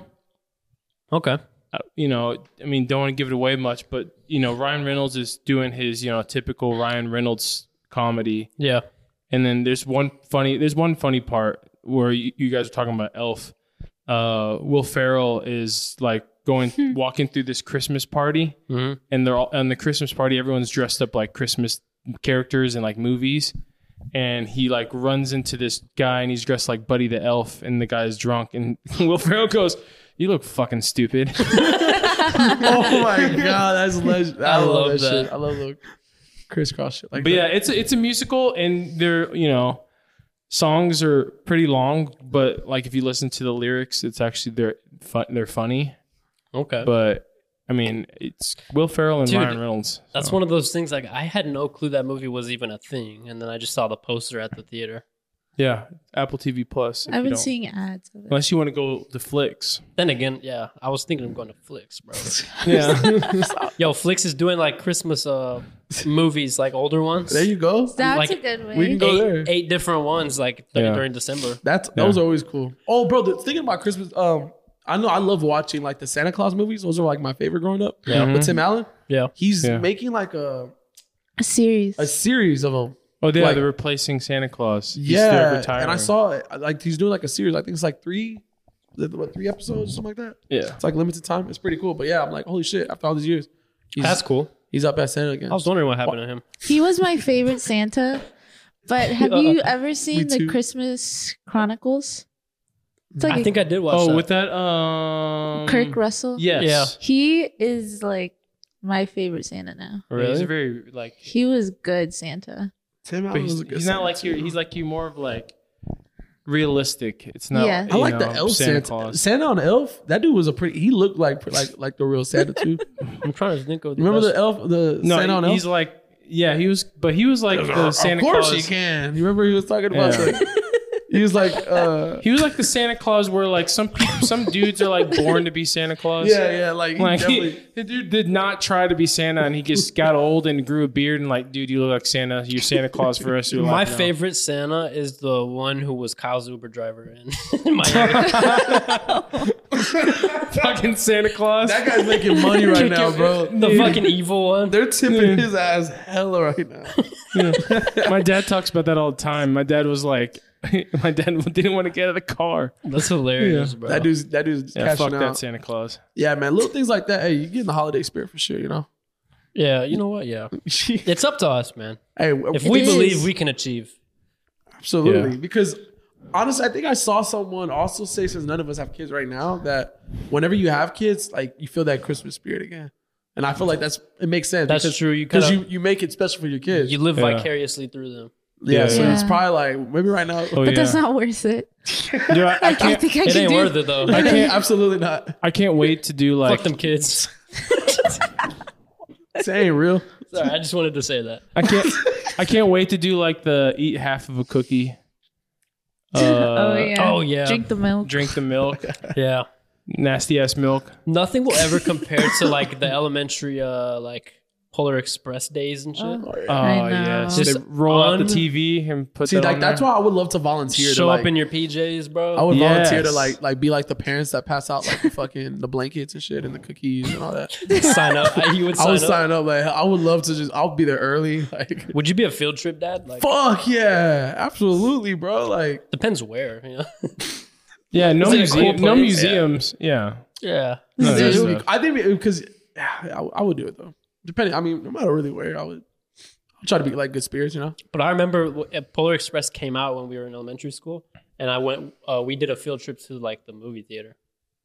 Speaker 2: Okay.
Speaker 3: uh, you know, I mean, don't want to give it away much, but you know, Ryan Reynolds is doing his, you know, typical Ryan Reynolds comedy.
Speaker 2: Yeah.
Speaker 3: And then there's one funny, there's one funny part where you, you guys are talking about Elf. Uh, Will Ferrell is like going walking through this Christmas party,
Speaker 2: Mhm.
Speaker 3: and they're all on the Christmas party. Everyone's dressed up like Christmas characters and like movies. And he like runs into this guy, and he's dressed like Buddy the Elf, and the guy's drunk. And <laughs> Will Ferrell goes, "You look fucking stupid."
Speaker 1: <laughs>
Speaker 3: <laughs>
Speaker 1: oh
Speaker 2: <laughs>
Speaker 1: my god, that's legend. I,
Speaker 2: I
Speaker 1: love,
Speaker 2: love
Speaker 1: that,
Speaker 2: that.
Speaker 1: shit. I love the crisscross shit. Like
Speaker 3: But
Speaker 1: that.
Speaker 3: yeah, it's a, it's a musical, and they're you know, songs are pretty long, but like if you listen to the lyrics, it's actually they're fun, they're funny.
Speaker 2: Okay.
Speaker 3: But I mean, it's Will Ferrell and
Speaker 2: Dude,
Speaker 3: Ryan Reynolds.
Speaker 2: That's one of those things like I had no clue that movie was even a thing, and then I just saw the poster at the theater.
Speaker 3: yeah, Apple TV Plus. if
Speaker 4: I've
Speaker 3: you
Speaker 4: been
Speaker 3: don't-
Speaker 4: seeing ads of it.
Speaker 3: Unless you want to go to Flicks.
Speaker 1: <laughs>
Speaker 2: Then again, yeah, I was thinking of going to Flix, bro.
Speaker 3: Yeah.
Speaker 2: Yo, Flix is doing like Christmas uh movies, like older ones.
Speaker 1: there you go.
Speaker 4: That's
Speaker 2: like,
Speaker 4: a good way.
Speaker 1: we can go-
Speaker 2: eight,
Speaker 1: there.
Speaker 2: eight different ones like th-
Speaker 3: Yeah.
Speaker 2: during December.
Speaker 1: That's that
Speaker 3: Yeah.
Speaker 1: was always cool. Oh, bro, the, thinking about Christmas. Um, I know I love watching like the Santa Claus movies. Those are like my favorite growing up.
Speaker 2: Yeah. Mm-hmm.
Speaker 1: With Tim Allen,
Speaker 2: Yeah.
Speaker 1: he's
Speaker 3: Yeah.
Speaker 1: making like a
Speaker 4: a series.
Speaker 1: a series of them.
Speaker 3: <laughs> oh yeah,
Speaker 1: Like-
Speaker 3: they're replacing Santa Claus. He's- they're
Speaker 1: Yeah,
Speaker 3: retiring.
Speaker 1: and I saw it. Like he's doing like a series. I think it's like three, what three episodes, something like that.
Speaker 3: Yeah.
Speaker 1: It's like limited time. It's pretty cool. But yeah, I'm like, holy shit! After all these years, he's,
Speaker 2: That's cool.
Speaker 1: he's up at Santa again.
Speaker 2: I was wondering what happened to him.
Speaker 4: He was my favorite Santa. But
Speaker 2: <laughs>
Speaker 4: have you ever seen the
Speaker 1: too.
Speaker 4: Christmas Chronicles? It's like
Speaker 2: I
Speaker 4: a
Speaker 2: think I did watch
Speaker 3: Oh,
Speaker 2: that.
Speaker 3: with that um
Speaker 4: Kirk Russell.
Speaker 3: Yes.
Speaker 2: Yeah.
Speaker 4: He is like my favorite Santa now.
Speaker 3: He's
Speaker 2: Really?
Speaker 3: very like
Speaker 4: He was good Santa.
Speaker 2: Oh,
Speaker 1: Tim
Speaker 3: But
Speaker 1: Allen
Speaker 3: he's,
Speaker 1: was a good
Speaker 3: he's not
Speaker 1: Santa,
Speaker 3: like you.
Speaker 1: too.
Speaker 3: He's like you more of like realistic. It's not.
Speaker 4: Yeah.
Speaker 1: I
Speaker 3: you
Speaker 1: like
Speaker 3: know,
Speaker 1: the elf
Speaker 3: Santa
Speaker 1: Santa. Santa,
Speaker 3: Claus.
Speaker 1: on Elf. That dude was a pretty. He looked like like like the real Santa
Speaker 3: <laughs>
Speaker 1: too.
Speaker 2: I'm trying to think of the
Speaker 1: Remember the
Speaker 2: best-
Speaker 1: elf, the
Speaker 3: No,
Speaker 1: Santa on
Speaker 3: he-
Speaker 1: Elf.
Speaker 3: he's like yeah. He was, but he was like the Santa
Speaker 1: of course
Speaker 3: Claus.
Speaker 1: he can. You remember he was talking about.
Speaker 3: Yeah.
Speaker 1: Like, he was like, uh,
Speaker 3: <laughs> He was like the Santa Claus where like some peop some dudes are like born to be Santa Claus.
Speaker 1: yeah, yeah, like, he
Speaker 3: Like
Speaker 1: definitely.
Speaker 3: he, the dude did not try to be Santa, and he just got old and grew a beard, and like, dude, you look like Santa. You're Santa Claus for us. You're
Speaker 2: my
Speaker 3: like,
Speaker 2: favorite Santa is the one who was Kyle's Uber driver in, <laughs>
Speaker 1: <laughs>
Speaker 2: in Miami.
Speaker 3: fucking Santa Claus.
Speaker 1: that guy's making money
Speaker 3: <laughs>
Speaker 1: right now, bro.
Speaker 2: the fucking evil one.
Speaker 1: They're tipping his ass hella right now.
Speaker 3: my dad talks about that all the time. My dad was like, <laughs> my dad didn't want to get out of the car.
Speaker 2: That's hilarious, bro.
Speaker 1: That dude's that dude's
Speaker 3: Yeah,
Speaker 1: cashing
Speaker 3: fuck that
Speaker 1: out.
Speaker 3: Santa Claus.
Speaker 1: yeah, man, little things like that. Hey, you get in the holiday spirit for sure. You know.
Speaker 2: yeah, you know what? Yeah.
Speaker 1: hey,
Speaker 2: It's up to us, man. If
Speaker 1: we-
Speaker 2: we
Speaker 4: is.
Speaker 2: believe we can achieve.
Speaker 1: Absolutely.
Speaker 3: Yeah.
Speaker 1: Because honestly, I think I saw someone also say, since none of us have kids right now, that whenever you have kids, like you feel that Christmas spirit again. And I feel like that's it makes sense.
Speaker 2: That's
Speaker 1: because,
Speaker 2: true. You
Speaker 1: Because
Speaker 2: kinda-
Speaker 1: you, you make it special for your kids.
Speaker 2: You live
Speaker 3: Yeah.
Speaker 2: vicariously through them.
Speaker 1: yeah, So
Speaker 4: Yeah.
Speaker 1: it's probably like maybe right now.
Speaker 3: Oh,
Speaker 4: But
Speaker 3: yeah.
Speaker 4: that's not worth it.
Speaker 3: Dude,
Speaker 4: <laughs>
Speaker 3: I, I
Speaker 4: Like, I
Speaker 3: can't.
Speaker 4: think I
Speaker 2: It
Speaker 4: can
Speaker 2: ain't
Speaker 4: do
Speaker 2: worth it <laughs> though.
Speaker 1: I can't <laughs> absolutely not.
Speaker 3: I can't wait to do like.
Speaker 2: Fuck them kids.
Speaker 1: This ain't real.
Speaker 2: <laughs> Sorry, I just wanted to say that.
Speaker 3: I can't. I
Speaker 4: <laughs>
Speaker 3: can't wait to do like the eat half of a cookie. Uh,
Speaker 4: oh yeah.
Speaker 2: oh, yeah.
Speaker 4: Drink the milk.
Speaker 3: Drink the milk.
Speaker 2: Yeah.
Speaker 3: Nasty ass milk.
Speaker 2: Nothing will ever compare to like the elementary uh like Polar Express days and shit.
Speaker 3: Oh
Speaker 4: I know.
Speaker 3: yes.
Speaker 2: Just
Speaker 3: they roll out
Speaker 2: un-
Speaker 3: the TV and put.
Speaker 1: See,
Speaker 3: that
Speaker 1: like
Speaker 3: on
Speaker 1: that's
Speaker 3: there.
Speaker 1: why I would love to volunteer.
Speaker 2: Show
Speaker 1: to, like,
Speaker 2: up in your PJs, bro.
Speaker 1: I would volunteer to
Speaker 3: Yes.
Speaker 1: like like be like the parents that pass out like the fucking the blankets and shit and the cookies and all
Speaker 2: <laughs>
Speaker 1: that.
Speaker 2: sign up. You would sign
Speaker 1: I would
Speaker 2: up.
Speaker 1: sign up. Like I would love to just I'll be there early. <laughs> Like
Speaker 2: Would you be a field trip dad? Like
Speaker 1: Fuck yeah, absolutely, bro. Like,
Speaker 2: depends where. You know? <laughs>
Speaker 3: Yeah,
Speaker 2: Is it
Speaker 3: no
Speaker 2: a
Speaker 3: museum.
Speaker 2: cool
Speaker 3: no
Speaker 2: place?
Speaker 3: museums. Yeah.
Speaker 2: yeah.
Speaker 3: No,
Speaker 1: Dude,
Speaker 3: there's
Speaker 1: it would be-
Speaker 3: no-
Speaker 1: I think because I, I would do it though. Depending, I mean, no matter really where, I would. I'll try to be like good spirits, you know.
Speaker 2: But I remember w- uh, Polar Express came out when we were in elementary school, and I went. Uh, we did a field trip to like the movie theater.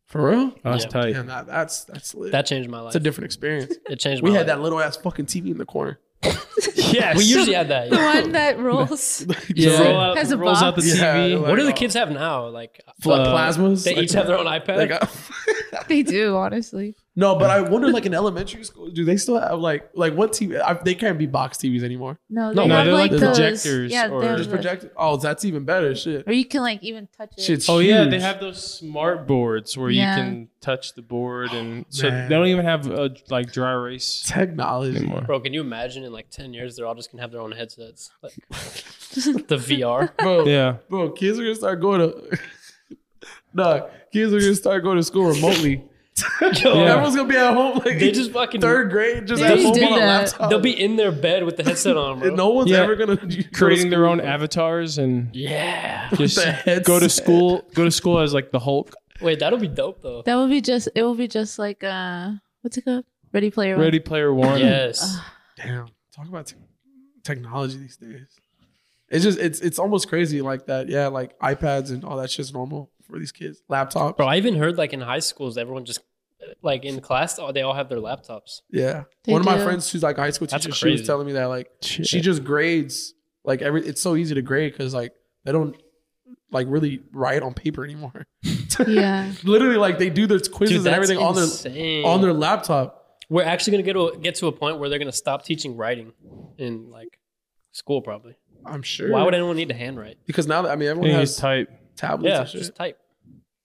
Speaker 1: For real,
Speaker 3: That's
Speaker 2: Yeah.
Speaker 3: Oh, tight.
Speaker 1: Damn, that, that's that's lit.
Speaker 2: That changed my life.
Speaker 1: it's a different
Speaker 2: <laughs>
Speaker 1: experience.
Speaker 2: it changed.
Speaker 1: We
Speaker 2: my
Speaker 1: had
Speaker 2: life.
Speaker 1: that little ass fucking TV in the corner. <laughs>
Speaker 2: <laughs>
Speaker 3: Yes.
Speaker 2: We usually had that. <laughs>
Speaker 4: The
Speaker 2: yeah.
Speaker 4: one
Speaker 1: <laughs>
Speaker 4: that rolls. <laughs>
Speaker 2: Yeah.
Speaker 1: So,
Speaker 2: Roll out-
Speaker 4: Has a
Speaker 3: rolls out the
Speaker 1: box. Yeah,
Speaker 3: TV.
Speaker 1: like-
Speaker 2: What do the kids have now? Like
Speaker 1: like
Speaker 2: uh,
Speaker 1: plasmas.
Speaker 2: They
Speaker 1: like-
Speaker 2: each have their own iPad.
Speaker 1: like, uh,
Speaker 2: <laughs>
Speaker 4: they do, honestly.
Speaker 1: no, but I
Speaker 3: <laughs>
Speaker 1: wonder, like in elementary school, do they still have like like what TV? I, they can't be box TVs anymore.
Speaker 4: No,
Speaker 2: No,
Speaker 4: they
Speaker 2: no,
Speaker 4: have
Speaker 3: they're
Speaker 4: like,
Speaker 3: like
Speaker 4: those.
Speaker 3: projectors
Speaker 4: yeah,
Speaker 3: or-
Speaker 4: they're
Speaker 1: Just
Speaker 4: like-
Speaker 1: project. Oh, that's even better. Shit.
Speaker 4: or you can like even touch it.
Speaker 1: Shit's
Speaker 3: Oh yeah, they
Speaker 1: huge.
Speaker 3: have those smart boards where
Speaker 4: Yeah.
Speaker 3: you can touch the board, and so
Speaker 1: Man.
Speaker 3: they don't even have a, like dry erase
Speaker 1: technology.
Speaker 3: anymore.
Speaker 2: Bro, can you imagine in like 10 years, they're all just going to have their own headsets?
Speaker 1: <laughs>
Speaker 2: Like, the VR.
Speaker 1: Bro,
Speaker 3: Yeah,
Speaker 1: bro, kids are gonna start going to. <laughs> nah, kids are gonna start going to school
Speaker 3: <laughs>
Speaker 1: remotely. Everyone's gonna be at home like
Speaker 2: They just fucking.
Speaker 1: third grade, just
Speaker 2: They
Speaker 1: at
Speaker 2: just
Speaker 1: home
Speaker 4: did
Speaker 1: on a
Speaker 4: that.
Speaker 1: laptop.
Speaker 2: They'll be in their bed with the headset
Speaker 1: <laughs>
Speaker 2: on, bro.
Speaker 1: And no one's
Speaker 3: Yeah.
Speaker 1: ever gonna
Speaker 3: creating their own
Speaker 1: <laughs>
Speaker 3: avatars and
Speaker 2: Yeah.
Speaker 3: just
Speaker 1: the
Speaker 3: go to
Speaker 1: headset.
Speaker 3: school. Go to school as like the Hulk,
Speaker 2: Wait, that'll be dope, though.
Speaker 4: That would be just. It would be just like uh, what's it called? Ready Player One.
Speaker 3: Ready Player One.
Speaker 2: Yes.
Speaker 1: Damn, talk about te- technology these days. It's just it's it's almost crazy like that. Yeah, like iPads and all that shit's normal for these kids. Laptops.
Speaker 2: Bro, I even heard like in high schools, everyone just, like in class, oh, they all have their laptops.
Speaker 1: Yeah.
Speaker 4: They
Speaker 1: One of my
Speaker 4: do.
Speaker 1: friends who's like a high school
Speaker 2: That's
Speaker 1: teacher, she was
Speaker 2: crazy.
Speaker 1: telling me that like
Speaker 3: Shit.
Speaker 1: she just grades like every it's so easy to grade because like they don't like really write on paper anymore <laughs>
Speaker 4: Yeah.
Speaker 1: literally like they do their quizzes and everything on
Speaker 2: insane.
Speaker 1: their on their laptop
Speaker 2: We're actually going to get to get to a point where they're going to stop teaching writing in like school, probably.
Speaker 1: i'm sure
Speaker 2: Why would anyone need to handwrite?
Speaker 1: because now that i mean everyone
Speaker 3: And you
Speaker 1: has
Speaker 3: just type,
Speaker 1: tablets
Speaker 2: Yeah,
Speaker 1: and shit
Speaker 2: just type.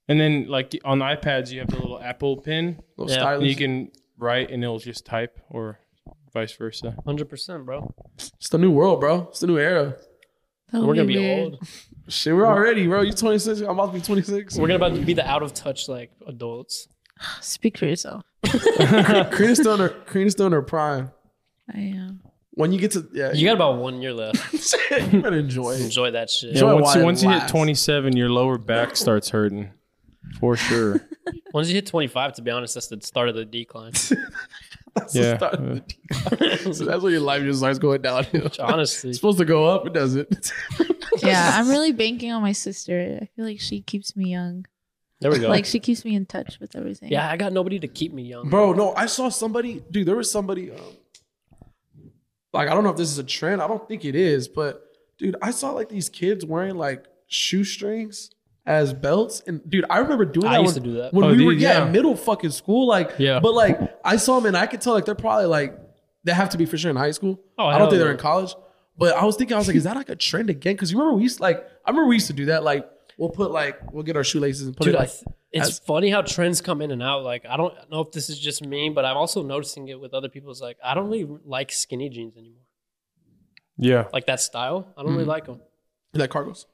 Speaker 3: and then like on iPads, you have the little Apple Pen.
Speaker 1: little
Speaker 2: yeah.
Speaker 1: stylus.
Speaker 3: You can write, and it'll just type, or vice versa.
Speaker 2: 100%, bro.
Speaker 1: it's the new world bro it's the new era
Speaker 4: That would
Speaker 2: We're going to be
Speaker 4: weird.
Speaker 2: old.
Speaker 1: shit we're already bro you 26 i'm about to be 26
Speaker 2: We're gonna about to be the out of touch like adults.
Speaker 4: Speak for yourself.
Speaker 1: <laughs> karina's still in her karina's still in her prime
Speaker 4: I am.
Speaker 1: when you get to yeah
Speaker 2: You got about one year left.
Speaker 1: <laughs>
Speaker 2: <laughs>
Speaker 1: you better enjoy it
Speaker 2: Enjoy that shit.
Speaker 1: Enjoy
Speaker 3: Yeah, once
Speaker 1: while
Speaker 3: you,
Speaker 1: it
Speaker 3: once you hit
Speaker 1: lasts.
Speaker 3: 27, your lower back starts hurting, for sure.
Speaker 2: Once you hit 25, to be honest, that's the start of
Speaker 1: <laughs>
Speaker 2: the decline.
Speaker 1: that's the
Speaker 3: Yeah.
Speaker 1: start of the
Speaker 2: <laughs>
Speaker 1: decline. <laughs> so that's when your life just starts going downhill
Speaker 2: Which, honestly,
Speaker 1: it's supposed to go up it doesn't <laughs>
Speaker 4: Yeah, I'm really banking on my sister. I feel like she keeps me young.
Speaker 2: there we go.
Speaker 4: Like she keeps me in touch with everything.
Speaker 2: yeah, I got nobody to keep me young.
Speaker 1: Bro, no, I saw somebody, dude, there was somebody um like I don't know if this is a trend. I don't think it is, but dude, I saw like these kids wearing like shoestrings as belts and dude, I remember doing
Speaker 2: I
Speaker 1: that
Speaker 2: used
Speaker 1: when,
Speaker 2: to do that.
Speaker 1: when
Speaker 3: Oh,
Speaker 1: we
Speaker 3: dude,
Speaker 1: were yeah,
Speaker 3: yeah.
Speaker 1: in middle fucking school like
Speaker 2: Yeah.
Speaker 1: but like I saw them and I could tell like they're probably like they have to be for sure in high school.
Speaker 2: Oh,
Speaker 1: I
Speaker 2: hell
Speaker 1: don't think
Speaker 2: no.
Speaker 1: they're in college. But I was thinking I was like is that like a trend again cuz you remember we used to, like I remember we used to do that like we'll put like we'll get our shoelaces and put
Speaker 2: Dude,
Speaker 1: it
Speaker 2: I
Speaker 1: like
Speaker 2: th- it's
Speaker 1: as-
Speaker 2: funny how trends come in and out. Like, I don't know if this is just me, but I'm also noticing it with other people. It's like I don't really like skinny jeans anymore.
Speaker 3: <laughs> Yeah.
Speaker 2: Like that style, I don't
Speaker 1: Mm-hmm.
Speaker 2: really like them.
Speaker 1: like cargos.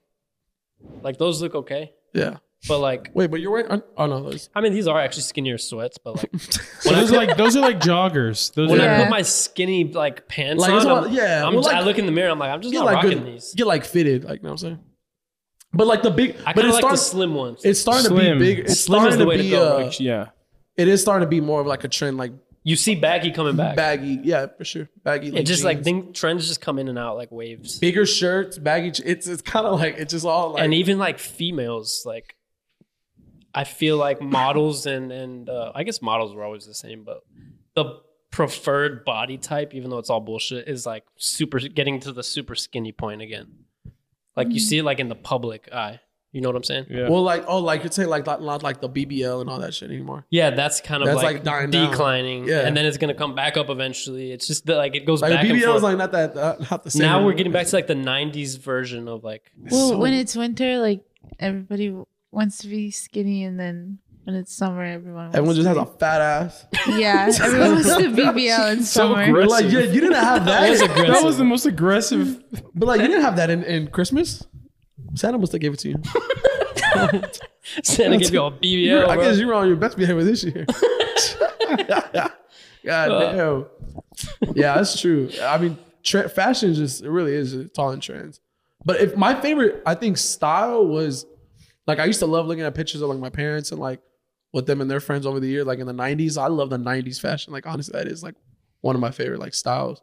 Speaker 2: Like those look okay,
Speaker 1: Yeah.
Speaker 2: but like
Speaker 1: Wait, but you're wearing oh no, those
Speaker 2: I mean, these are actually skinnier sweats.
Speaker 1: <laughs>
Speaker 2: But like
Speaker 3: So those are like those are like joggers. Those
Speaker 2: when
Speaker 3: are
Speaker 2: I
Speaker 4: Yeah.
Speaker 2: put my skinny like pants
Speaker 1: Like,
Speaker 2: on,
Speaker 1: it's a lot-
Speaker 2: I'm-
Speaker 1: yeah,
Speaker 2: I'm
Speaker 1: well,
Speaker 2: just-
Speaker 1: like-
Speaker 2: I look in the mirror. I'm like, I'm just
Speaker 1: get
Speaker 2: not
Speaker 1: like
Speaker 2: rocking
Speaker 1: good,
Speaker 2: these.
Speaker 1: get like fitted, like you know what I'm saying. But like the big,
Speaker 2: I
Speaker 1: but
Speaker 2: kind
Speaker 1: it's
Speaker 2: of like
Speaker 1: starting,
Speaker 2: the slim ones.
Speaker 1: it's starting
Speaker 3: Slim.
Speaker 1: to be big. It's
Speaker 2: Slim is
Speaker 1: starting
Speaker 2: the
Speaker 1: to
Speaker 2: way to
Speaker 1: be,
Speaker 2: go,
Speaker 1: uh,
Speaker 3: like <laughs> yeah.
Speaker 1: it is starting to be more of like a trend, like
Speaker 2: you see baggy coming back.
Speaker 1: baggy, yeah, for sure, baggy.
Speaker 2: it just like
Speaker 1: jeans.
Speaker 2: thing trends just come in and out like waves.
Speaker 1: bigger shirts, baggy. je- It's it's kind of like it's just all like
Speaker 2: and even like females, like I feel like models and and uh, I guess models were always the same, but the preferred body type, even though it's all bullshit, is like super getting to the super skinny point again. Like
Speaker 1: Mm.
Speaker 2: you see it like in the public eye. You know what I'm saying?
Speaker 3: Yeah.
Speaker 1: well, like oh, like you're saying like not, not like the BBL and all that shit anymore.
Speaker 2: Yeah, that's kind of
Speaker 1: That's,
Speaker 2: like,
Speaker 1: like, dying down.
Speaker 2: declining,
Speaker 1: Yeah.
Speaker 2: and then it's gonna come back up eventually. It's just that, like it goes
Speaker 1: Like
Speaker 2: back
Speaker 1: the
Speaker 2: and
Speaker 1: BBL
Speaker 2: forth.
Speaker 1: is like not that uh, not, not the same.
Speaker 2: now we're
Speaker 1: anymore.
Speaker 2: getting back to like the '90s version of like
Speaker 4: Well,
Speaker 1: So-
Speaker 4: when it's winter, like everybody w- wants to be skinny, and then when it's summer, everyone wants
Speaker 1: Everyone just
Speaker 4: to
Speaker 1: has a fat
Speaker 4: <laughs>
Speaker 1: ass.
Speaker 2: <laughs>
Speaker 4: be, yeah, everyone wants to BBL
Speaker 3: So
Speaker 4: in summer.
Speaker 3: gross.
Speaker 1: Like yeah, you didn't have that.
Speaker 2: was aggressive.
Speaker 3: That was the most aggressive.
Speaker 1: but like you didn't have that in, in Christmas. Santa must have gave it to you.
Speaker 2: <laughs> Santa gave you all
Speaker 1: <laughs> You're-
Speaker 2: BBL.
Speaker 1: I
Speaker 2: bro.
Speaker 1: guess you were on your best behavior this
Speaker 2: <laughs>
Speaker 1: year. <laughs> God damn. Yeah, that's true. I mean, tra- fashion is just it really is just all in trends. But if my favorite, I think style was like I used to love looking at pictures of like my parents and like with them and their friends over the years, like in the '90s. I love the '90s fashion. Like honestly, that is like one of my favorite like styles.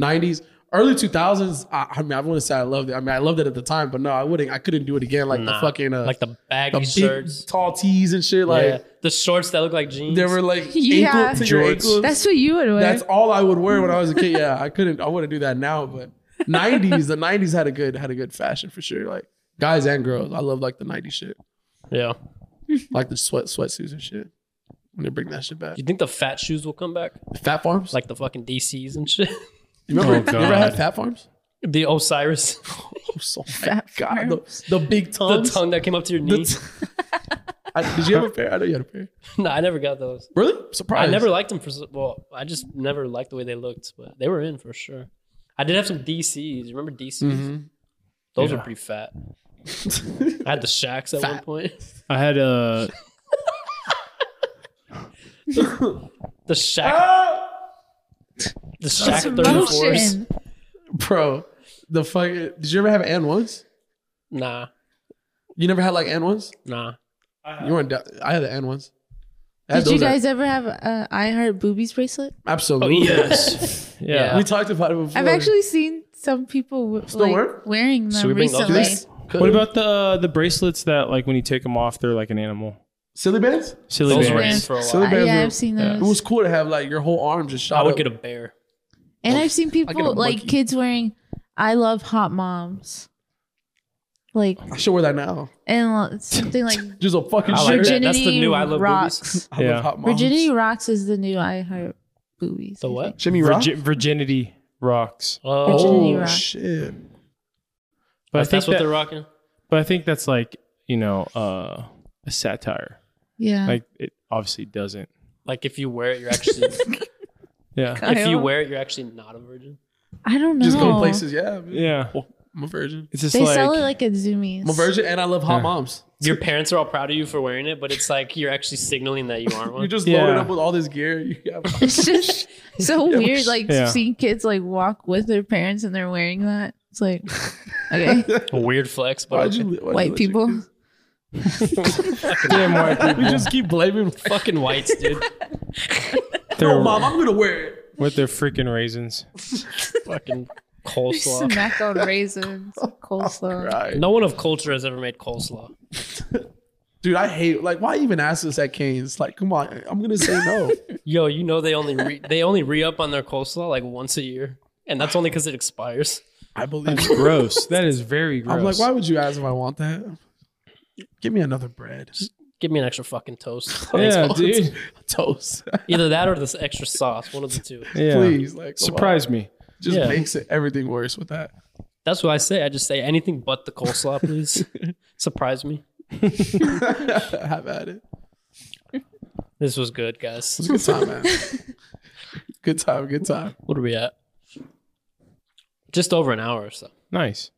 Speaker 1: '90s, early 2000s. I, I mean, I want to say I loved it. I mean, I loved it at the time, but no, I wouldn't. I couldn't do it again. Like
Speaker 2: Nah.
Speaker 1: the fucking uh,
Speaker 2: like the baggy
Speaker 1: the big
Speaker 2: shirts,
Speaker 1: tall tees and shit. Like
Speaker 2: yeah. the shorts that look like jeans.
Speaker 1: they were like
Speaker 4: <laughs> Yeah.
Speaker 1: ankle to your
Speaker 3: Jorts.
Speaker 1: ankles.
Speaker 4: That's what you would wear.
Speaker 1: That's all I would wear when I was a kid. Yeah, I couldn't. I wouldn't do that now. But '90s, the '90s had a good had a good fashion for sure. Like guys and girls, I love like the '90s shit,
Speaker 2: yeah.
Speaker 1: like the sweat sweatsuits and shit. When they bring that shit back,
Speaker 2: Do you think the fat shoes will come back?
Speaker 1: Fat Farms. Like
Speaker 2: Like the fucking DCs and shit. <laughs>
Speaker 1: you remember,
Speaker 3: Oh,
Speaker 1: you ever had
Speaker 3: God.
Speaker 1: Fat Farms?
Speaker 2: The Osiris, <laughs>
Speaker 1: Oh, so
Speaker 4: Fat
Speaker 1: God,
Speaker 4: Farms.
Speaker 1: the, the big
Speaker 2: the
Speaker 1: tongues.
Speaker 2: tongue that came up to your
Speaker 1: The
Speaker 2: <laughs> knee.
Speaker 1: t- I- did you have a pair? I know you had a pair.
Speaker 2: no, I never got those.
Speaker 1: Really? Surprise!
Speaker 2: I never liked them for s- well, I just never liked the way they looked, but they were in for sure. I did have some DCs. Remember DCs?
Speaker 1: Mhm.
Speaker 2: Those
Speaker 3: Yeah.
Speaker 2: were pretty fat.
Speaker 1: Mm-hmm.
Speaker 2: I had the shacks at one
Speaker 1: Fat.
Speaker 2: point. <laughs>
Speaker 3: I had uh, a
Speaker 2: The shack. the shack
Speaker 4: Ah! That's
Speaker 2: 34s.
Speaker 4: motion.
Speaker 1: <laughs> bro. The fucking. Did you ever have N ones?
Speaker 2: Nah,
Speaker 1: You never had like N ones?
Speaker 2: nah.
Speaker 1: You weren't. da- I had the N ones. I had
Speaker 4: Did you
Speaker 1: those at-
Speaker 4: guys ever have a I Heart Boobies bracelet?
Speaker 2: Oh,
Speaker 1: Absolutely.
Speaker 3: yes.
Speaker 2: <laughs> Yeah.
Speaker 3: Oh, Yeah.
Speaker 1: We talked about it before.
Speaker 4: I've actually seen some people w-
Speaker 1: Still
Speaker 4: like,
Speaker 1: wear?
Speaker 4: wearing
Speaker 2: Should
Speaker 4: them
Speaker 2: we bring those
Speaker 4: recently.
Speaker 2: back?
Speaker 3: What about the uh, the bracelets that like when you take them off, they're like an animal?
Speaker 1: silly bands?
Speaker 3: Silly
Speaker 2: Those
Speaker 3: bears.
Speaker 2: were in for a
Speaker 1: Silly
Speaker 2: while.
Speaker 4: Uh,
Speaker 1: bands
Speaker 4: yeah,
Speaker 1: were-
Speaker 4: I've seen
Speaker 3: yeah.
Speaker 4: those.
Speaker 1: It was cool to have like your whole arm just shot.
Speaker 2: I would
Speaker 1: up.
Speaker 2: get a bear.
Speaker 4: and I've seen
Speaker 1: get a
Speaker 4: people like
Speaker 1: monkey.
Speaker 4: kids wearing I love hot moms. Like
Speaker 1: I should wear that now.
Speaker 4: and lo- something like
Speaker 1: Just a fucking
Speaker 2: <laughs> I like
Speaker 1: shirt.
Speaker 2: that.
Speaker 4: virginity
Speaker 2: That's the new I Love Boobies.
Speaker 4: rocks.
Speaker 1: I
Speaker 3: Yeah.
Speaker 1: love hot moms.
Speaker 4: Virginity rocks is the new I heart boobies.
Speaker 2: The
Speaker 4: I
Speaker 2: what?
Speaker 4: think.
Speaker 1: Jimmy Rock.
Speaker 3: Virgi- virginity rocks.
Speaker 4: Virginity
Speaker 1: oh
Speaker 4: Rock.
Speaker 1: shit!
Speaker 3: But I
Speaker 2: If that's
Speaker 3: think
Speaker 2: what
Speaker 3: that,
Speaker 2: they're rocking.
Speaker 3: but I think that's like you know uh, a satire.
Speaker 4: Yeah.
Speaker 3: Like it obviously doesn't.
Speaker 2: Like if you wear it, you're actually.
Speaker 3: Yeah.
Speaker 2: if you
Speaker 4: <laughs> Kyle.
Speaker 2: wear it, you're actually not a virgin.
Speaker 4: I don't know.
Speaker 1: Just go places. Yeah, man.
Speaker 3: Yeah.
Speaker 1: I'm a virgin.
Speaker 3: It's just
Speaker 4: They
Speaker 3: like,
Speaker 4: sell it like at Zoomies. <laughs>
Speaker 1: I'm a virgin, and I love hot
Speaker 3: Yeah.
Speaker 1: moms.
Speaker 2: Your parents are all proud of you for wearing it, but it's like you're actually signaling that <laughs> you aren't
Speaker 1: You're
Speaker 2: one.
Speaker 1: just
Speaker 3: Yeah.
Speaker 1: loaded up with all this gear. <laughs> You have
Speaker 4: It's just <laughs> so
Speaker 1: Yeah,
Speaker 4: weird. Like
Speaker 3: yeah.
Speaker 4: seeing kids like walk with their parents and they're wearing that. It's like, okay,
Speaker 2: A weird flex, but
Speaker 1: why'd
Speaker 2: okay.
Speaker 1: you, why'd you let
Speaker 4: white
Speaker 1: your
Speaker 3: <laughs>
Speaker 4: people.
Speaker 1: kids-
Speaker 4: <laughs>
Speaker 3: damn white
Speaker 1: <laughs>
Speaker 3: people.
Speaker 1: We just keep blaming.
Speaker 2: fucking whites, dude. <laughs>
Speaker 3: They're-
Speaker 1: No, mom, I'm gonna wear it.
Speaker 3: with their freaking raisins.
Speaker 2: fucking
Speaker 4: Just
Speaker 2: coleslaw.
Speaker 4: Smack on raisins, coleslaw.
Speaker 1: Right.
Speaker 2: No one of culture has ever made coleslaw.
Speaker 1: Dude, I hate like why even ask us at Canes? Like, come on, I'm gonna say
Speaker 3: <laughs>
Speaker 1: no.
Speaker 2: Yo, you know they only re- they only re up on their coleslaw like once a year, and that's only because it expires.
Speaker 1: I believe
Speaker 3: That's
Speaker 1: you.
Speaker 4: <laughs>
Speaker 3: gross. That is very gross.
Speaker 1: I'm like, why would you ask if I want that? Give me another bread.
Speaker 2: Give me an extra fucking toast.
Speaker 1: <laughs>
Speaker 3: Yeah, dude.
Speaker 1: Toast.
Speaker 2: Either that or this extra sauce, one of the two.
Speaker 3: Yeah.
Speaker 1: Please, like come
Speaker 3: Surprise me.
Speaker 1: on. Just
Speaker 2: Yeah.
Speaker 1: makes it everything worse with
Speaker 3: <laughs>
Speaker 1: that. <laughs>
Speaker 2: That's what I say. I just say anything but the coleslaw, please. Surprise me.
Speaker 1: Have at it.
Speaker 2: This was good,
Speaker 1: It's
Speaker 2: guys.
Speaker 1: a good time, man.
Speaker 3: <laughs>
Speaker 1: good time, good time.
Speaker 2: What are we at? Just over an hour or so.
Speaker 3: Nice.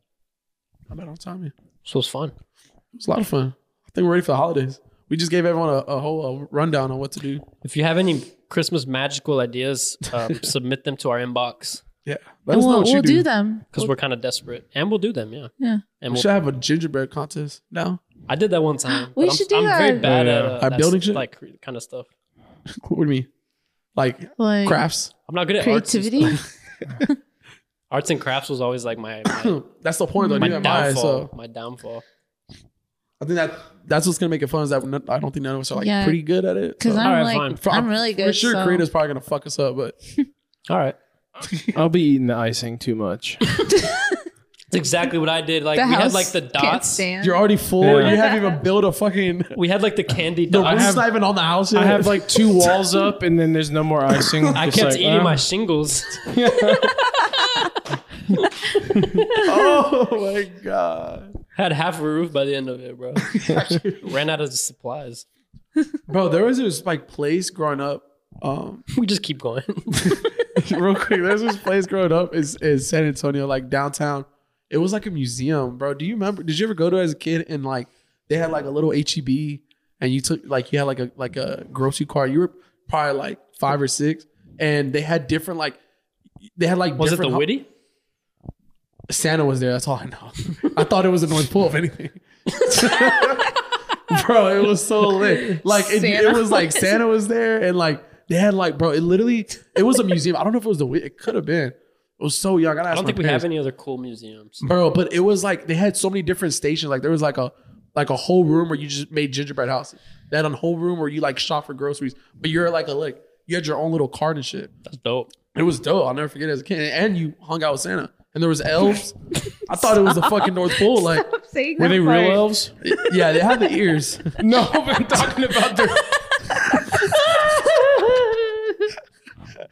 Speaker 1: I'm out on time. Yeah.
Speaker 2: This was fun.
Speaker 1: It was a lot of fun. I think we're ready for the holidays. We just gave everyone a, a whole uh rundown on what to do.
Speaker 2: If you have any Christmas magical ideas, um, submit them to our inbox
Speaker 1: Yeah. Let
Speaker 4: And
Speaker 1: us know
Speaker 4: we'll,
Speaker 1: what you
Speaker 4: we'll
Speaker 1: do.
Speaker 4: do. them.
Speaker 2: because we're kind of desperate, and we'll do them. Yeah,
Speaker 4: Yeah.
Speaker 2: And
Speaker 1: We
Speaker 2: we'll,
Speaker 1: should have a gingerbread contest now. <laughs>
Speaker 2: I did that one time.
Speaker 4: We
Speaker 2: but I'm,
Speaker 4: should do
Speaker 2: I'm
Speaker 4: that.
Speaker 2: very bad at
Speaker 3: Yeah.
Speaker 2: uh,
Speaker 1: Our
Speaker 2: that
Speaker 1: building
Speaker 2: s-
Speaker 1: shit?
Speaker 2: like kind of stuff.
Speaker 1: what do you mean? Like
Speaker 4: Like
Speaker 1: crafts.
Speaker 2: I'm not good at arts and
Speaker 4: creativity.
Speaker 2: stuff. Arts and crafts was always like my
Speaker 1: <laughs>
Speaker 2: my,
Speaker 1: <clears throat> That's the point. Though,
Speaker 2: my
Speaker 1: my Mine,
Speaker 2: downfall.
Speaker 1: so
Speaker 2: My downfall.
Speaker 1: I think that that's what's gonna make it fun is that none- I don't think none of us are like
Speaker 4: Yeah.
Speaker 1: pretty good at it.
Speaker 4: Because
Speaker 1: so-
Speaker 4: I'm
Speaker 2: All right,
Speaker 4: like,
Speaker 2: fine.
Speaker 1: For-
Speaker 4: I'm really good.
Speaker 1: For sure,
Speaker 4: so.
Speaker 1: Karina's probably gonna fuck us up, but
Speaker 2: All right,
Speaker 3: <laughs> I'll be eating the icing too
Speaker 1: <laughs>
Speaker 3: much.
Speaker 2: it's exactly what I did. Like
Speaker 4: The
Speaker 2: we had
Speaker 4: house
Speaker 2: like the
Speaker 4: Can't
Speaker 2: dots.
Speaker 4: stand. <laughs>
Speaker 1: you're already full.
Speaker 3: Yeah.
Speaker 1: And you haven't even built a
Speaker 3: <laughs>
Speaker 1: fucking.
Speaker 2: We had like the candy
Speaker 1: The
Speaker 2: dots.
Speaker 1: roof's
Speaker 2: I, have-
Speaker 1: not even on the house. Yet.
Speaker 3: I
Speaker 1: <laughs>
Speaker 3: have like two walls up, and then there's no more icing.
Speaker 2: I
Speaker 3: Just
Speaker 2: kept
Speaker 3: like,
Speaker 2: eating
Speaker 3: uh,
Speaker 2: my shingles. <laughs>
Speaker 1: oh my god,
Speaker 2: had half a roof by the end of
Speaker 1: <laughs>
Speaker 2: it, bro. Ran out of supplies.
Speaker 1: bro. There was this like place growing up. Um,
Speaker 2: We just keep going. <laughs>
Speaker 1: <laughs> real quick, there's this place growing up is in San Antonio, like downtown. It was like a museum, bro. Do you remember? Did you ever go to it as a kid and like they had like a little HEB and you took like you had like a like a grocery cart. You were probably like five or six, and they had different like they had like
Speaker 2: Was it the
Speaker 1: different
Speaker 2: witty?
Speaker 1: Santa was there. That's all I know. I thought it was the North Pole, if anything. <laughs> bro. It was so lit. Like it, it
Speaker 4: Santa
Speaker 1: was like
Speaker 4: was-
Speaker 1: Santa was there, and like they had like, bro. It literally, it was a museum. I don't know if it was the. wi- It could have been. It was so young. I, gotta
Speaker 2: I
Speaker 1: ask
Speaker 2: don't
Speaker 1: my
Speaker 2: think we
Speaker 1: parents.
Speaker 2: have any other cool museums.
Speaker 1: bro. But it was like they had so many different stations. Like there was like a like a whole room where you just made gingerbread houses. They had a whole room where you like shop for groceries, but you're like a like you had your own little cart and shit.
Speaker 2: That's dope.
Speaker 1: It was dope. I'll never forget it as a kid. And you hung out with Santa, and there was elves. I thought it was the fucking North Pole. Like,
Speaker 4: Stop saying
Speaker 3: Were
Speaker 4: that
Speaker 3: they real
Speaker 4: part. <laughs>
Speaker 3: elves?
Speaker 1: yeah, they had the ears.
Speaker 3: no, <laughs> I'm talking about their. <laughs>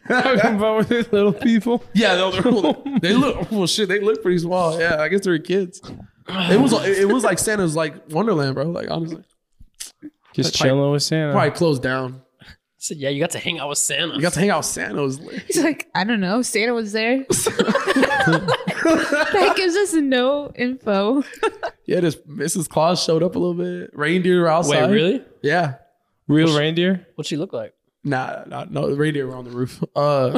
Speaker 3: talking about were they little people?
Speaker 1: <laughs> Yeah, no, they're cool. They <laughs> look well. Shit, they look pretty small. Yeah, I guess they were kids. It was it it was like Santa's like Wonderland, bro. Like honestly,
Speaker 3: Just
Speaker 1: Probably-
Speaker 3: chilling with Santa.
Speaker 1: probably closed down.
Speaker 2: So, yeah, you got to hang out with Santa.
Speaker 1: You got to hang out. with Santa It was lit.
Speaker 4: He's like, I don't know. Santa was there. <laughs>
Speaker 1: <laughs>
Speaker 4: that gives us no info.
Speaker 1: Yeah, this Mrs. Claus showed up a little bit. Reindeer were
Speaker 2: Wait,
Speaker 1: outside.
Speaker 2: really?
Speaker 1: Yeah.
Speaker 3: Real reindeer?
Speaker 2: What'd she look like?
Speaker 1: Nah, nah, no, the reindeer were on the roof. <laughs> Uh,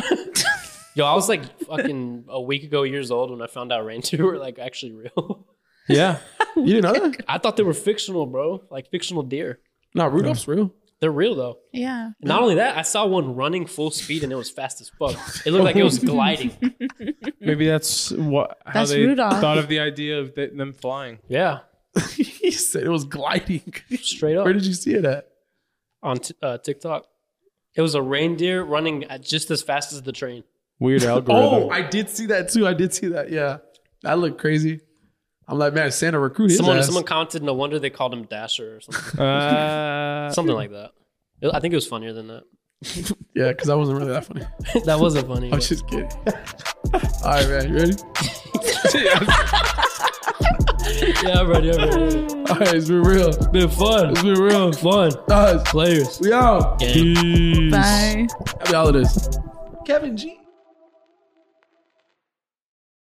Speaker 2: Yo, I was like fucking a week ago years old when I found out <laughs> reindeer were like actually real.
Speaker 3: Yeah.
Speaker 1: you didn't know that? <laughs>
Speaker 2: I thought they were fictional, bro. Like fictional deer.
Speaker 1: Nah, Rudolph's <laughs> real.
Speaker 2: They're real though.
Speaker 4: Yeah.
Speaker 2: Not only that, I saw one running full speed and it was fast as fuck. It looked like it was gliding.
Speaker 3: Maybe that's what how
Speaker 4: That's
Speaker 3: they
Speaker 4: Rudolph.
Speaker 3: thought of the idea of th- them flying.
Speaker 2: Yeah,
Speaker 1: he said it was gliding.
Speaker 2: straight up
Speaker 1: Where did you see it at?
Speaker 2: on t- uh, TikTok. It was a reindeer running at just as fast as the train.
Speaker 3: <laughs> Weird
Speaker 1: Oh,
Speaker 3: algorithm.
Speaker 1: I did see that too. I did see that. Yeah, that looked crazy. I'm like, man, Santa recruited his
Speaker 2: Someone
Speaker 1: ass.
Speaker 2: someone commented, no wonder they called him Dasher or something,
Speaker 3: <laughs> uh,
Speaker 2: something like that. It- I think it was funnier than that. <laughs>
Speaker 1: Yeah, because I wasn't really that funny.
Speaker 2: that wasn't funny.
Speaker 1: I'm
Speaker 2: but-
Speaker 1: just kidding. <laughs> All right, man, you ready?
Speaker 2: yeah, I'm ready. I'm ready.
Speaker 1: All right, it's been real.
Speaker 2: Been fun.
Speaker 1: It's been real.
Speaker 2: Fun.
Speaker 1: Us,
Speaker 2: Players.
Speaker 1: we out.
Speaker 2: Gang.
Speaker 4: Bye.
Speaker 1: Happy holidays. Kevin G.